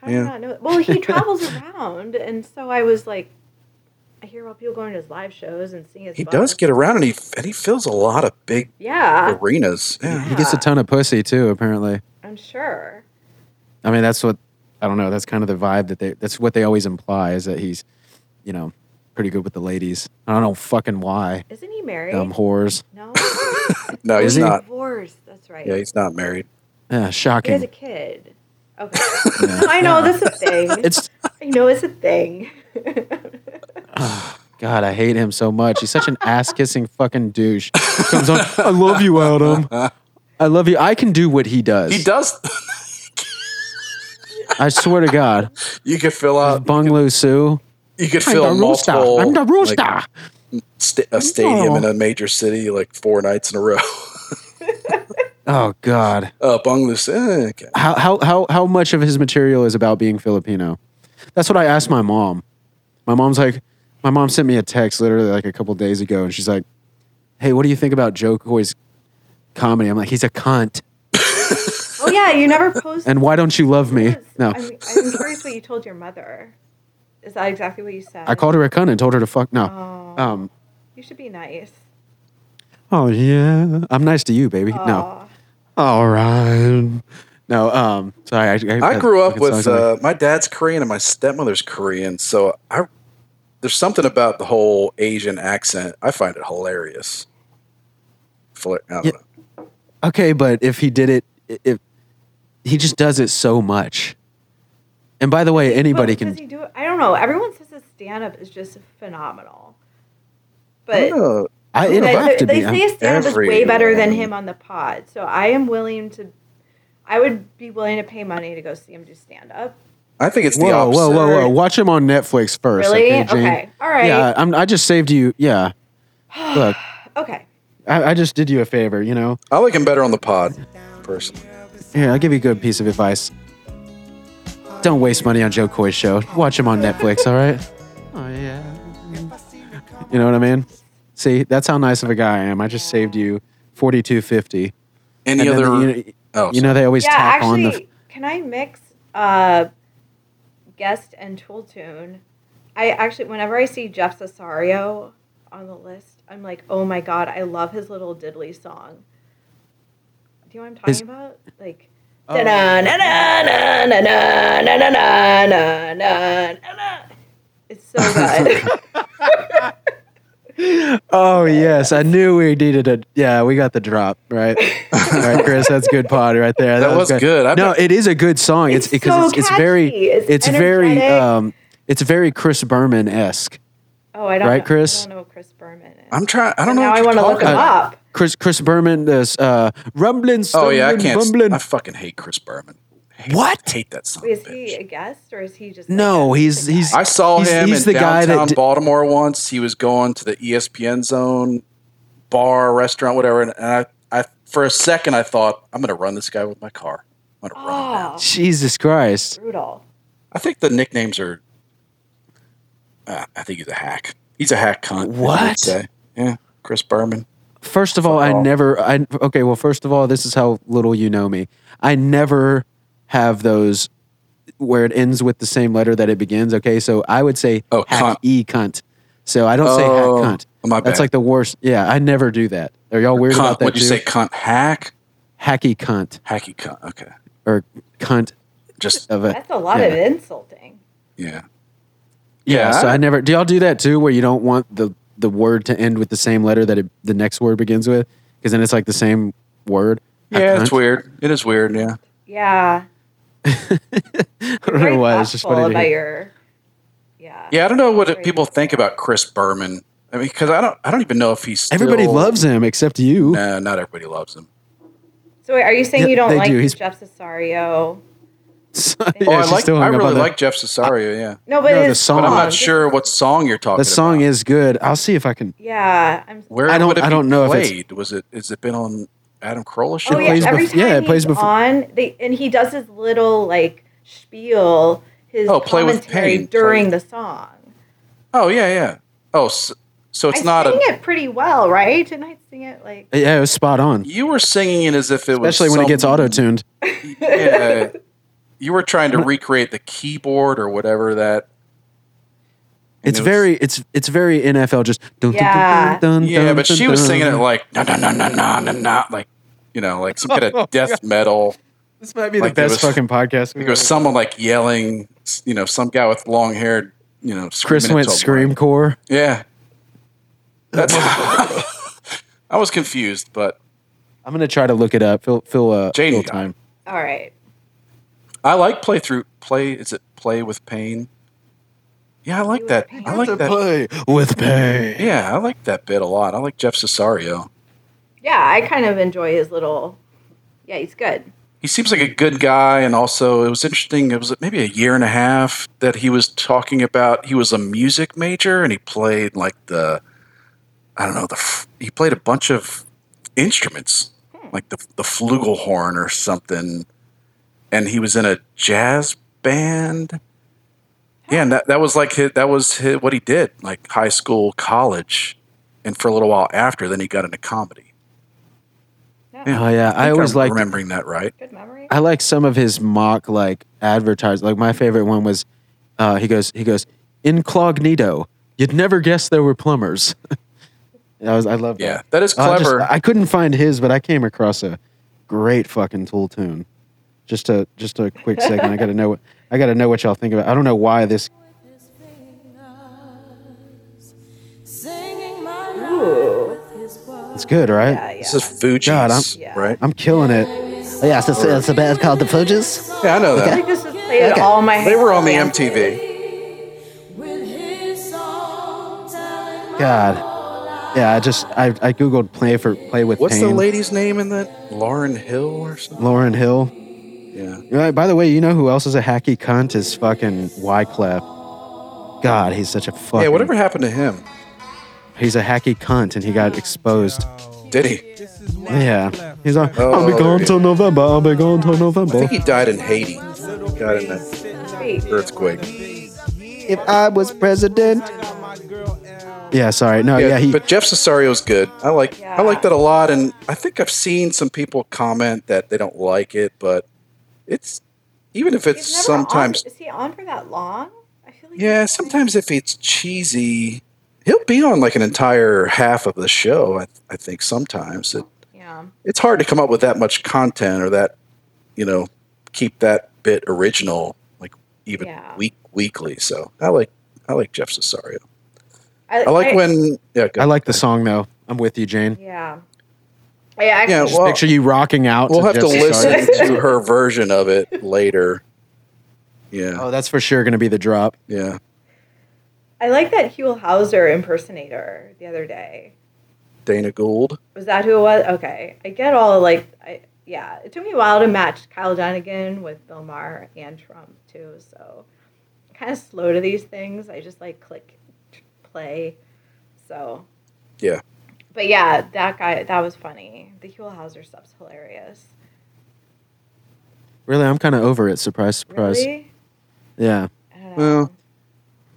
S2: How did
S5: Yeah.
S2: I not know? Well, he travels around, and so I was like, I hear about people going to his live shows and seeing his.
S5: he
S2: book.
S5: does get around, and he and he fills a lot of big
S2: Yeah,
S5: arenas. Yeah.
S4: he gets a ton of pussy too. Apparently,
S2: I'm sure.
S4: I mean that's what I don't know. That's kind of the vibe that they. That's what they always imply is that he's, you know, pretty good with the ladies. I don't know fucking why.
S2: Isn't he married?
S4: Dumb whores.
S2: no,
S5: No, Um, he's
S4: Is he?
S5: not.
S2: divorced. That's right.
S5: Yeah, he's not married.
S4: Yeah,
S2: He has a
S4: shocking.
S2: kid. Okay. I know that's a thing.
S4: It's
S2: I know it's a thing.
S4: God, I hate him so much. He's such an ass kissing fucking douche. Comes on, I love you, Adam. I love you. I can do what he does.
S5: He does.
S4: I swear to God.
S5: You could fill out.
S4: Bungalow Sue.
S5: You could
S4: I'm
S5: fill
S4: the rooster.
S5: multiple.
S4: I'm the rooster.
S5: like, sta- a stadium in a major city like four nights in a row.
S4: oh God.
S5: Uh, Bungalows. eh, okay.
S4: How how how how much of his material is about being Filipino? That's what I asked my mom. My mom's like, my mom sent me a text literally like a couple days ago, and she's like, "Hey, what do you think about Joe Coy's comedy?" I'm like, "He's a cunt."
S2: oh yeah, you never post.
S4: And why don't you love me?
S2: Yes.
S4: No,
S2: I'm, I'm curious what you told your mother. Is that exactly what you said?
S4: I called her a cunt and told her to fuck. No.
S2: Oh,
S4: Um.
S2: you should be nice.
S4: Oh yeah, I'm nice to you, baby. No.
S2: Aw.
S4: All right. No. Um. Sorry. I, I,
S5: I grew up
S4: fucking
S5: with
S4: suck.
S5: uh, my dad's Korean and my stepmother's Korean, so I there's something about the whole Asian accent. I find it hilarious. Fla- I don't
S4: Yeah.
S5: know. uh,
S4: Okay, but if he did it, i- if he just does it so much, and by the way, anybody
S2: But
S4: can.
S2: does he do it? I don't know. Everyone says his stand up is just phenomenal.
S5: I
S2: But
S5: don't know.
S4: I it'll
S2: they,
S4: have to
S2: they
S4: be.
S2: say his stand up is way
S5: Everyone.
S2: better than him on the pod. So I am willing to. I would be willing to pay money to go see him do stand up.
S5: I think it's the
S4: Whoa,
S5: opposite.
S4: whoa, whoa, whoa! Watch him on Netflix first.
S2: Really?
S4: Okay. Jane?
S2: Okay. All right.
S4: Yeah, I'm, I just saved you. Yeah. Look,
S2: Okay.
S4: I, I just did you a favor. You know.
S5: I like him better on the pod, personally.
S4: Here, I'll give you a good piece of advice. Don't waste money on Joe Coy's show. Watch him on Netflix. All right. Oh yeah. You know what I mean? See, that's how nice of a guy I am. I just saved you forty-two fifty.
S5: Any
S4: And
S5: other?
S4: then the- you,
S5: oh,
S4: you know they always
S2: yeah,
S4: tack
S2: actually,
S4: on the.
S2: can I mix uh, guest and tool tune? I actually, whenever I see Jeff Cesario on the list, I'm like, oh my god, I love his little diddly song. Do you know what I'm talking
S4: His-
S2: about? Like.
S4: Oh.
S2: da-na, na-na, na-na, na-na, na-na, na-na, na-na. It's so good.
S4: Oh yes, I knew we needed a. Yeah, we got the drop right. All right, Chris, that's good pod right there.
S5: That was good. I
S4: no,
S5: bet-
S4: it is a good song. It's
S2: It's
S4: because
S2: so
S4: it's, it's very
S2: catchy. It's
S4: it's very
S2: energetic.
S4: um it's very Chris Berman esque.
S2: oh, I don't
S4: Right,
S2: know.
S4: Chris?
S2: I don't know what Chris Berman is.
S5: I'm trying. I
S2: But
S5: don't know.
S2: Now
S5: what
S2: I
S5: you're
S2: want to look
S5: talking
S2: him
S5: about.
S2: up.
S4: Chris Chris Berman this uh rumbling
S5: Oh yeah, I
S4: stumbling,
S5: can't.
S4: bumbling.
S5: I fucking hate Chris Berman. Hate,
S4: What?
S5: Hate that song.
S2: Is
S5: bitch.
S2: he a guest or is he just? like
S4: No,
S2: a-
S4: he's-
S2: a
S4: he's-
S2: guy?
S5: I saw
S4: He's-
S5: him
S4: he's
S5: in
S4: the guy that
S5: downtown
S4: di-
S5: Baltimore once. He was going to the E ESPN zone bar, restaurant, whatever, and, and I, I for a second I thought I'm going to run this guy with my car. I'm going to run him down.
S2: Oh,
S4: Jesus Christ.
S2: brutal.
S5: I think the nicknames are. Uh, I think he's a hack. He's a hack cunt. is I would
S4: What?
S5: say. Yeah, Chris Berman.
S4: First of all, I
S5: all.
S4: never I okay, well first of all, this is how little you know me. I never have those where it ends with the same letter that it begins. Okay, so I would say
S5: Oh,
S4: hack
S5: cunt.
S4: e cunt. So I don't say hack
S5: Oh,
S4: cunt.
S5: my
S4: That's
S5: bad.
S4: like the worst. Yeah, I never do that. Are y'all weird about
S5: Cunt.
S4: that?
S5: What'd you
S4: too?
S5: say? Cunt. Hack.
S4: Hacky cunt
S5: Hacky cunt. Okay.
S4: or cunt
S5: Just
S4: of a.
S2: That's a lot
S4: yeah.
S2: of insulting.
S5: yeah.
S4: Yeah.
S5: Yeah.
S4: So I never. Do y'all do that too, where you don't want the the word to end with the same letter that it, the next word begins with, because then it's like the same word.
S5: Yeah, it's
S4: I,
S5: weird. It is weird. Yeah.
S2: Yeah.
S4: I don't know why. It's just funny. To
S2: about
S4: hear.
S2: your. Yeah.
S5: Yeah, I don't know what it,
S2: Right.
S5: people think about Chris Berman. I mean, because I don't, I don't even know if he's. Still,
S4: Everybody loves him except you.
S5: Nah, not everybody loves him.
S2: So wait, are you saying
S4: Yeah,
S2: you don't
S4: they
S2: like
S4: do. He's-
S2: Jeff Cesario?
S4: So,
S5: Oh,
S4: yeah,
S5: I
S4: she's
S5: like.
S4: still hung
S5: I
S4: up on
S5: really
S4: that.
S5: like Jeff Cesario. Yeah,
S2: No, but
S4: No, the
S2: his
S4: song.
S5: but I'm not
S2: just-
S5: sure what song you're talking.
S4: The song
S5: about.
S4: is good. I'll see if I can.
S2: Yeah, I'm.
S5: Where
S4: I don't-
S5: Would it
S4: I
S5: be
S4: don't know if
S5: played?
S4: it's-
S5: Was it? Is it been on Adam Carolla show?
S2: Oh
S4: It
S2: yeah,
S4: plays
S2: every
S4: bef-
S2: time
S4: yeah, it plays
S2: he's
S4: before-
S2: on, they and he does his little like spiel, his
S5: Oh, Play With
S2: commentary
S5: Pain,
S2: during the song.
S5: Oh yeah, yeah. Oh, so, so it's
S2: I
S5: not
S2: sang
S5: a.
S2: it pretty well, right? Didn't I sing it like?
S4: Yeah, it was spot on.
S5: You were singing it as if it was.
S4: Especially when it gets
S5: some-
S4: auto tuned.
S5: Yeah. You were trying to recreate the keyboard or whatever that. and
S4: It's
S5: it was-
S4: very, it's it's very NFL. Just dun, dun, dun,
S2: Yeah.
S4: dun, dun,
S5: Yeah,
S4: dun,
S5: but
S4: dun,
S5: she was
S4: dun.
S5: singing it like na na na na na na na like you know like some kind
S4: Oh,
S5: of death metal.
S4: This might be
S5: like it
S4: the best
S5: was-
S4: fucking podcast.
S5: It was someone like yelling, s- you know, some guy with long hair, you know,
S4: Chris
S5: screaming
S4: went
S5: into a
S4: scream
S5: mic.
S4: core.
S5: Yeah, that's. I was confused, but
S4: I'm gonna try to look it up. Fill fill uh,
S5: Janie
S4: fill
S5: got
S4: time.
S2: All right,
S5: I like play through play. Is it play with pain? Yeah, I like
S2: with
S5: that.
S2: pain.
S5: I like that.
S4: play with pain.
S5: Yeah, I like that bit a lot. I like Jeff Cesario.
S2: yeah, I kind of enjoy his little. Yeah, he's good.
S5: he seems like a good guy and also it was interesting it was maybe a year and a half that he was talking about he was a music major and he played like the i don't know the f- he played a bunch of instruments like the the flugelhorn or something and he was in a jazz band yeah and that, that was like his, that was his, what he did like high school college and for a little while after then he got into comedy
S4: Oh yeah, I,
S5: think
S4: always
S5: I'm
S4: like
S5: remembering that right
S2: Good memory.
S4: I like some of his mock like advertise. Like my favorite one was uh, he goes he goes incognito. You'd never guess there were plumbers. I was I love
S5: yeah
S4: that.
S5: that is
S4: Oh, I just-
S5: clever
S4: I couldn't find his, but I came across a great fucking tool tune. Just a just a quick segment. I gotta know what I gotta know what y'all think about. I don't know why this. It's good, right?
S2: Yeah, Uh, yeah.
S5: This is Fuji's,
S4: God, I'm-
S2: Yeah.
S5: right?
S4: I'm killing it.
S8: Oh, Yeah, so, so, so bad it's called The Fuges.
S5: Yeah, I know
S2: I
S5: that.
S2: think this was played at all my.
S5: They were on the MTV.
S4: God. Yeah, I just I, I googled play for play with
S5: What's the
S4: pain.
S5: lady's name in that? Lauren Hill or something?
S4: Lauren Hill.
S5: Yeah.
S4: You know, by the way, you know who else is a hacky cunt? Is fucking Wyclef. God, he's such a fucking.
S5: Yeah, whatever happened to him?
S4: He's a hacky cunt, and he got exposed.
S5: Did he?
S4: Yeah, he's like,
S5: Oh,
S4: I'll be gone
S5: yeah.
S4: till November. I'll be gone till
S5: I think
S4: November.
S5: he died in Haiti. He died in that
S2: MTV.
S5: earthquake.
S8: If I was president,
S4: Yeah, sorry, no, Oh, yeah, he.
S5: but Jeff Cesario's good. I like I like
S2: Yeah.
S5: that a lot, and I think I've seen some people comment that they don't like it, but it's even if it's sometimes
S2: Is he on for that long? I feel like
S5: yeah, sometimes if it's cheesy, he'll be on like an entire half of the show. I, I think sometimes it,
S2: Yeah.
S5: it's hard to come up with that much content or that you know keep that bit original like even
S2: Yeah.
S5: week weekly so i like i like jeff cesario i
S2: I
S5: like when yeah go.
S4: I like the song though. I'm with you, Jane.
S2: Yeah. Yeah. I
S5: yeah
S2: actually-
S5: well,
S4: Picture you rocking out.
S5: we'll have to
S4: Jeff Cesario.
S5: listen to her version of it later yeah
S4: Oh, that's for sure going to be the drop.
S5: yeah
S2: I like that Hugh Hauser impersonator the other day.
S5: dana gould
S2: Was that who it was? Okay. I get all like, I, yeah. It took me a while to match Kyle Dunnigan with Bill Maher and Trump too. So I'm kind of slow to these things. I just like click t- play. So,
S5: yeah
S2: but yeah, that guy, that was funny. The Hugh Hauser stuff's hilarious.
S4: Really, I'm kind of over it. Surprise, surprise.
S2: Really?
S4: Yeah,
S2: I don't know.
S5: well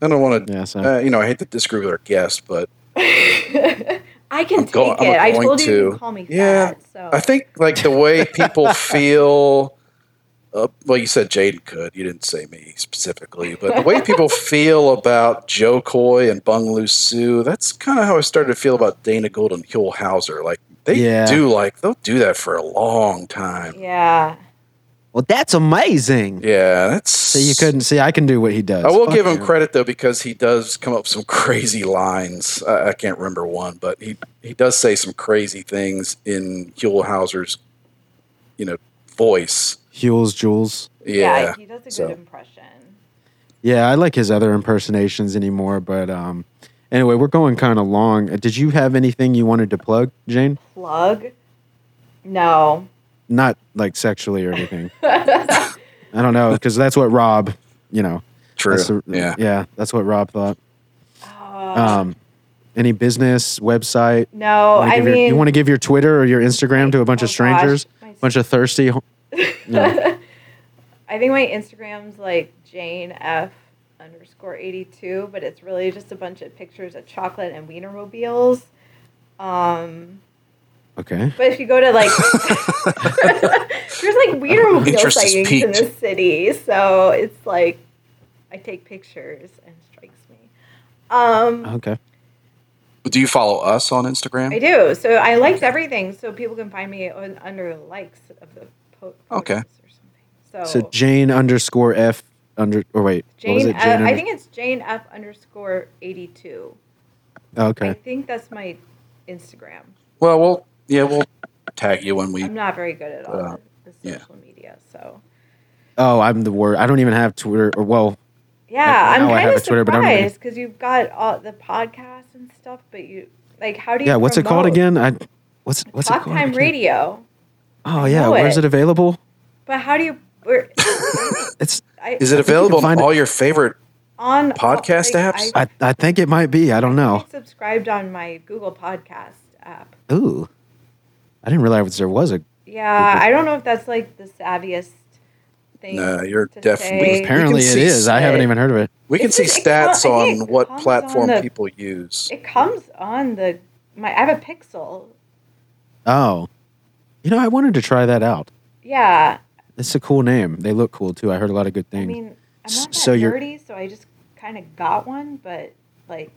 S5: i don't want to
S4: yeah. So
S5: uh, you know i hate to disagree with our guest but
S2: I can take
S5: go- I'm
S2: it. I
S5: going
S2: told you you
S5: to.
S2: can call me fat.
S5: Yeah,
S2: So
S5: I think like the way people feel. Uh, well, you said Jaden could. You didn't say me specifically, but the way people feel about Joe Coy and Bung Lu Su, that's kind of how I started to feel about Dana Gould and Huell Hauser. Like they
S4: Yeah.
S5: do, like they'll do that for a long time.
S2: Yeah.
S4: Well, that's amazing.
S5: Yeah, that's
S4: So you couldn't see. I can do what he does.
S5: I will
S4: Fuck
S5: give him
S4: yeah.
S5: credit though because he does come up with some crazy lines. I, I can't remember one, but he he does say some crazy things in Huelhauser's, you know, voice.
S4: Hules Jules.
S5: Yeah,
S2: he does a good
S5: so.
S2: impression.
S4: Yeah, I like his other impersonations anymore. But um, anyway, we're going kind of long. Uh, Did you have anything you wanted to plug, Jane?
S2: Plug? No.
S4: Not like sexually or anything. I don't know because that's what Rob, you know.
S5: true.
S4: that's the-
S5: yeah.
S4: yeah, that's what Rob thought.
S2: Uh,
S4: Um, any business website?
S2: no, Oh,
S4: Wanna
S2: I
S4: give your-
S2: mean,
S4: you want to give your Twitter or your Instagram to a bunch
S2: Oh,
S4: of strangers,
S2: gosh, my-
S4: bunch of thirsty. ho- No.
S2: I think my Instagram's like Jane F underscore 82, but it's really just a bunch of pictures of chocolate and Wienermobiles. Um,
S4: Okay.
S2: but if you go to like, there's like Wienermobile
S5: Interest is
S2: sightings in
S5: piqued.
S2: the city, so it's like I take pictures and it strikes me. Um,
S4: Okay.
S5: Do you follow us on Instagram?
S2: I do. So I liked everything. So people can find me on, under likes of the po- posts
S5: Okay.
S2: or something. So,
S4: So Jane underscore F under or wait, what was
S2: Oh. Jane,
S4: it?
S2: F, I
S4: under-
S2: think it's Jane F underscore eighty two. I
S4: okay.
S2: think that's my Instagram.
S5: Well, we'll yeah, we'll tag you when we.
S2: I'm not very good at all
S5: Uh,
S2: the
S5: yeah.
S2: social media. So
S4: Oh, I'm the word. I don't even have Twitter. Or, well,
S2: yeah,
S4: now
S2: I'm
S4: I
S2: kind
S4: have a
S2: of
S4: Twitter, but I don't even-
S2: surprised because you've got all the podcasts and stuff, but you like how do you?
S4: yeah. What's it called
S2: promote?
S4: again? I what's what's it
S2: Talk
S4: called?
S2: Time
S4: again?
S2: Radio.
S4: Oh
S2: I
S4: yeah,
S2: know
S4: where is
S2: it.
S4: it available?
S2: But how do you? Where,
S4: It's
S2: I,
S5: Is it
S4: think you can
S5: available on
S4: find it-
S5: all your favorite?
S2: on all-
S5: podcast
S2: like,
S5: apps?
S4: I I think it might be. I don't know.
S2: I subscribed on my Google Podcast app.
S4: Ooh, I didn't realize there was a.
S2: Yeah, I don't know if that's like the savviest thing.
S5: No, you're
S2: to
S5: definitely-
S2: say.
S4: Apparently
S5: can
S4: it
S5: see
S4: is. I haven't
S2: it.
S4: even heard of it.
S5: We can
S2: It's
S5: see
S2: just- it
S5: stats
S2: com- I
S5: on
S2: think it
S5: what
S2: comes on
S5: platform
S2: the-
S5: people use.
S2: It comes on the my. I have a Pixel.
S4: Oh, you know, I wanted to try that out.
S2: Yeah,
S4: It's a cool name. They look cool too. I heard a lot of good
S2: I
S4: things.
S2: mean, I'm not that
S4: So you're-
S2: nerdy, so I just kind of got one, but like,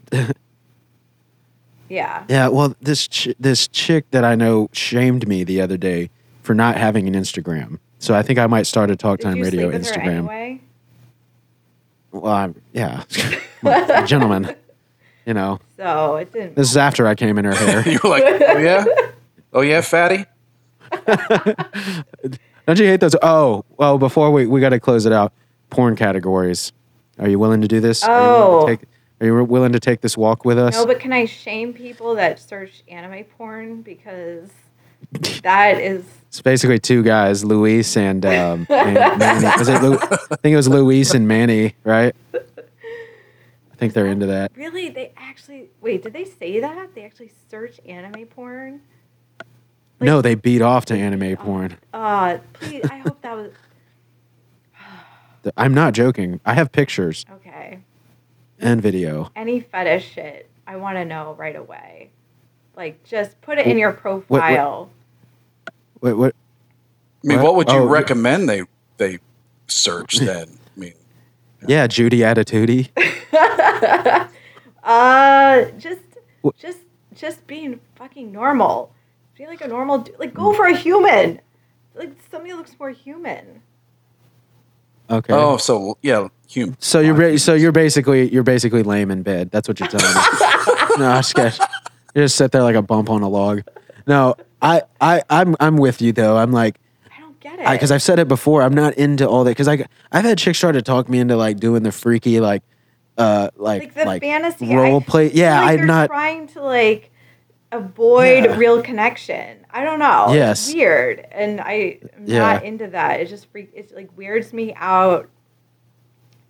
S2: yeah,
S4: yeah. Well, this ch- this chick that I know shamed me the other day for not having an Instagram. So I think I might start a Talk
S2: Did
S4: Time
S2: you
S4: Radio
S2: sleep with her
S4: Instagram.
S2: anyway?
S4: Well, I'm, yeah, Well, gentlemen. You know,
S2: So it didn't.
S4: this is after I came in her hair.
S5: You're like, oh yeah, oh yeah, fatty.
S4: Don't you hate those? Oh, well, before we, we got to close it out, porn categories. Are you willing to do this?
S2: Oh.
S4: Are you willing to take, are you willing to take this walk with us?
S2: No, but can I shame people that search anime porn because that is
S4: it's basically two guys, Luis and, um, and Manny. Was it Lu- I think it was Luis and Manny, right? I think they're into that.
S2: really they actually wait. Did they say that they actually search anime porn?
S4: no, they beat off to anime porn.
S2: Uh, please. I hope that was
S4: I'm not joking. I have pictures
S2: okay.
S4: and video.
S2: Any fetish shit, I want to know right away. Like, just put it in your profile.
S4: Wait, what?
S5: I mean,
S4: What?
S5: what, would you
S4: Oh, you-
S5: recommend they they search then? I mean,
S4: Yeah, Judy Attitudi.
S2: Uh, just,
S4: What-
S2: just, just being fucking normal. Be like a normal, du- like go for a human. Like somebody that looks more human.
S4: Okay.
S5: oh, so yeah, human.
S4: So you're ba- so you're basically you're basically lame in bed. That's what you're telling me. no, I'm just kidding. You just sit there like a bump on a log. No, I I I'm I'm with you though. I'm like
S2: I don't get it.
S4: because I've said it before. I'm not into all that because I I've had chicks try to talk me into like doing the freaky like uh like
S2: like the fantasy I
S4: role play.
S2: feel
S4: Yeah,
S2: like
S4: I'm
S2: they're
S4: not.
S2: trying to like avoid
S4: Yeah.
S2: real connection. I don't know.
S4: Yes.
S2: it's weird, and I am
S4: Yeah.
S2: not into that. It just freak. It like weirds me out.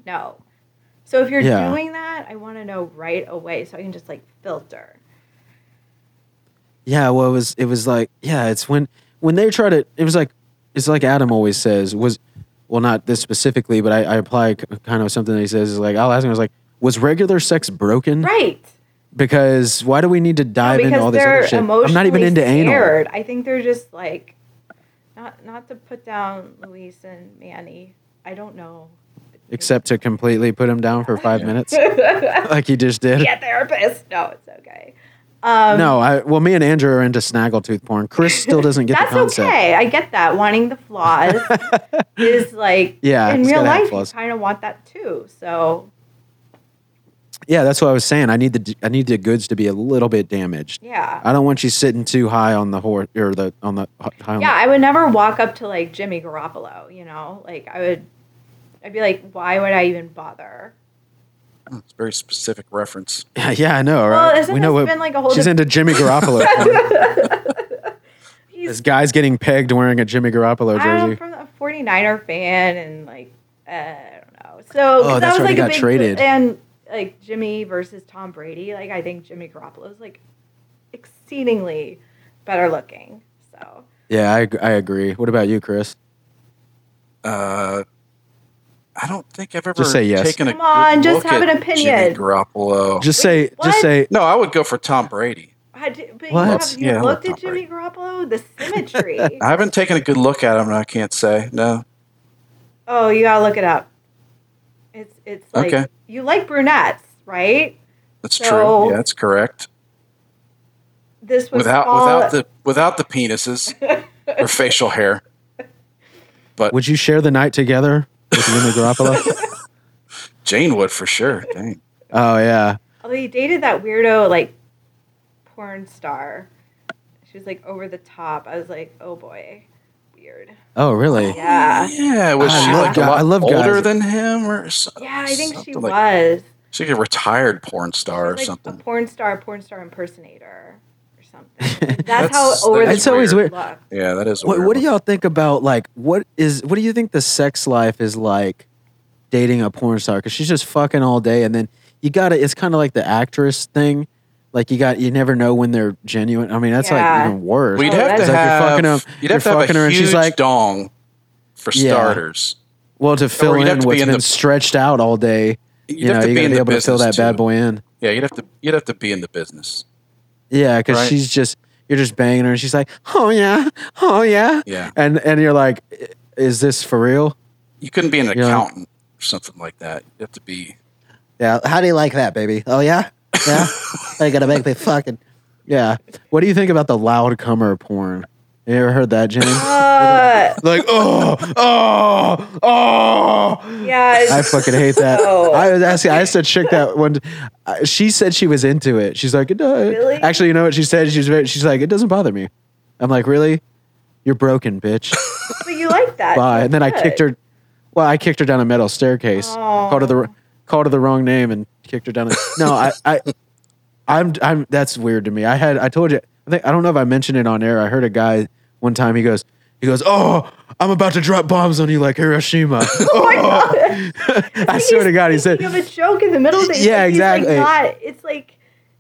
S2: No, so if you're
S4: Yeah.
S2: doing that, I want to know right away so I can just like filter.
S4: Yeah, well, it was it was like yeah, it's when when they try to it was like it's like Adam always says was well not this specifically, but I, I apply k- kind of something that he says is like I'll ask him I was like was regular sex broken
S2: Right.
S4: because why do we need to dive into all
S2: because
S4: this
S2: they're
S4: other shit?
S2: emotionally
S4: I'm not even into anal.
S2: scared. I think they're just like, not not to put down Luis and Manny. I don't know.
S4: Except to completely put him down for five minutes, like you just did.
S2: be a therapist. No, it's okay. Um,
S4: no, I well, me and Andrew are into snaggletooth porn. Chris still doesn't get
S2: That's
S4: the concept.
S2: okay. I get that. Wanting the flaws is like
S4: Yeah,
S2: in
S4: it's
S2: real
S4: gotta have
S2: life
S4: flaws.
S2: you kind of want that too. So
S4: Yeah, that's what I was saying. I need the d- I need the goods to be a little bit damaged.
S2: yeah.
S4: I don't want you sitting too high on the horse or the on the h- high on
S2: yeah, I would never walk up to like Jimmy Garoppolo, you know? Like I would I'd be like, why would I even bother?
S5: oh, It's a very specific reference.
S4: the, yeah. I know,
S2: Well,
S4: right?
S2: isn't
S4: we know
S2: this
S4: what
S2: been, like, a whole
S4: she's
S2: diff-
S4: into Jimmy Garoppolo. porn. this
S2: He's
S4: guy's getting pegged wearing a Jimmy Garoppolo
S2: I'm
S4: jersey.
S2: from a 49er fan and like uh, I don't know. So 'cause
S4: Oh,
S2: that
S4: that's
S2: was
S4: right, he
S2: like a
S4: got
S2: big
S4: traded.
S2: and like Jimmy versus Tom Brady, like I think Jimmy Garoppolo is like exceedingly better looking. So
S4: Yeah, I ag- I agree. What about you, Chris?
S5: Uh, I don't think I've ever
S4: Just say yes.
S5: taken a
S2: Come on,
S5: good
S2: just
S5: look
S2: have
S5: at
S2: an opinion.
S5: Jimmy Garoppolo.
S4: Just say
S2: Wait,
S4: just
S2: what?
S4: say
S5: no, I would go for Tom Brady.
S2: Had you- but
S4: What?
S2: you have you
S5: Yeah, I love
S2: looked
S5: Tom
S2: at Jimmy Garoppolo? The symmetry.
S5: I haven't taken a good look at him, and I can't say no.
S2: oh, you gotta look it up. It's it's like
S5: Okay.
S2: you like brunettes, right?
S5: That's
S2: So-
S5: true. Yeah, that's correct.
S2: This was
S5: Without
S2: all-
S5: without the without the penises or facial hair.
S4: would you share the night together with Jimmy Garoppolo?
S5: Jane would for sure. Dang.
S4: Oh yeah.
S2: although he dated that weirdo like porn star. She was like over the top. I was like, oh boy, weird.
S4: Oh really?
S2: Yeah,
S5: Yeah, was
S4: I
S5: she
S4: love
S5: like
S4: guy-
S5: a lot
S4: I love
S5: older
S4: guys.
S5: than him or so-
S2: yeah. I think she
S5: something
S2: was.
S5: like- She's a retired porn star or
S2: Like A
S5: something.
S2: porn star, porn star impersonator or something. That's, how
S5: That's-
S2: over the
S5: that's
S4: It's always
S2: top
S4: weird.
S2: it looked.
S5: Yeah, that is. a
S4: What,
S5: weird
S4: what do
S5: one.
S4: y'all think about like what is what do you think the sex life is like dating a porn star? Because she's just fucking all day, and then you got to It's kind of like the actress thing. Like you got you never know when they're genuine. I mean, that's
S2: Yeah.
S4: like even worse.
S5: We'd
S2: Oh, that's-
S5: have to
S4: It's like
S5: have.
S4: you're fucking up.
S5: you'd
S4: you're
S5: have to have
S4: fucking
S5: a
S4: her, and
S5: huge
S4: she's like,
S5: dong for
S4: Yeah.
S5: starters.
S4: well, to fill
S5: you'd have
S4: in
S5: to be
S4: what's
S5: in
S4: been
S5: the-
S4: stretched out all day,
S5: You'd
S4: you know, you gotta be able to fill that
S5: business,
S4: bad
S5: too.
S4: boy in.
S5: Yeah, you'd have to. You'd have to be in the business.
S4: Yeah, because
S5: Right.
S4: she's just you're just banging her, and she's like, oh yeah, oh yeah,
S5: Yeah.
S4: and and you're like, "I- is this for real?
S5: You couldn't be an
S4: Yeah.
S5: accountant or something like that. You have to be.
S8: Yeah, how do you like that, baby? Oh, yeah? Yeah? Are you going to make me fucking.
S4: Yeah. What do you think about the loud comer porn? You ever heard that, Jimmy?
S2: Uh,
S4: like, oh, oh, oh.
S2: yeah.
S4: I fucking hate that.
S2: No.
S4: I was asking, I asked a chick that one. uh, She said she was into it. She's like, it does.
S2: Really?
S4: Actually, you know what she said? She's very, she's like, it doesn't bother me. I'm like, really? You're broken, bitch.
S2: but you like that.
S4: Bye.
S2: so
S4: And then I kicked
S2: good.
S4: her. Well, I kicked her down a metal staircase. Called her the called her the wrong name and kicked her down. A, no, I, I, I'm, I'm. That's weird to me. I had, I told you. I think I don't know if I mentioned it on air. I heard a guy one time. He goes, he goes, oh, I'm about to drop bombs on you like Hiroshima.
S2: Oh
S4: I swear to God, he said.
S2: you have a joke in the middle of it. It's
S4: Yeah,
S2: like he's,
S4: exactly.
S2: Like not, it's like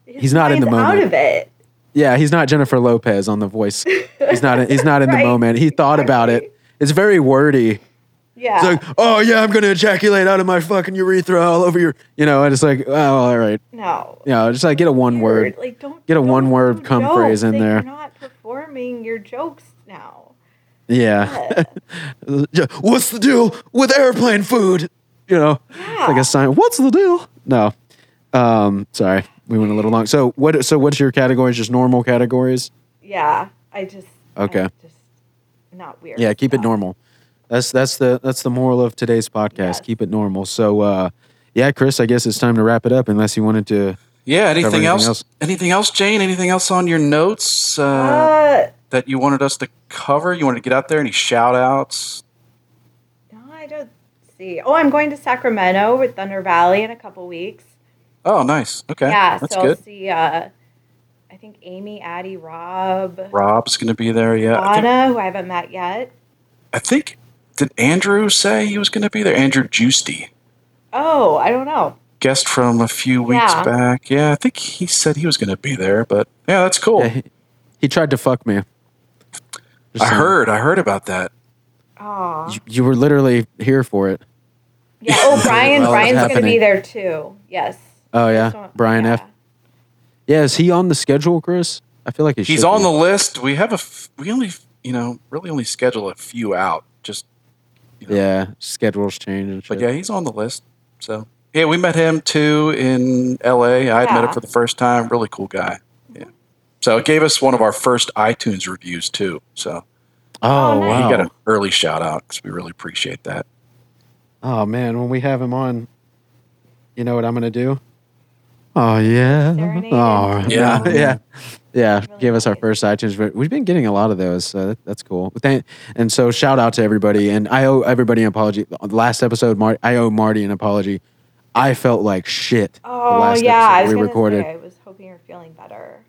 S2: his
S4: He's not in the
S2: mind's Out
S4: moment.
S2: of it.
S4: Yeah, he's not Jennifer Lopez on The Voice. He's not. He's not in
S2: Right,
S4: the moment. He thought about
S2: exactly.
S4: it. It's very wordy.
S2: Yeah.
S4: It's like, oh yeah, I'm gonna ejaculate out of my fucking urethra all over your, you know, and it's like, oh, all right,
S2: no.
S4: you know, just like get a one word.
S2: Weird. Like don't
S4: Get a
S2: don't
S4: one-word
S2: do
S4: cum
S2: jokes.
S4: phrase in
S2: Like,
S4: there.
S2: You're not performing your jokes now.
S4: Yeah. Yeah, What's the deal with airplane food? You know, it's like
S2: Yeah.
S4: a sign. What's the deal? No. Um, sorry, we went a little long. So what? So what's your categories? Just normal categories?
S2: Yeah. I just.
S4: Okay.
S2: I just not weird.
S4: Yeah, keep it
S2: stuff.
S4: normal. That's that's the that's the moral of today's podcast.
S2: Yes.
S4: Keep it normal. So uh, yeah, Chris, I guess it's time to wrap it up. Unless you wanted to.
S5: Yeah. Anything,
S4: anything
S5: else?
S4: else?
S5: Anything else, Jane? Anything else on your notes uh,
S2: Uh,
S5: that you wanted us to cover? You wanted to get out there? Any shout outs?
S2: no, I don't see. Oh, I'm going to Sacramento with Thunder Valley in a couple weeks.
S5: Oh, nice. Okay.
S2: yeah.
S5: That's
S2: so
S5: good.
S2: I'll see. Uh, I think Amy, Addie, Rob.
S5: Rob's going to be there. Yeah. I think,
S2: Anna, who I haven't met yet.
S5: I think- did Andrew say he was going to be there? Andrew Juicy,
S2: Oh, I don't know.
S5: guest from a few weeks
S2: Yeah.
S5: back. Yeah, I think he said he was going to be there, but yeah, that's cool.
S4: Yeah, he, he tried to fuck me. Just
S5: I
S4: saying.
S5: heard. I heard about that.
S2: Oh,
S4: You- you were literally here for it.
S2: yeah. Oh, Brian.
S4: Well, it's
S2: Brian's going to be
S4: happening.
S2: there too. Yes.
S4: Oh yeah,
S2: So-
S4: Brian F. Yeah, is he on the schedule, Chris? I feel like he
S5: He's
S4: should
S5: on
S4: be.
S5: the list. We have a. F- we only, you know, really only schedule a few out. Just, you know.
S4: Yeah, schedules change and shit.
S5: But yeah, he's on the list. So yeah, we met him too in L.A. I had met
S2: Yeah.
S5: him for the first time. Really cool guy. So it gave us one of our first iTunes reviews too. So
S4: Oh,
S2: nice.
S5: he
S4: wow.
S5: got an early shout out because we really appreciate that.
S4: Oh man, when we have him on, you know what I'm gonna do? Oh yeah.
S2: Serenade
S4: Oh
S2: him.
S4: yeah,
S5: Yeah.
S4: yeah, yeah.
S2: Really
S4: Give us our
S2: nice.
S4: first iTunes. re- We've been getting a lot of those, so that, that's cool. But thank- and so shout out to everybody, and I owe everybody an apology. The Last episode, Mar- I owe Marty an apology. I felt like shit. the
S2: Oh
S4: last
S2: yeah,
S4: episode
S2: I was
S4: we
S2: gonna
S4: recorded.
S2: Say, I was hoping you're feeling better.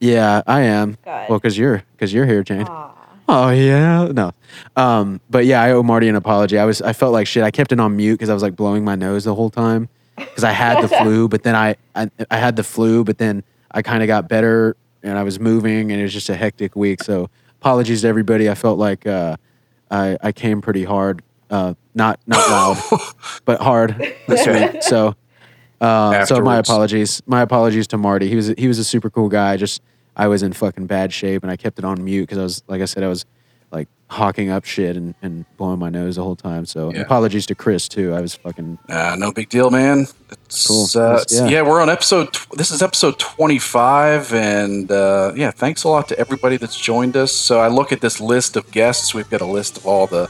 S4: Yeah, I am.
S2: Good.
S4: Well, because you're because you're here, Jane.
S2: Aw.
S4: Oh yeah, no. Um, but yeah, I owe Marty an apology. I was I felt like shit. I kept it on mute because I was like blowing my nose the whole time because I had the flu, but then I, I I had the flu, but then I kind of got better and I was moving and it was just a hectic week. So apologies to everybody. I felt like uh, I I came pretty hard. Uh, not not loud, but hard this week. So uh, so my
S5: Afterwards.
S4: apologies. My apologies to Marty. He was he was a super cool guy. Just I was in fucking bad shape and I kept it on mute because I was like I said I was like hawking up shit and, and blowing my nose the whole time. So
S5: Yeah.
S4: apologies to Chris too. I was fucking
S5: Uh, no big deal, man. It's,
S4: Cool.
S5: Uh,
S4: Yes,
S5: yeah.
S4: yeah.
S5: we're on episode. Tw- this is episode twenty-five, and uh, yeah, thanks a lot to everybody that's joined us. So I look at this list of guests. We've got a list of all the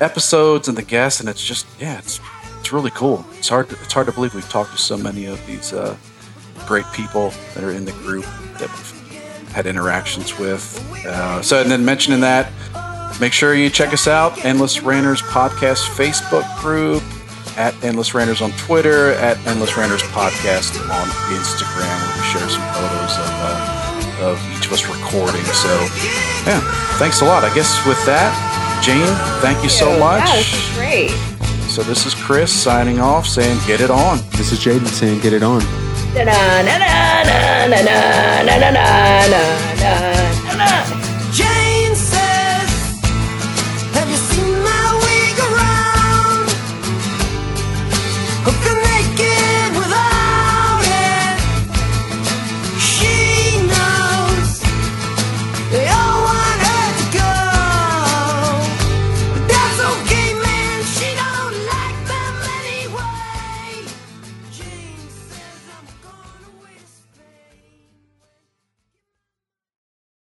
S5: episodes and the guests, and it's just yeah, it's it's really cool. It's hard. To, it's hard to believe we've talked to so many of these uh, great people that are in the group that we've had interactions with. Uh, so and then mentioning that. Make sure you check us out, Endless Rainers Podcast Facebook group, at Endless Rainers on Twitter, at Endless Rainers Podcast on Instagram, where we share some photos of, uh, of each of us recording. So, yeah, thanks a lot. I guess with that, Jane, thank you so much.
S2: Yeah, this is great.
S5: So this is Chris signing off, saying get it on.
S4: this is Jaden saying get it on.
S2: Da-da, na-na, na-na, na-na, na-na, na-na.